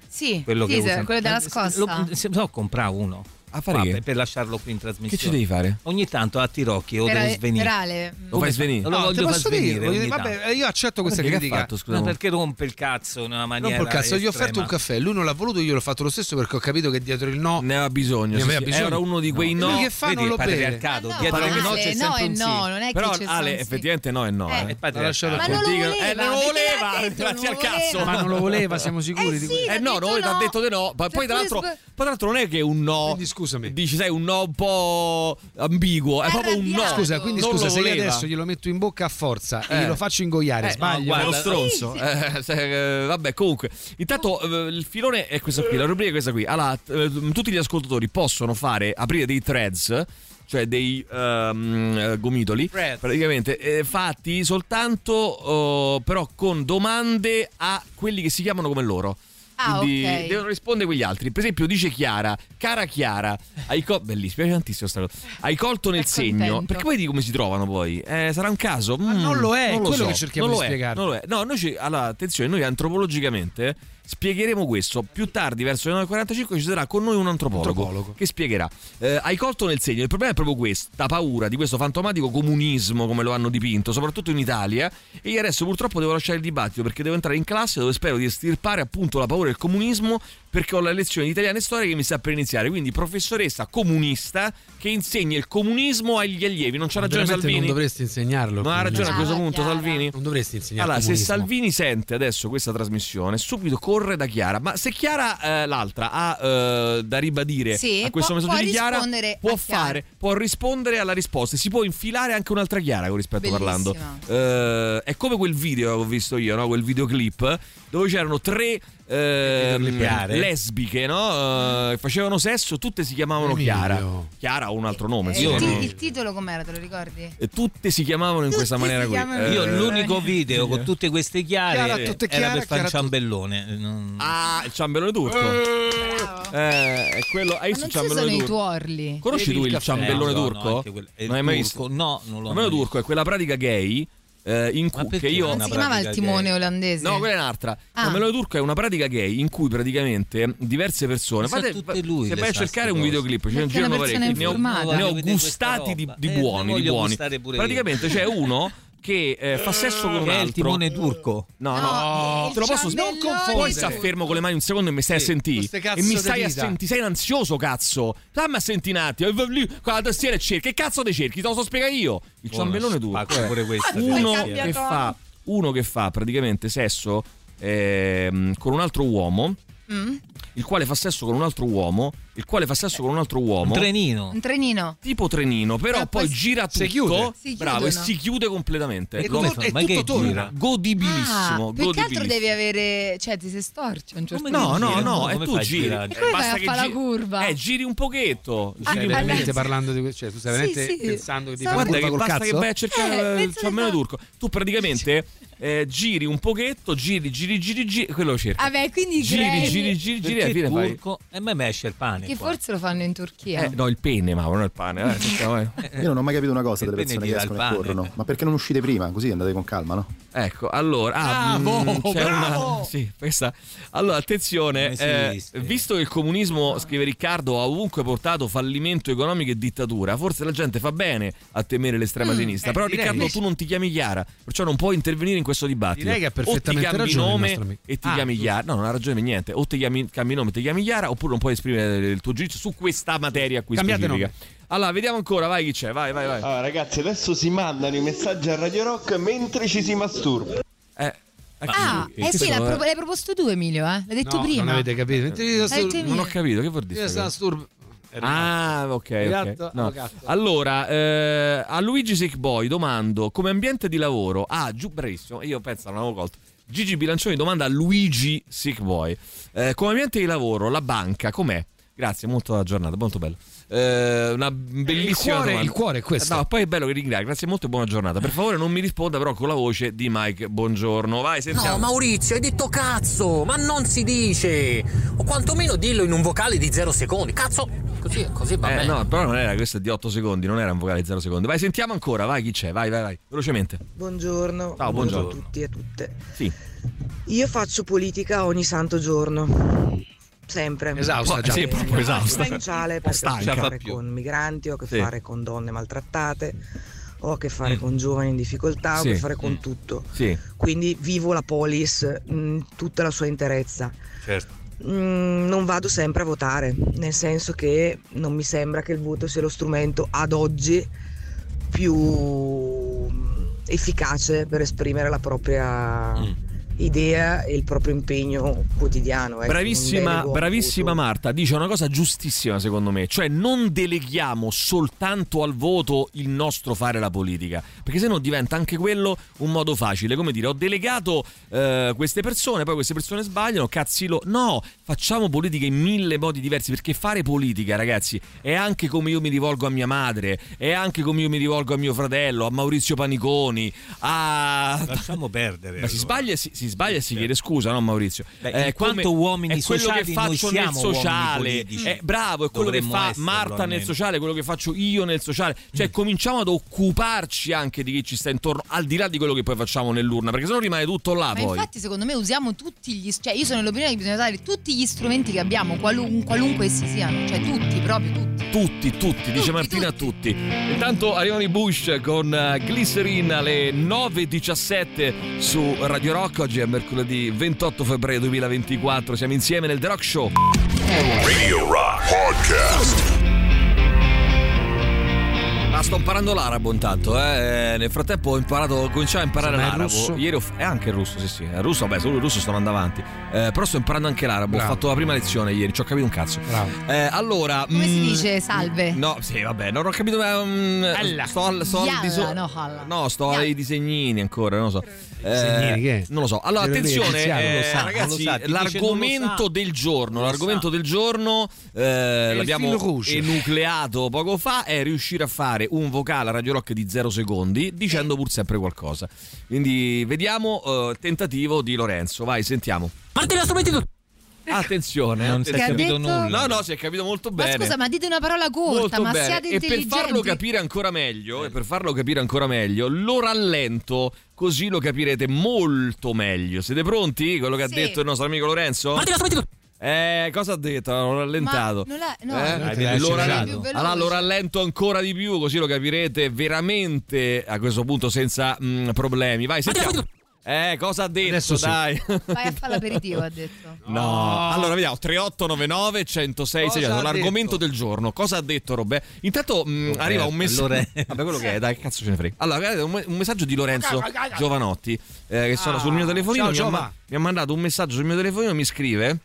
Sì,
Quello che
teaser,
usano.
quello della
Eh,
scossa.
Lo, se no, compra uno.
A fare che?
per lasciarlo qui in trasmissione.
Che ci devi fare?
Ogni tanto a tirocchi o
Per
devo
Ale-
svenire.
per Ale.
Lo fai svenire?
Lo
No,
te
voglio far
posso dire,
svenire.
voglio
ogni
dire,
tanto.
vabbè, io accetto questa
Perché che ha
critica.
fatto, scusa? Ma perché rompe il cazzo in una maniera.
Rompo il cazzo, gli ho offerto un
estrema?
caffè, lui non l'ha voluto, io l'ho fatto lo stesso perché ho capito che dietro il no
ne aveva bisogno.
Ne aveva
sì, sì.
bisogno.
Era uno di quei no.
Lui che fa
Vedi,
non lo
padre
beve.
Arcado,
Ma Eh no,
dietro
Ale,
il no c'è
no
sempre
è
un sì.
no, non è che
Però
c'è solo un
Ale
sì.
effettivamente no è no.
Eh.
eh.
Eh,
padre
Lo
Arcado.
Ma non lo
dico-
voleva,
eh, non lo
perché l'ha
voleva,
detto,
grazie al
non lo
cazzo.
voleva. Ma
non lo voleva, siamo sicuri di questo?
Eh no,
detto
no,
no.
ha detto di no. Ma
Cioè,
poi, tra
pure
l'altro,
sb-
poi tra l'altro non è che è un no. Quindi
scusami.
Dici, sai, un no un po' ambiguo. È proprio un no.
Scusa, quindi
Non
scusa,
lo
se io
voleva.
adesso glielo metto in bocca a forza e
Eh.
glielo faccio ingoiare,
Eh, no,
sbaglio.
guarda, lo stronzo. Eh, se- eh, vabbè, comunque, intanto eh, il filone è questo qui, la rubrica è questa qui. Allora, t- eh, tutti gli ascoltatori possono fare aprire dei threads, cioè dei ehm, eh, gomitoli,
Threads.
praticamente eh, fatti soltanto oh, però con domande a quelli che si chiamano come loro.
Ah,
Quindi
ok.
devono rispondere quegli altri. Per esempio, dice Chiara, cara Chiara, hai co- bellissimo, mi piace tantissimo sta cosa. Hai colto nel segno.
contento.
Perché vedi come si trovano poi? Eh, sarà un caso? Ma
non lo è, è quello che cerchiamo di spiegare.
non lo è. No, noi ci- allora, attenzione, noi antropologicamente9:45 spiegheremo questo. Più tardi, verso le 9.45, ci sarà con noi un antropologo,
Antropologo.
che spiegherà. Eh, hai colto nel segno. Il problema è proprio questa paura di questo fantomatico comunismo, come lo hanno dipinto, soprattutto in Italia. E io adesso purtroppo devo lasciare il dibattito perché devo entrare in classe dove spero di estirpare appunto la paura del comunismo perché ho la lezione di italiana e storia che mi sta per iniziare. Quindi professoressa comunista che insegna il comunismo agli allievi. Non c'ha ragione
Veramente
Salvini.
Non dovresti insegnarlo.
Ma ha
quindi.
ragione a questo punto Salvini.
Non dovresti insegnare
Allora, se
comunismo.
Salvini sente adesso questa trasmissione, subito corre da Chiara. Ma se Chiara, eh, l'altra, ha eh, da ribadire
Sì,
a questo
può-
messaggio
può
di Chiara,
rispondere
può
a Chiara.
fare, può rispondere alla risposta. Si può infilare anche un'altra Chiara con rispetto parlando.
Bellissima.
Eh, è come quel video che ho visto io, no? quel videoclip dove c'erano tre. ehm,
Videoclippiare.
lesbiche no? Eh, che facevano sesso tutte si chiamavano Chiara Chiara o un altro nome
Eh,
insomma.
il, ti- il titolo com'era, te lo ricordi?
E tutte si chiamavano in questa maniera qui.
chiamano-
Io
Eh,
l'unico video con tutte queste chiare
Chiara, tutte
era
chiare,
per fare
Chiara,
un
tutte-
ciambellone. eh, Non-
Ah, il ciambellone turco. Eh, è quello. Hai visto il
Ma non ci sono
ciambellone
i
turco?
tuorli.
Conosci tu il
No,
ciambellone
no, no,
turco?
anche quello- è
non hai mai
turco? No,
visto?
non l'ho
Il ciambellone
mai
turco è quella pratica gay eh, in cui che
perché
io.
è una
Si chiamava il timone olandese.
No, quella è un'altra.
Ah.
Il ciambellone turco è una pratica gay in cui praticamente diverse persone.
Ma sa
Fate-
tutte lui
se
le
vai a
sa
cercare
ste
un
cose.
videoclip, ce
Perché
ne
è
girano
una persona
parecchi. Ne ho,
informata.
ne ho
Voglio vedere questa
gustati di,
roba.
di
Eh,
buoni.
ne
Di
voglio
buoni.
gustare pure io.
Praticamente c'è uno che eh, fa sesso con un
Che è
altro.
il timone turco.
No,
No,
no, te lo posso
il ciambellone.
non confondere. Poi sta fermo con le mani un secondo e mi stai
Sì,
a
queste
sentire.
cazzo
E mi
di
stai a
dita.
sentire. Sei ansioso, cazzo. Dammi a sentire un attimo. E lì, Con la tastiera e cerchi. Che cazzo te cerchi? Te lo so spiegare io. Il
Buono,
ciambellone tu. Eh. Ah,
spacco pure questo.
Uno
Cambia
che
tono.
fa uno che fa praticamente sesso ehm, con un altro uomo,
Mm?
il quale fa sesso con un altro uomo, il quale fa sesso con un altro uomo.
Un trenino.
Un trenino.
Tipo trenino, però
Però
poi
poi
gira tutto,
si chiude.
Si
bravo, e
chiudono.
si chiude completamente.
E
Lo-
come fa?
e
Ma
tutto
che
torna.
gira?
Godibilissimo,
Ah, più che altro
godibilissimo.
devi avere... Cioè, ti sei storto a un certo
No, no,
gira?
no, e
Come
tu
fai a
giri.
girare? E
poi
Basta
vai a
che
fa la
giri-
curva.
Eh, giri un pochetto.
Ah,
Giri
Stai
un
veramente
pochetto.
parlando di questo, cioè tu stai
Sì,
veramente
sì.
pensando che ti
Stavo-
Guarda
racconta
che
col
basta che
cazzo?
vai a cercare
Eh,
il
penso
ciambello
di no.
turco. Tu praticamente eh, giri un pochetto, giri, giri, giri, giri, quello lo
Ah,
cerca.
Vabbè, Ah, quindi
Giri,
credi
giri, giri, giri, alla
Perché
fine fai.
turco e me me esce il pane.
Che
qua.
forse lo fanno in Turchia.
Eh, no, il penne, ma non il pane. eh, stiamo, eh.
Io non ho mai capito una cosa
Il
delle persone che
pene gira
escono e
il pane.
corrono. Ma perché non uscite prima? Così andate con calma, no?
Ecco, allora. Ah,
Bravo,
mm, c'è
bravo!
una- sì, questa- Allora, attenzione,
Come si
eh,
viste?
visto che il comunismo, scrive Riccardo, ha ovunque portato fallimento economico e dittatura, forse la gente fa bene a temere l'estrema sinistra.
eh,
Però,
direi.
Riccardo, tu non ti chiami Chiara, perciò non puoi intervenire in questo dibattito.
Direi che ha perfettamente
o ti cambi
ragione il
nome
nostro amico.
e ti
Ah,
chiami
giusto.
Chiara. No, non ha ragione per niente. O ti chiami, cambi nome e ti chiami Chiara, oppure non puoi esprimere il tuo giudizio su questa materia qui
Cambiate
specifica. Allora, vediamo ancora, vai chi c'è, vai, vai, vai.
Allora, ragazzi, adesso si mandano i messaggi a Radio Rock mentre ci si masturba.
Eh,
Ah, eh sì, l'ha propo- l'hai proposto tu, Emilio, eh? L'hai detto
No,
prima.
Non avete capito?
L'hai detto
Eh, Non ho
Emilio.
capito, che vuol dire?
Io
sta
sono
cosa?
sturbo.
Ah, ok. ok.
Gatto,
No.
oh, gatto.
Allora, eh, a Luigi Sickboy domando come ambiente di lavoro. Ah, giù, bravissimo. Io penso, non avevo colto. Gigi Bilancioni domanda a Luigi Sickboy eh, come ambiente di lavoro, la banca com'è? Grazie, molto aggiornata, molto bello. Eh, una bellissima
Il cuore-
domanda. Eh,
il cuore è questo.
No, poi è bello che ringrazio, grazie molto e buona giornata. Per favore, non mi risponda però con la voce di Mike. Buongiorno, vai, sentiamo.
No, Maurizio, hai detto cazzo, ma non si dice. O quantomeno dillo in un vocale di 0 secondi. Cazzo, così, così va
Eh,
bene.
no, però non era questo di 8 secondi, non era un vocale 0 secondi. Vai, sentiamo ancora, vai chi c'è, vai, vai, vai, velocemente.
Buongiorno.
Ciao, buongiorno.
a tutti e a tutte.
Sì.
Io faccio politica ogni santo giorno. Sempre.
Esausta, già. Sì, proprio
Eh,
esausta.
provinciale, perché ho a Stanca. che fare
Stanca.
con migranti, ho a che
Sì. Mm.
fare con donne maltrattate, ho a che fare con giovani in difficoltà, ho a
Sì.
che fare
Mm.
con tutto.
Sì,
Quindi vivo la polis in tutta la sua interezza.
certo.
Mm, non vado sempre a votare, nel senso che non mi sembra che il voto sia lo strumento ad oggi più mm, efficace per esprimere la propria idea e il proprio impegno quotidiano. ecco, non
Bravissima,
delego a
bravissima Marta, dice una cosa giustissima secondo me, cioè non deleghiamo soltanto al voto il nostro fare la politica, perché se no diventa anche quello un modo facile, come dire ho delegato eh, queste persone, poi queste persone sbagliano, cazzilo, no, facciamo politica in mille modi diversi, perché fare politica ragazzi è anche come io mi rivolgo a mia madre, è anche come io mi rivolgo a mio fratello, a Maurizio Paniconi, a... Lasciamo perdere. Ma si sbaglia, e si, si sbaglia e si chiede scusa, no Maurizio?
Beh, in quanto uomini
Eh, è quello che
sociali, noi
faccio nel
siamo uomini
sociale
politici.
Eh, bravo è quello
Dovremmo
che fa
esserlo
Marta nel
almeno. Mm.
sociale quello che faccio io nel sociale cioè cominciamo ad occuparci anche di chi ci sta intorno al di là di quello che poi facciamo nell'urna perché sennò rimane tutto là
Ma
poi
infatti, secondo me, usiamo tutti gli. Cioè, io sono dell'opinione che bisogna usare tutti gli strumenti che abbiamo, qualun- qualunque essi siano. Cioè, tutti, proprio tutti.
tutti tutti dice Martina tutti. intanto arrivano i Bush con eh, Glycerin alle 9.17 su Radio Rock oggi è mercoledì 28 febbraio 2024 siamo insieme nel The Rock Show
Radio Rock Podcast.
Ma sto imparando l'arabo intanto, eh. Nel frattempo ho imparato, ho cominciato a imparare
Sì, ma è
l'arabo.
russo?
Ieri ho f- è anche il russo, sì, sì. È russo, vabbè, solo il russo sto andando avanti. Eh, però sto imparando anche l'arabo.
Bravo.
Ho fatto la prima lezione ieri, ci ho capito un cazzo. Eh, allora.
Come si
mm,
dice salve?
No, sì, vabbè, non ho capito. ma, mm, sto al, sto al
Yalla,
di so-
no, halla.
No, sto ai disegnini ancora, non lo so. Eh,
disegnini, che?
Non lo so. Allora,
Quello lì,
attenzione,
Tiziano,
eh,
lo sa, non lo
ragazzi,
sa, ti dice non lo
l'argomento
sa.
del giorno, l'argomento del giorno eh,
il
l'abbiamo
fil rouge.
enucleato poco fa, è riuscire a fare un vocale a Radio Rock di 0 secondi dicendo pur sempre qualcosa. Quindi vediamo eh, il tentativo di Lorenzo, vai, sentiamo.
Parte lo strumenti tu.
Attenzione,
Non si è
attenzione.
capito Che ha detto? nulla.
No, no, si è capito molto
Ma
bene.
scusa, ma dite una parola corta,
Molto
ma
bene.
siate
e per
intelligenti.
farlo capire ancora meglio, e per farlo capire ancora meglio, lo rallento così lo capirete molto meglio. Siete pronti? Quello che
Sì.
ha detto il nostro amico Lorenzo? Eh, cosa ha detto? L'ho rallentato.
non l'ha- no,
Eh?
non
Eh,
te l'hai
lo,
accennato.
rallento. Allora, lo rallento ancora di più, così lo capirete veramente a questo punto senza mm, problemi. Vai, sentiamo. Eh, cosa ha detto?
Adesso sì.
Dai.
Vai a fare l'aperitivo, ha detto.
No, allora vediamo 3899 106
Cosa
600,
ha
l'argomento del giorno. Cosa ha detto Robè? Intanto mh,
Roberto,
arriva un messaggio.
allora-
Vabbè, quello che è, dai, che cazzo ce ne frega. Allora, guardate, un, me- un messaggio di Lorenzo Giovanotti eh, che sono
Ah,
sul mio
ciao,
telefonino. mi, ha,
Giova.
ma- mi ha mandato un messaggio sul mio telefonino, mi scrive.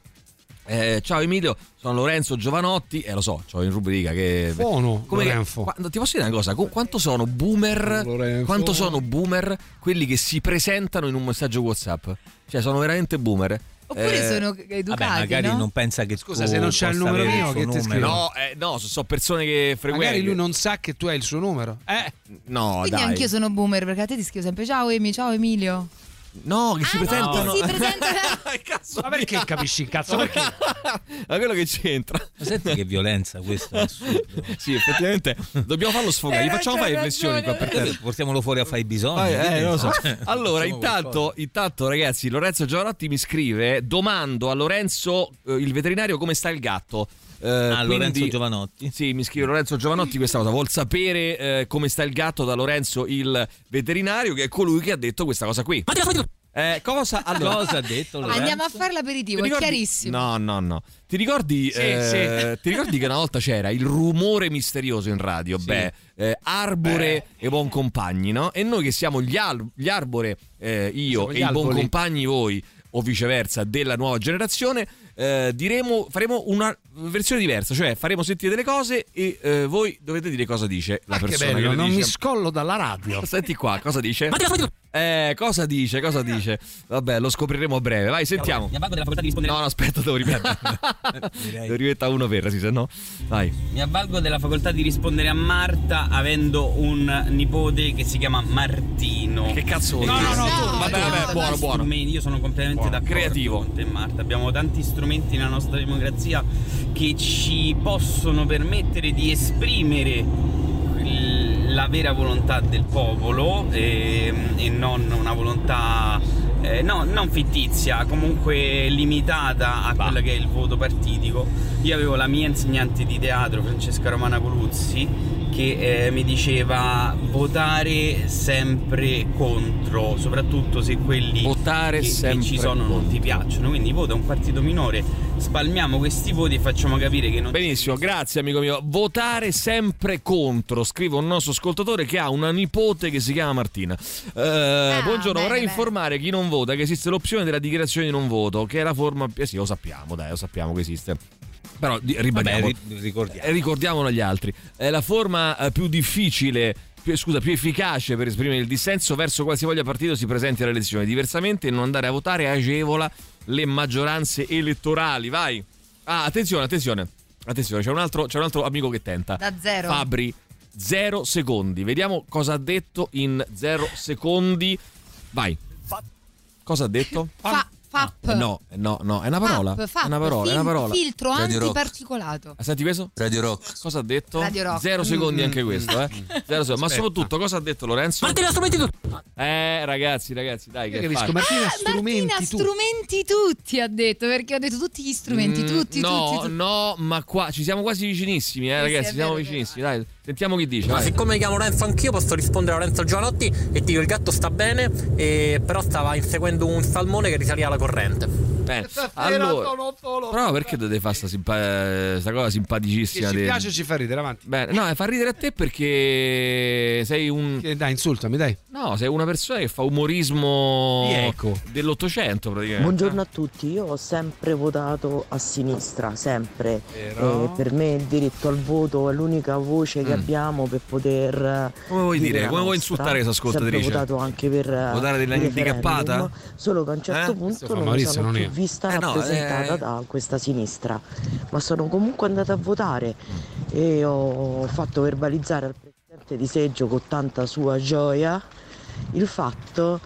eh, ciao Emilio, sono Lorenzo Giovanotti e lo so, c'ho in rubrica che
Fono, Lorenzo.
quando- ti posso dire una cosa, Qu- quanto sono boomer? Quanto sono boomer quelli che si presentano in un messaggio WhatsApp? Cioè, sono veramente boomer.
Oppure
Eh,
sono educati,
Vabbè, magari
no?
non pensa che
Scusa,
tu
se non c'è il
possa
numero
avere il
mio,
suo
che ti
numero.
scrivo?
No, eh, no, so- so persone che frequenti.
Magari lui non sa che tu hai il suo numero. Eh,
No,
Quindi
Oh, dai.
anch'io sono boomer, perché a te ti scrivo sempre ciao Emi, ciao Emilio.
No, che si presentano.
no, si presentano.
ma perché capisci il cazzo? Perché?
Ma quello che c'entra.
Ma senti che violenza questa.
sì, effettivamente dobbiamo farlo sfogare. Gli facciamo fare pressioni qua per te.
Portiamolo fuori a fare i bisogni.
Vai, eh,
che ne
non lo so.
so.
Allora,
Facciamo
intanto, intanto, ragazzi, Lorenzo Giovanotti mi scrive: Domando a Lorenzo, eh, il veterinario, come sta il gatto. Eh,
Ah, Lorenzo Giovanotti.
Sì, mi scrive Lorenzo Giovanotti questa cosa. Vuol sapere eh, come sta il gatto da Lorenzo, il veterinario, che è colui che ha detto questa cosa qui. Eh, Eh, cosa, allora,
Cosa ha detto Lorenzo?
Andiamo a fare l'aperitivo,
Ti ricordi-
è chiarissimo.
No, no, no. Ti ricordi,
Sì,
eh, ti ricordi che una volta c'era il rumore misterioso in radio? Beh, eh, Arbore e Buon Compagni, no? E noi che siamo gli, al- gli Arbore, eh, io
Siamo gli
e i Buon
alboli.
Compagni voi, o viceversa, della nuova generazione, eh, diremo, faremo una versione diversa, cioè faremo sentire delle cose e eh, voi dovete dire cosa dice la
Ah, Che
persona.
bello,
che le
non
dice.
mi scollo dalla radio.
Senti qua, cosa dice?
Matteo, senti
Eh, cosa dice? Cosa dice? Vabbè, lo scopriremo a breve. Vai, sentiamo.
Mi avvalgo della facoltà di rispondere. Ah,
No, no, aspetta, devo rimettere. devo rimettere a uno per, sì, se no. Vai.
Mi avvalgo della facoltà di rispondere a Marta avendo un nipote che si chiama Martino. Che
cazzo
No,
vuol
no,
dire?
no,
No,
tu-
vabbè,
tu-
vabbè, buono, buono.
strumenti, Io sono completamente
Buono,
d'accordo
creativo.
con te Marta. Abbiamo tanti strumenti nella nostra democrazia che ci possono permettere di esprimere il- la vera volontà del popolo e, e non una volontà eh, no, non fittizia, comunque limitata a quello che è il voto partitico. Io avevo la mia insegnante di teatro, Francesca Romana Coluzzi, che eh, mi diceva votare sempre contro, soprattutto se quelli che, che ci sono non ti piacciono. Quindi vota un partito minore, spalmiamo questi voti e facciamo capire che non
Benissimo, grazie amico mio. Votare sempre contro, scrive un nostro ascoltatore che ha una nipote che si chiama Martina. Eh, buongiorno, vorrei informare chi non vota che esiste l'opzione della dichiarazione di non voto, che è la forma... Eh sì, lo sappiamo, dai, lo sappiamo che esiste. Però di- ribadiamo,
Vabbè, ri- ricordiamo.
Eh, ricordiamolo agli altri. È la forma eh, più difficile, più- scusa, più efficace per esprimere il dissenso verso qualsivoglia partito si presenti alle elezioni. Diversamente, non andare a votare agevola le maggioranze elettorali. Vai. Ah, attenzione, attenzione. Attenzione, c'è un altro, c'è un altro amico che tenta.
Da zero.
Fabri, zero secondi. Vediamo cosa ha detto in zero secondi. Vai. Cosa ha detto?
Fa, fap.
Eh, No, eh, no, no, è una parola.
Fap, fap,
è una parola, è una
fil-
parola.
Filtro
Radio Rock.
antiparticolato.
Ah, Senti questo? Radio Rock. Cosa ha detto?
Radio Rock.
Zero secondi
Mm.
anche questo, eh. Zero secondi. Ma
Aspetta.
soprattutto cosa ha detto Lorenzo?
Martina, strumenti tutti.
Eh, ragazzi, ragazzi, dai che
capisco,
facile.
Martina,
Ah, Martina, strumenti tutti ha detto, perché ho detto tutti gli strumenti, tutti,
Mm, no,
tutti, tutti.
no, ma qua ci siamo quasi vicinissimi, eh,
sì,
ragazzi,
è
siamo
vero,
vicinissimi, dai. Sentiamo chi dice,
Ma
vai.
siccome mi chiamo Lorenzo anch'io posso rispondere a Lorenzo Giovanotti e dico il gatto sta bene, eh, però stava inseguendo un salmone che risaliva la corrente.
Bene. Eh, Allora, però perché dovete fare sta, simpa- sta cosa simpaticissima?
Che ci
del-
piace ci fa ridere avanti.
Bene, no, eh, fa ridere a te perché sei un.
dai, insultami, dai.
No, sei una persona che fa umorismo
ecco.
dell'Ottocento praticamente.
Buongiorno a tutti, io ho sempre votato a sinistra, sempre.
Vero.
Eh, per me il diritto al voto è l'unica voce che abbiamo per poter. eh, Come
vuoi dire? Come vuoi insultare questa ascoltatrice?
Ho votato anche per. eh,
Votare della
il referendum,
handicappata?
Solo che a un certo
Eh? Questo
punto
fa
non mi
Maurizio,
sono
non
più
io.
vista
Eh no,
rappresentata
eh.
da questa sinistra, ma sono comunque andata a votare e ho fatto verbalizzare al presidente di Seggio con tanta sua gioia il fatto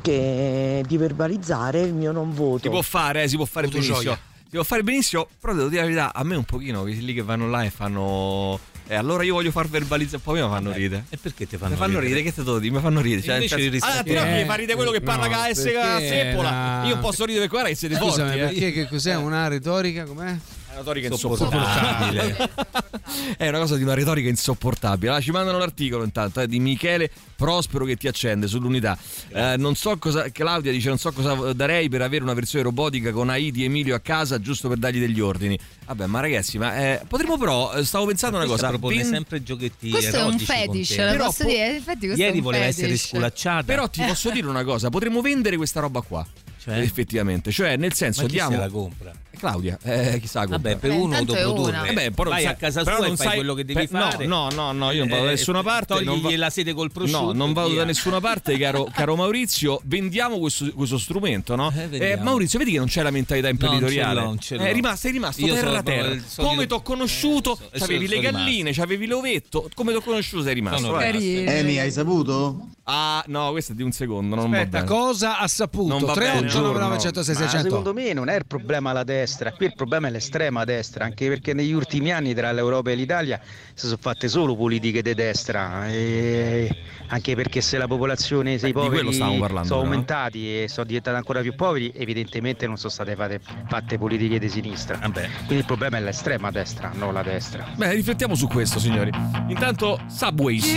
che di verbalizzare il mio non voto.
Si può fare, eh, si può fare benissimo.
Fotogioia.
Si può fare benissimo, però devo dire la verità, a me un pochino, quelli lì che vanno là e fanno... Eh, allora io voglio far verbalizzare, poi mi fanno ridere. E perché ti fanno Mi fanno ridere, che te devo dire? Mi fanno ridere. Cioè,
Invece
nel
di
senso- allora,
rispondere-
tu mi fai ridere quello che parla
No,
con la S
perché
Seppola.
era-
Io posso ridere qua che siete forti,
Scusami,
eh.
perché che cos'è una retorica? Com'è?
È una retorica
Sopportabile.
insopportabile. È una cosa di una retorica insopportabile. Allora, ci mandano l'articolo intanto eh, di Michele Prospero che ti accende sull'unità. Eh, non so cosa. Claudia dice: Non so cosa darei per avere una versione robotica con AI di Emilio a casa, giusto per dargli degli ordini. Vabbè, ma ragazzi, ma eh, potremmo però. eh, Stavo pensando una
Questa
cosa.
propone
Vin-
sempre giochetti
Questo è un
erotici con
fetish,
te.
lo
Però
posso
po-
dire? In effetti questo è
ieri
un
voleva
fetish.
essere sculacciata.
Però ti posso dire una cosa: potremmo vendere questa roba qua. Effettivamente, cioè, nel senso,
Ma chi
diamo.
se la compra?
Claudia, eh, chissà come.
Vabbè, per Beh, uno intanto è autoprodurre. una.
però non
Vai
sai-
a casa
però
sua e
non
fai
sai-
quello che devi
no,
fare.
No, no, no, io non vado da
Eh,
nessuna parte. non
togli la sede col prosciutto
No,
e
non vado
via.
da nessuna parte, caro, caro Maurizio. Vendiamo questo, questo strumento, no?
Eh,
Eh,
vendiamo.
Maurizio, vedi che non c'è la mentalità imprenditoriale.
l'ho, non ce
Eh,
l'ho.
è rimasto, sei rimasto
Io sono
terra terra.
proprio il solito-
Come ti ho conosciuto,
so-
c'avevi
sono
le
rimasto.
galline, c'avevi l'ovetto. Come ti ho conosciuto, sei rimasto.
Sono
eh.
rimasto.
Emi,
hai saputo? Ah, no, questo è di un secondo. Non va
Aspetta,
bene.
cosa ha saputo?
Non va bene,
3899 106
Ma
600
secondo me non è il problema la destra, qui il problema è l'estrema destra, anche perché negli ultimi anni tra l'Europa e l'Italia si sono fatte solo politiche di destra, e anche perché se la popolazione, se i
Beh, di
poveri
quello stavamo parlando,
sono
però, eh.
aumentati e sono diventati ancora più poveri, evidentemente non sono state fatte, fatte politiche di sinistra. Quindi il problema è l'estrema destra, non la destra.
Beh, riflettiamo su questo, signori. Intanto, Subways.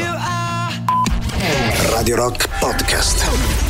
Radio Rock Podcast.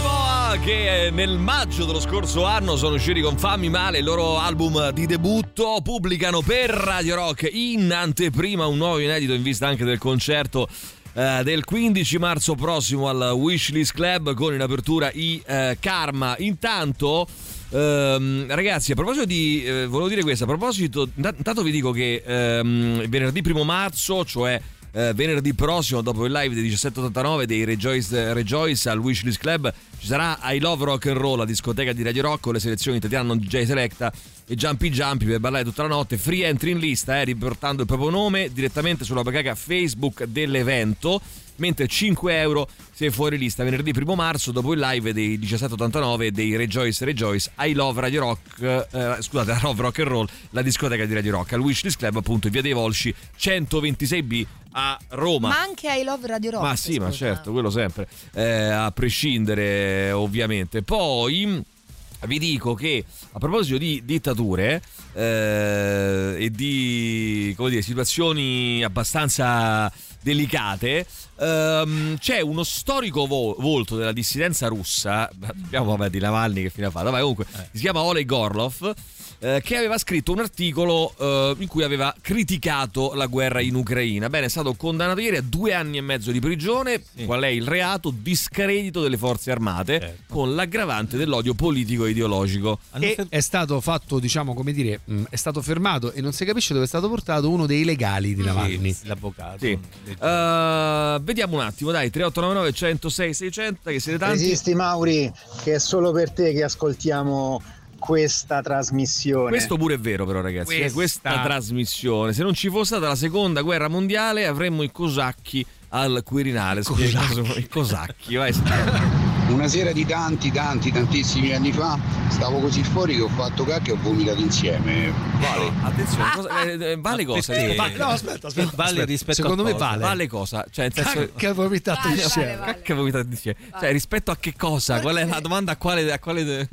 Band che eh, nel maggio dello scorso anno sono usciti con Fammi Male, il loro album di debutto, pubblicano per Radio Rock in anteprima un nuovo inedito in vista anche del concerto eh, del 15 marzo prossimo al Wishlist Club con in apertura i eh, Karma. Intanto, ehm, ragazzi, a proposito di. eh, volevo dire questo: a proposito, inta- intanto vi dico che ehm, venerdì 1 marzo, cioè. eh, venerdì prossimo, dopo il live dei 1789 dei Rejoice, Rejoice al Wishlist Club, ci sarà I Love Rock and Roll, la discoteca di Radio Rock con le selezioni di Tatiana DJ Selecta e Jumpy Jumpy per ballare tutta la notte. Free entry in lista, eh, riportando il proprio nome direttamente sulla pagina Facebook dell'evento. Mentre 5 euro se fuori lista venerdì 1 marzo dopo il live dei 1789 dei Rejoice Rejoice I Love Radio Rock eh, scusate I Love Rock and Roll la discoteca di Radio Rock al Wishlist Club appunto in via dei Volsci 126B a Roma
Ma anche I Love Radio Rock.
ma sì, ma
scusa.
certo, quello sempre, Eh, a prescindere ovviamente. Poi mh, vi dico che a proposito di dittature eh, e di come dire, situazioni abbastanza delicate, ehm, c'è uno storico vo- volto della dissidenza russa, abbiamo vabbè, di Navalny che fine ha fatto, vabbè, comunque, si chiama Oleg Gorlov, eh, che aveva scritto un articolo eh, in cui aveva criticato la guerra in Ucraina. Bene, è stato condannato ieri a due anni e mezzo di prigione, qual è il reato? Discredito delle forze armate, con l'aggravante dell'odio politico e ideologico.
E è stato fatto, diciamo, come dire, mh, è stato fermato e non si capisce dove è stato portato uno dei legali di Navalny.
l'avvocato.
Sì. Eh, vediamo un attimo, dai, 3899 106 600 che siete tanti.
Esisti Mauri, che è solo per te che ascoltiamo questa trasmissione.
Questo pure è vero, però, ragazzi. Questa.
Questa.
questa trasmissione. Se non ci fosse stata la seconda guerra mondiale, avremmo i cosacchi al Quirinale. Spiega cosa- I cosacchi, vai.
Una sera di tanti, tanti, tantissimi anni fa stavo così fuori che ho fatto cacca e ho vomitato insieme. Vale.
Attenzione, cosa- eh, eh, vale cosa?
perché?
Eh,
Va- no, aspetta, aspetta,
Vale
aspetta.
rispetto
Secondo
a
me
cosa?
vale.
cosa? Cioè, nel senso-
Cacca vomitato
Vale, insieme. vale,
Cacca vomitato insieme. Cioè, rispetto a che cosa? Qual è la domanda a quale... A quale...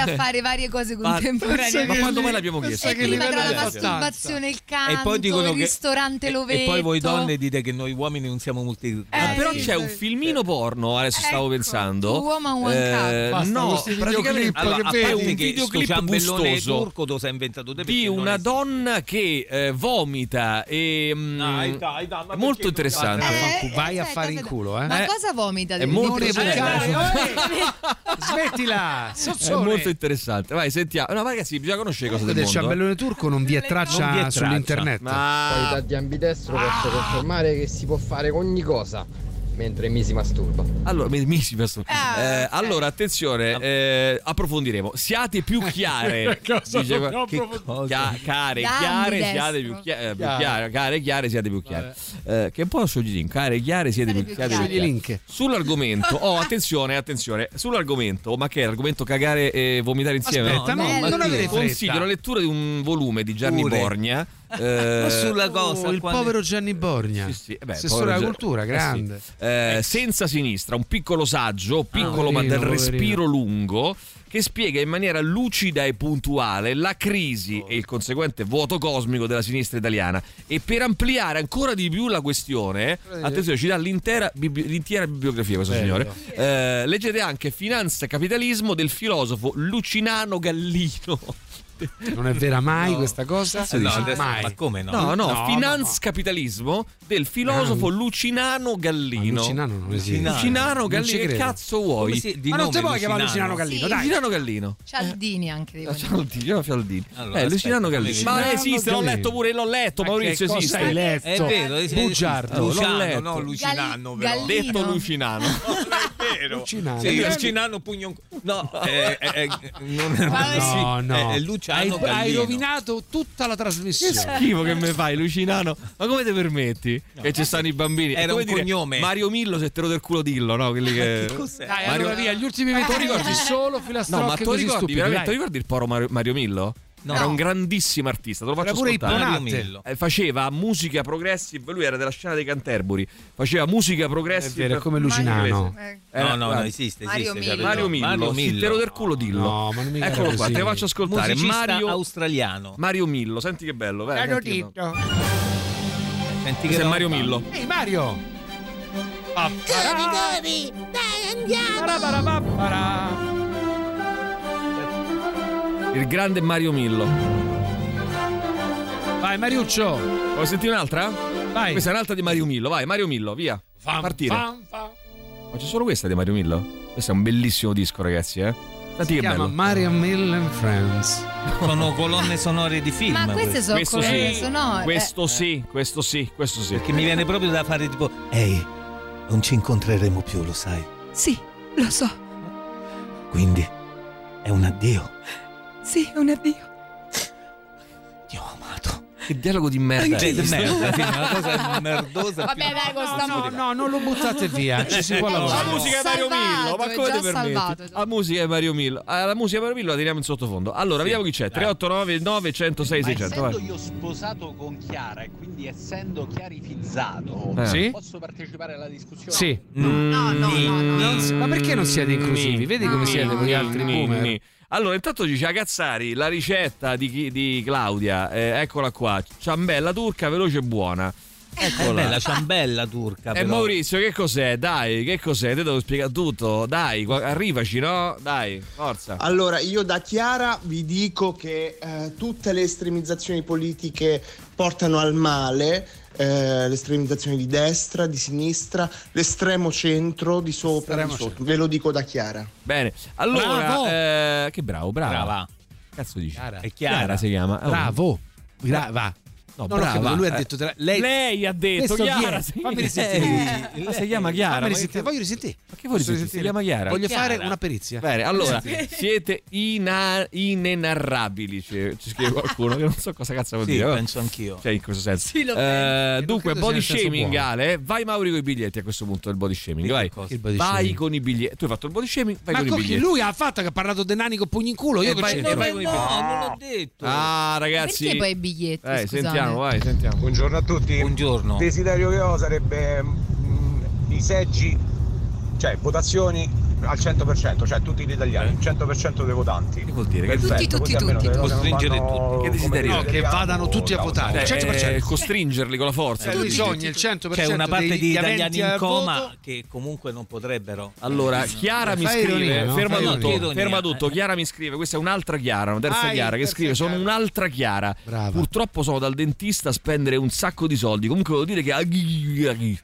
a fare varie cose
Ma-
contemporanee.
ma quando mai l'abbiamo chiesto?
E prima tra la
livello è
masturbazione, il
E
canto,
poi dicono
il
che-
ristorante Lovetto.
E poi voi donne dite che noi uomini non siamo multi.
Ah, però c'è un filmino porno,
Eh,
adesso
ecco,
stavo pensando.
Woman One Cup. Basta,
no,
questi
praticamente
videoclip
allora,
che
a parte
vedi.
un
Sto
videoclip
ciambellone
gustoso
turco dove si è inventato te
di
perché non
una
esiste.
donna che eh, vomita e mm,
Dai, dai, dai, ma
molto
perché non-
interessante.
Eh,
Vai a fare in culo, eh.
Ma cosa vomita?
È molto
interessante.
Smettila!
È molto interessante. Vai, sentiamo. No, ma ragazzi, bisogna conoscere cose del
Del
mondo. eh.
ciambellone turco non vi è traccia,
Non vi è traccia.
sull'internet.
Ma-
Qualità di ambidestro posso confermare che si può fare ogni cosa mentre mi si masturba.
Ah,
Allora, mi, mi si passa- Eh, allora, attenzione, eh, approfondiremo. Siate più chiare.
Cosa
qua-
dobbiamo
che
approfondire?
cosa? Care,
Dammi
chiare,
destro.
siate più chia- eh, più
Chiaro.
chiare. Care, chiare, siate più chiare. Eh, che è un po' sugli link. Care, chiare, siete più,
più
siate
chiare.
più
Sugli link.
Sull'argomento, oh, attenzione, attenzione. Sull'argomento, ma che è l'argomento cagare e vomitare insieme?
Aspetta, no, no, non avere fretta.
Consiglio la lettura di un volume di Gianni
Pure.
Borgna.
Ma
eh,
sulla cosa, Oh, il
quando-
povero Gianni Borgna,
sì, sì, eh beh,
assessore
povero
alla
Gianni.
cultura,
Eh sì.
grande. Ecco. Ah,
Eh, senza sinistra, un piccolo saggio, piccolo
poverino,
ma del
poverino.
respiro lungo, che spiega in maniera lucida e puntuale la crisi e il conseguente vuoto cosmico della sinistra italiana. E per ampliare ancora di più la questione, attenzione, ci dà l'intera, bibli- l'intera bibliografia questo signore. Eh, leggete anche Finanza e Capitalismo del filosofo Lucinano Gallino.
Non è vera mai questa cosa?
Sì, sì.
mai.
ma come no?
No, no,
No,
Finanz Capitalismo del filosofo Lucinano Gallino.
Ma Lucinano non esiste.
Lucinano,
Non ci
Gallino, che
credo.
cazzo vuoi?
Come si- di Ma non nome ti puoi chiamare Lucinano? Lucinano Gallino, dai.
Lucinano Gallino.
Cialdini anche dei vomitare.
Fialdini, no, Fialdini.
Allora,
eh,
aspetta,
Lucinano Gallino.
Lucinano
Ma esiste, l'ho
Gallino.
letto pure, l'ho letto,
Ma che
Maurizio
cosa
esiste.
hai letto? È vero, esiste. Bugiardo.
L'ho
Luciano,
letto.
no, Lucinano, però. Gallino.
Detto Lucinano.
Lucinano.
Sì, Lucinano Pugnon. No, eh, eh, eh, non
Ma- No,
sì,
no.
eh, Luciano
hai, hai
Gallino.
rovinato tutta la
Che
trasmissione.
schifo che mi fai, Lucinano. Ma come ti permetti? Che ci stanno i bambini. È
Era
come
un cognome.
Mario Millo se te lo del culo dillo, no? Quelli
Eh,
che...
cos'è?
Dai,
Mario-
allora via, gli ultimi venti ricordi solo
No,
filastrocche
ma tu
così
ricordi,
stupidi,
veramente, tu
dai.
ricordi il poro Mario, Mario Millo?
No.
Era un grandissimo artista, te lo faccio
Era pure
ascoltare.
Ipponate. Mario Millo.
Eh, faceva musica progressive, lui era della scena dei Canterbury. Faceva musica progressive.
È vero, è come Lucinano.
Eh,
No, no, no,
guarda.
esiste, esiste, Mario cioè, Millo.
Mario Millo,
Mario
sì,
Millo.
te lo del culo dillo.
No, ma non mi
Eccolo
era
qua,
così.
te lo faccio ascoltare.
Musicista
Mario
australiano.
Mario Millo, senti che bello, vai.
Caro
senti che bello.
Tito.
Senti
Questo è
roba.
Mario Millo.
Ah.
Ehi Mario!
Gobi, gobi! Dai,
andiamo!
Il grande Mario Millo.
Vai Mariuccio!
Vuoi sentire un'altra? Vai. Questa è un'altra di Mario Millo, vai Mario Millo, via.
Fam,
Partire.
fam, fam.
Ma c'è solo questa di Mario Millo? Questo è un bellissimo disco, ragazzi, eh. Senti
Si
che
chiama
bello.
Mario Mill and Friends.
Sono colonne sonore di film.
Ma queste sono
Questo
colonne
sì.
sonore.
Questo sì, questo sì, questo sì.
Perché mi viene proprio da fare tipo, ehi, non ci incontreremo più, lo sai.
Sì, lo so.
Quindi è un addio.
Sì, un addio.
Che dialogo di merda.
Cioè,
è
di
questo?
merda, sì, una cosa merdosa.
Vabbè, dai, questa
No, no, non lo buttate via, ci si può
No,
lavorare.
La musica di Mario Millo, ma
è
come
già
ti
salvato,
permetti? La musica di Mario Millo, Ah, la musica di Mario Millo la tiriamo in sottofondo. Allora, vediamo chi
Eh.
c'è. 389 906 600.
essendo
Vai.
io sposato con Chiara e quindi essendo chiarifizzato,
Eh. Sì? Mm.
posso partecipare alla discussione?
Sì.
No, no, no, no.
Non si- ma perché non
Mm.
siete inclusivi? Vedi come siete con gli altri boomer.
Allora, intanto dice a Cazzari la ricetta di, chi- di Claudia, eh, eccola qua, ciambella turca, veloce e buona. Eccola.
È la Eh, ciambella turca.
E
però.
Maurizio, che cos'è? Dai, che cos'è? Te devo spiegare tutto. Dai, qua- arrivaci, no? Dai, forza.
Allora, io da Chiara vi dico che eh, tutte le estremizzazioni politiche portano al male. eh, le estremizzazioni di destra, di sinistra, l'estremo centro di sopra, di sotto. Ve lo dico da Chiara.
Bene,
Bravo!
allora, eh, che bravo, brava.
Brava.
Cazzo dici? È
Chiara.
si chiama. Oh.
Bravo. Brava.
No,
Non ho capito,
brava.
lui ha detto tra- lei-
Lei ha detto
Questo chi è?
Chiara. sì.
Fammi risentire.
Eh, Ma si chiama Chiara.
Fammi
ma
risentire,
che-
voglio risentire.
Ma che vuoi risentire? Si chiama Chiara.
Voglio
Chiara.
fare una perizia.
Bene, allora,
Sì.
siete ina- inenarrabili, ci, ci scrive qualcuno che non so cosa cazzo vuol
Sì,
dire. vabbè.
penso anch'io.
Cioè, in questo senso.
Sì, lo
Eh,
penso. Non
dunque,
credo
body
sia nel senso
shaming,
buono.
Ale. Vai Mauri con i biglietti a questo punto del body shaming. Vai,
Il body
vai
shaming.
con i biglietti. Tu hai fatto il body shaming, vai
Ma
con i
con chi
biglietti.
lui ha fatto che ha parlato di nani con pugni in culo? Io
Eh,
che
vai-
c'entro?
eh, vai con i biglietti.
No,
non ho detto.
Ah, ragazzi.
Perché poi i biglietti?
Eh,
scusate?
sentiamo, vai, sentiamo. Buongiorno a tutti. Buongiorno.
desiderio che ho sarebbe mm, i seggi, cioè votazioni al 100%, cioè tutti gli italiani, 100% dei votanti. Che
Eh? vuol dire?
Che
Tutti, tutti, tutti. Costringere tutti. Che desiderio
No, che vadano tutti a votare.
Eh,
100%.
eh, costringerli con la forza.
Eh, bisogna il 100%
C'è una parte
degli
di italiani
aventi
in
al
coma
voto.
che comunque non potrebbero.
Allora, Chiara mi
Fai
scrive,
ironia, no?
ferma,
Fai
tutto,
ironia.
ferma
Eh.
tutto, Chiara mi scrive, questa è un'altra Chiara, una terza
Ah,
Chiara che
terza
scrive, sono un'altra Chiara, purtroppo sono dal dentista a spendere un sacco di soldi, comunque devo dire che...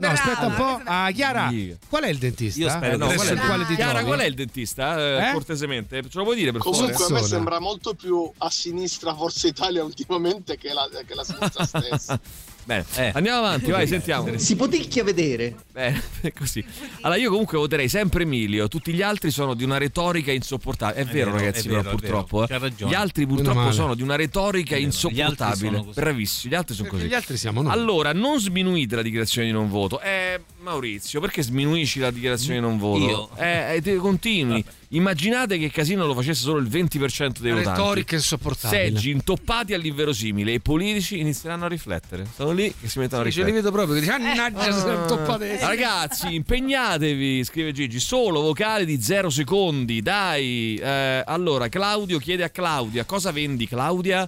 No, aspetta un po'. Ah, Chiara,
Sì.
qual è il dentista?
Io spero
Adesso il quale ti
Chiara,
trovi?
qual è il dentista? Eh,
Eh?
Cortesemente, ce lo puoi dire per
Comunque
favore?
a me sembra molto più a sinistra Forza Italia ultimamente che la, che la sinistra stessa.
Bene, eh, andiamo avanti, vai, sentiamo.
Si poticchia a vedere.
Bene, Eh, è così. Allora, io comunque voterei sempre Emilio. Tutti gli altri sono di una retorica insopportabile. È, vero,
vero,
ragazzi,
è vero,
però,
è vero.
purtroppo. eh.
C'ha ragione.
Gli altri,
Meno
purtroppo,
male.
sono di una retorica
Gli altri
insopportabile.
sono così.
Bravissimi, gli altri sono così.
gli altri siamo noi.
Allora, non sminuite la dichiarazione di non voto. Eh, Maurizio, perché sminuisci la dichiarazione di non voto?
Io?
Eh, eh, te- continui. Immaginate che casino lo facesse solo il 20% dei votanti.
Retorica insopportabile.
Seggi intoppati all'inverosimile. I politici inizieranno a riflettere. Sono lì che si mettono a
Sì, ce
riflettere.
li vedo proprio che dici, "Annaggia,
Ah.
sono toppate".
Ragazzi, impegnatevi, scrive Gigi. Solo vocale di 0 secondi, dai. Eh, allora, Claudio chiede a Claudia: cosa vendi, Claudia?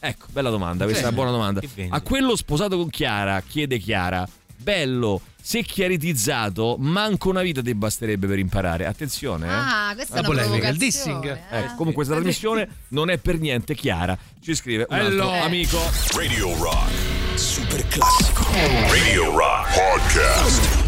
Ecco, bella domanda, questa è
Sì.
una buona domanda.
Che vendi?
A quello sposato con Chiara, chiede Chiara. Bello, se chiaritizzato, manco una vita ti basterebbe per imparare. Attenzione, eh.
Ah, questa è
La
una provocazione.
Eh, comunque questa trasmissione non è per niente chiara. Ci scrive un altro
Allora.
amico.
Radio Rock. Super classico. Radio Rock Podcast.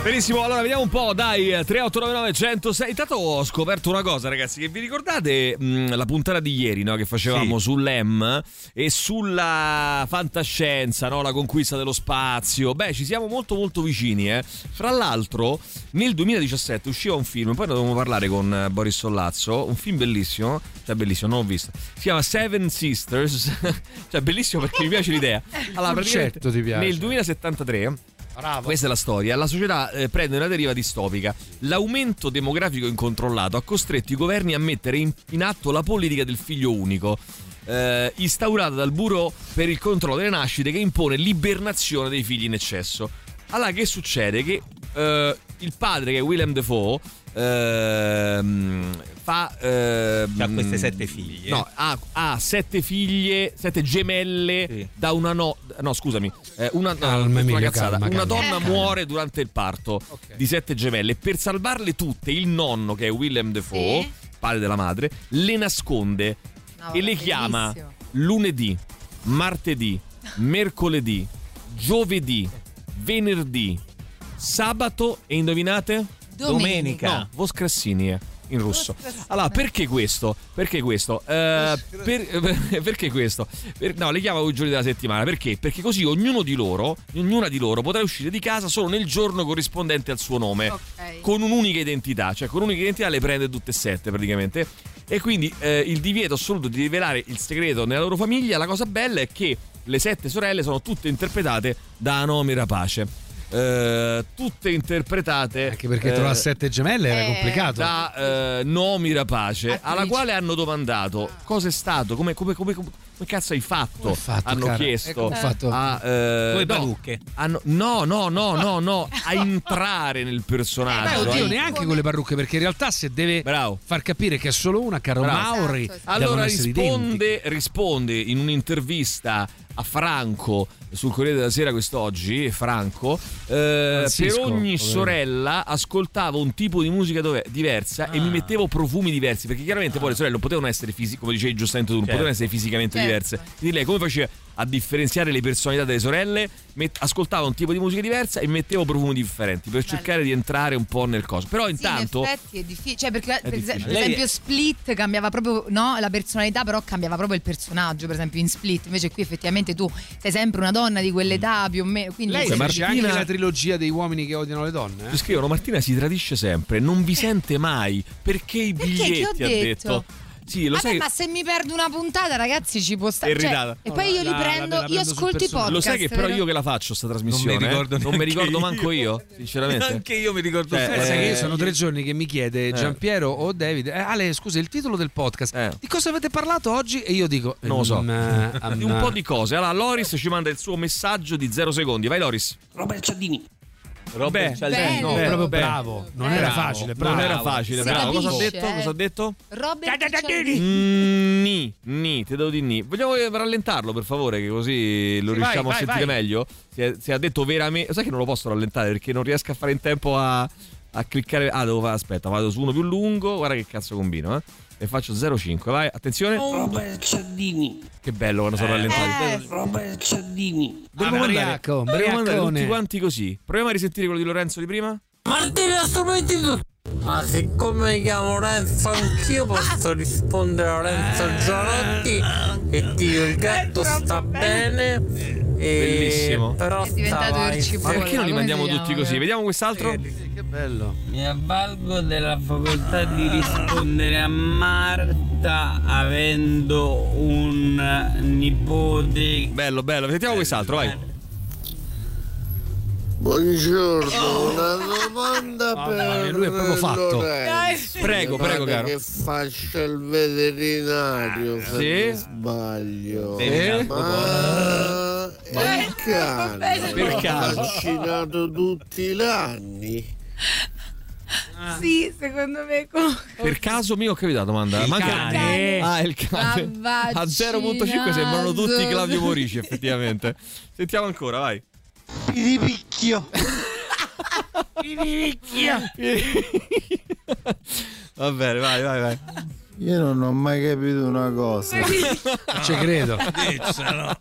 Benissimo, allora vediamo un po', dai, eh, 3899 106. Intanto ho scoperto una cosa, ragazzi, che vi ricordate mh, la puntata di ieri, no, che facevamo sull'EM e sulla fantascienza, no, la conquista dello spazio. Beh, ci siamo molto molto vicini, eh. Fra l'altro, nel 2017 usciva un film, poi ne dovevamo parlare con eh, Boris Sollazzo, un film bellissimo, cioè bellissimo, non l'ho visto. Si chiama Seven Sisters, cioè bellissimo perché mi piace l'idea. praticamente
concetto ti piace.
Nel 2073 questa è la storia. La società eh, prende una deriva distopica. L'aumento demografico incontrollato ha costretto i governi a mettere in, in atto la politica del figlio unico. eh, instaurata dal Bureau per il controllo delle nascite che impone l'ibernazione dei figli in eccesso. Allora, che succede? Che eh, il padre, che è Willem Defoe, ehm, fa... ehm,
Ha queste sette figlie.
No, ha, ha sette figlie, sette gemelle da una no. No, scusami, eh, una, no,
Calma,
una
Emilio,
cazzata.
calma, calma.
Una donna
Eh.
muore durante il parto di sette gemelle. Per salvarle tutte, il nonno, che è Willem Defoe,
Sì.
padre della madre, le nasconde
No,
e le
bellissimo.
chiama lunedì, martedì, mercoledì, giovedì, venerdì, sabato e indovinate?
Domenica.
No, Voskrassini eh, in russo. Allora, perché questo? Perché questo? Eh, per- perché questo? Per- no, le chiama i giorni della settimana. Perché? Perché così ognuno di loro, ognuna di loro potrà uscire di casa solo nel giorno corrispondente al suo nome. Con un'unica identità. Cioè, con un'unica identità le prende tutte e sette praticamente. E quindi eh, il divieto assoluto di rivelare il segreto nella loro famiglia. La cosa bella è che le sette sorelle sono tutte interpretate da Anomi Rapace. Eh, tutte interpretate eh, anche
Perché trovare sette gemelle era complicato.
da eh, Nomi Rapace,
Ah,
alla quale hanno domandato cosa è stato, come, come- come- come- come cazzo hai fatto?
Come hai fatto,
hanno
cara? Eh,
chiesto
come hai fatto?
a eh,
Due
no,
parrucche.
hanno- no, no, no, no, no, a entrare nel
Eh, Beh,
personaggio.
oddio,
eh.
neanche con le parrucche, perché in realtà se deve far capire che è solo una, caro
Bravo.
Mauri, devono
Esatto, Allora
essere identiche.
risponde, risponde in un'intervista a Franco sul Corriere della Sera quest'oggi, Franco, eh, per
Francisco,
ogni
ovvero.
sorella ascoltavo un tipo di musica dove- diversa
Ah.
e mi mettevo profumi diversi, perché chiaramente poi le sorelle non potevano essere fisiche, come dicevi giustamente tu, non potevano essere fisicamente
Certo.
diverse. Quindi lei come faceva a differenziare le personalità delle sorelle? Met- ascoltava un tipo di musica diversa e mi mettevo profumi differenti per cercare di entrare un po' nel coso. Però intanto...
in effetti è difficile, cioè perché per,
difficile.
es- per
Lei è-
esempio Split cambiava proprio no, la personalità, però cambiava proprio il personaggio, per esempio in Split, invece qui effettivamente tu sei sempre una donna di quell'età più o meno, quindi
Lei
Comunque,
Martina...
Martina-
anche la trilogia dei uomini che odiano le donne.
Ci Eh? scrivono Martina si tradisce sempre, non vi sente mai perché i
Eh. Perché?
biglietti
Che ho
ha
detto?
detto. Sì, lo
Vabbè,
sai
ma se mi perdo una puntata, ragazzi, ci può stare.
È irritata.
cioè, e poi io li prendo, io ascolto i podcast. eh,
Lo sai che però
vero?
io che la faccio sta trasmissione? eh?
ricordo
Non mi
neanche
ricordo
io.
manco io, sinceramente.
Anche io mi ricordo
Cioè,
sempre.
Pensa che
eh,
io sono tre giorni che mi chiede
Eh.
Giampiero o David, eh, Ale, scusa, il titolo del podcast, di cosa avete parlato oggi? E io dico,
Non lo so.
"Mm, eh,
Di un po' di cose. Allora, Loris ci manda il suo messaggio di 0 secondi. Vai Loris.
Robert Cialdini.
Beh,
Cialdini.
No, proprio bravo. Non era facile,
Non
bravo.
era facile,
Si
bravo. Cosa ha
capisce,
detto?
eh.
Cosa ha detto?
Robert
Mm, Ni, ni, te devo dire ni. Vogliamo eh, rallentarlo per favore, che così lo
Sì,
riusciamo
vai, vai,
a sentire
vai.
meglio. Si è, si è detto veramente. Sai che non lo posso rallentare perché non riesco a fare in tempo a, a cliccare. Ah, devo fare. Aspetta, vado su uno più lungo. Guarda che cazzo combino, eh. E faccio 0,5. Vai, attenzione.
Robert Cialdini.
Che bello quando
Eh.
sono rallentati.
Robert Cialdini.
Ah,
Dovremmo andare, dovremmo andare tutti quanti così. Proviamo a risentire quello di Lorenzo di prima.
Martina Strumenti. Ma siccome mi chiamo Renzo anch'io posso rispondere a Renzo Gianotti e dico il gatto sta bene.
Eh,
Bellissimo.
Però
È diventato
stava
Ercipolla,
in-
Perché non li mandiamo tutti così? Vediamo quest'altro.
Che bello.
Mi avvalgo della facoltà di rispondere a Marta avendo un nipote.
Bello, bello, sentiamo quest'altro, vai.
Buongiorno, una domanda per
Oh. lui è proprio fatto.
Lorenzo.
Prego, prego,
Guarda
caro. Ah,
Che faccia il veterinario, se
Sì.
non sbaglio.
Sì.
Ma il cane
Eh, Per
l'ha
caso.
vaccinato tutti gli anni.
Sì, secondo me.
Per caso mio ho capito la domanda.
Il
Manca-
Eh.
cane.
Ah, il cane.
Ha
A 0.5 sembrano tutti
vaccinato.
Claudio Morici, effettivamente. Sentiamo ancora, vai.
Piripicchio. Piripicchio.
Va bene, vai, vai, vai.
Io non ho mai capito una cosa.
Ci credo.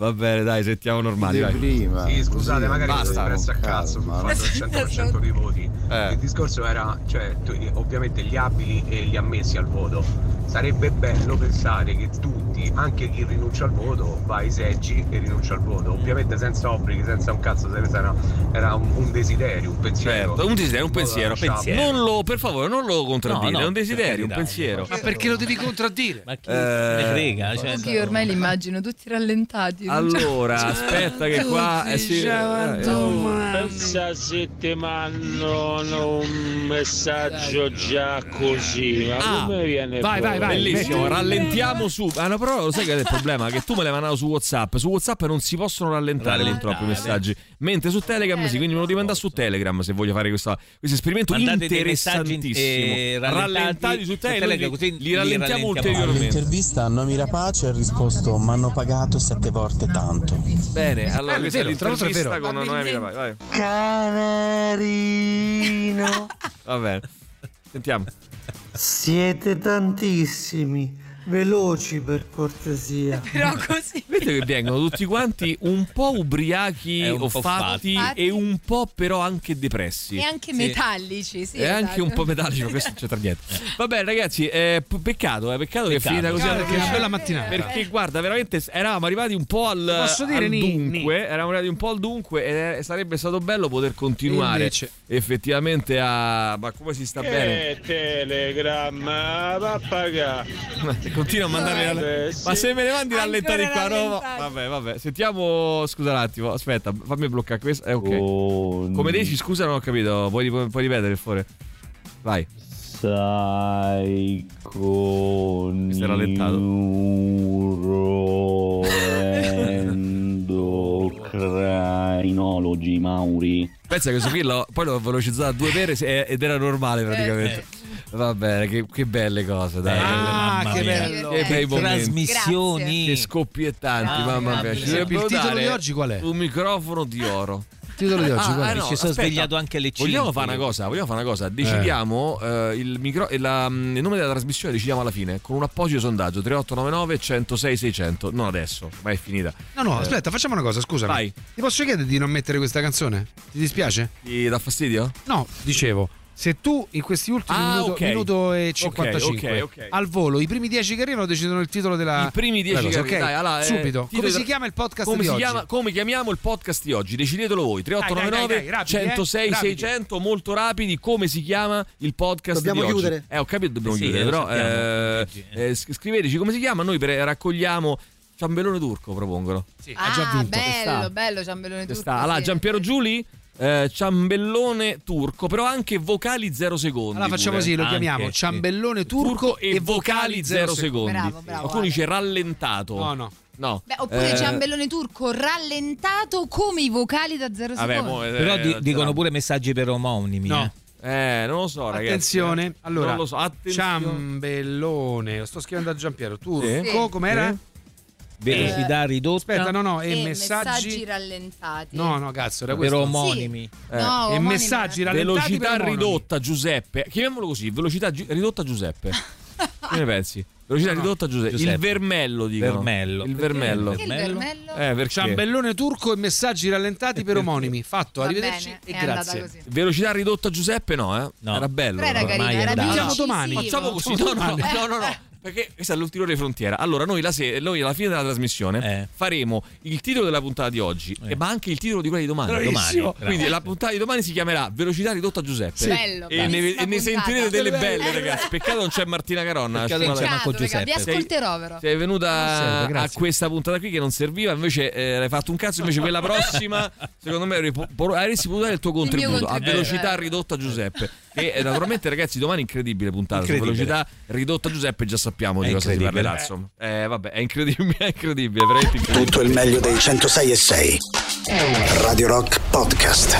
Va bene, dai, sentiamo normali.
Di
Vai.
prima.
Sì, scusate, magari sono
Basta,
espresso a cazzo, sono fatto il 100% dei voti. Il discorso era, cioè, tu- ovviamente gli abili e gli ammessi al voto. Sarebbe bello pensare che tutti, anche chi rinuncia al voto, va ai seggi e rinuncia al voto. Ovviamente senza obblighi, senza un cazzo, se ne sarà, era un, un desiderio, un pensiero.
Certo, Un desiderio, un
In modo da
pensiero.
lasciare-
Non lo, per favore, non lo contraddire.
No, no,
è un desiderio, un
per carità.
pensiero. Eh,
Ma perché lo devi contraddire? Ma
chi se ne frega,
cioè,
Esatto.
Anche io ormai li immagino tutti rallentati.
Allora,
Cioè,
aspetta che qua... eh, sì, eh,
Pensa se ti mandano un messaggio già così, ma
Ah,
come viene fuori?
Bellissimo, rallentiamo su. Ah, no, però lo sai che è il problema? Che tu me l'hai mandato su WhatsApp. Su WhatsApp non si possono rallentare dentro troppi
eh,
messaggi. Mentre su Telegram sì, quindi me lo devi mandare su Telegram se voglio fare questa- questo esperimento
Mandate dei messaggi,
interessantissimo.
eh, rallentati
rallentati su
su
Telegram,
Telegram, così
li, li
li
rallentiamo
rallentiamo.
ulteriormente.
All'intervista Nomi Rapace ha risposto: Mi hanno pagato sette volte tanto.
Bene, allora
Eh, è
questa è
vero, tra l'altro è
l'intervista
vero.
con
Va
Noemi
bene.
Rapai. Vai,
Canarino,
va bene. Sentiamo.
siete tantissimi, veloci per cortesia.
Però così.
Vedete che vengono tutti quanti un po' ubriachi
un
o
po'
fatti,
fatti.
e un po' però anche depressi.
E anche
oh, Sì.
metallici, sì.
è anche
esatto.
un po' metallico, questo non c'entra niente. Va bene, ragazzi, eh, p- peccato, eh, peccato, che è
Peccato.
finita così.
Peccato,
perché-
che Cioè, una bella mattinata.
Perché, guarda, veramente eravamo arrivati un po' al,
Posso dire,
al
ni-
dunque. Eravamo arrivati un po' al dunque e eh, sarebbe stato bello poter continuare
Invece.
effettivamente a. Ma come si sta bene?
Eh, Telegram, ah, va a pagare.
Continua a mandare.
Eh, sì.
Ma se me ne mandi
Ancora
rallentare qua, no?
rallentati.
Vabbè, vabbè. Sentiamo. Scusa un attimo, aspetta, fammi bloccare questo. Eh, ok. Come dici, scusa, non ho capito. Puoi, puoi ripetere, per favore? Vai.
Sai con
Questo era allettato.
endocrinologi Mauri.
Pensa che questo qui l'ho- poi l'ho velocizzato a due pere se- ed era normale praticamente. Va bene, che, che belle cose, dai.
Eh, Ah,
Mamma
che
mia.
bello.
Che bei
Che
momenti.
trasmissioni.
Che scoppiettanti,
Ah,
mamma mia.
grazie.
Ci dovrebbero
Il titolo
dare
di oggi qual è?
Un microfono di oro. Ah, Il
titolo di oggi qual è? Ci sono svegliato anche alle
Vogliamo
cinque.
fare una cosa, vogliamo fare una cosa. Decidiamo eh, il, micro- e la- mm, il nome della trasmissione, decidiamo alla fine, con un apposito sondaggio 3899 106 600. Non adesso, ma è finita.
No, no,
Eh,
aspetta, facciamo una cosa, scusami.
Vai.
Ti posso chiedere di non mettere questa canzone? Ti dispiace?
Ti dà fastidio?
No, dicevo. Se tu in questi ultimi
Ah,
minuto,
ok.
minuto e
Ok,
55
ok, ok.
al volo, i primi 10 che arrivano decidono il titolo della
I primi dieci
della cosa,
che-
ok?
dai, allora, eh,
Subito.
titolo
Come
di-
si chiama il podcast
come
di
si
oggi?
chiama- come chiamiamo il podcast di oggi? Decidetelo voi.
Dai, dai,
3899
dai, dai, rapidi, eh,
106
rapidi.
600 molto rapidi. Come si chiama il podcast
Dobbiamo
di oggi?
chiudere.
Eh, ho capito, dobbiamo
Sì,
chiudere,
lo
però
sappiamo,
eh, eh, sc- scriveteci come si chiama, noi per- eh, raccogliamo Ciambellone turco propongono. Sì,
Ah, bello, bello Ciambellone
Ci
Turco.
sta. Allora,
sì.
Giampiero Giuli, eh, ciambellone turco, però anche vocali 0 secondi.
Allora facciamo
pure.
così, lo
Anche,
chiamiamo
sì.
ciambellone turco
e vocali 0 secondi.
Bravo, bravo,
Qualcuno dice rallentato.
No, no.
No.
Beh, oppure
Eh,
ciambellone turco rallentato come i vocali da zero
Vabbè,
secondi.
mo, eh,
Però di-
eh,
dicono pure messaggi per omonimi. No.
Eh, non lo so, ragazzi. eh.
Attenzione, allora,
non lo so. Attenzione.
ciambellone, lo sto scrivendo a Giampiero, turco,
Sì.
com'era? Eh,
Sì.
Velocità ridotta.
Aspetta, no, no, e
E
messaggi...
rallentati.
No, no, cazzo, era
Per
questo. Eh,
omonimi.
Sì. No,
e
omonimi,
messaggi rallentati
Velocità
per omonimi.
ridotta Giuseppe. Chiamiamolo così, velocità gi- ridotta Giuseppe. che ne pensi? Velocità ridotta Giuseppe.
Giuseppe.
Il vermello, dicono.
Vermello.
Il vermello.
Perché il vermello?
Eh, perché?
Ciambellone turco e messaggi rallentati per omonimi. Fatto,
Va
arrivederci
bene,
e
è andata così.
grazie.
Velocità ridotta Giuseppe no, eh? Era bello.
Però era
Ormai
carina,
è
era
andato.
decisivo.
Diciamo domani.
Facciamo così. No, no, no,
Eh,
no, no, no. Perché questa è l'ulteriore frontiera. Allora, noi, la se- noi alla fine della
Eh.
trasmissione faremo il titolo della puntata di oggi, e ma anche il titolo di quella di domani.
Bravissimo.
Domani. Quindi la puntata di domani si chiamerà Velocità ridotta Giuseppe.
Sì. Bello,
e ne,
bellissima
e ne sentirete
puntata.
delle belle,
Eh.
ragazzi. Peccato non c'è Martina Caronna.
Peccato non c'è Marco Peccato, Giuseppe. raga, vi ascolterò, però.
Sei, sei venuta
Non serve,
a
grazie.
questa puntata qui che non serviva, invece eh, hai fatto un cazzo, invece quella prossima, secondo me, avrei po- po- avresti potuto dare il tuo
mio
contributo a
contributo,
velocità
eh.
ridotta Giuseppe. Che eh, naturalmente, ragazzi, domani incredibile puntata su
Incredibile.
velocità ridotta Giuseppe, già sappiamo di
È
cosa si
incredibile.
parlerà, insomma. Eh, vabbè, è incredibile, è incredibile, veramente incredibile.
Tutto il meglio dei 106 e 6. Radio Rock Podcast.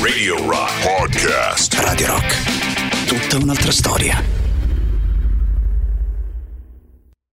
Radio Rock Podcast.
Radio Rock. Tutta un'altra storia.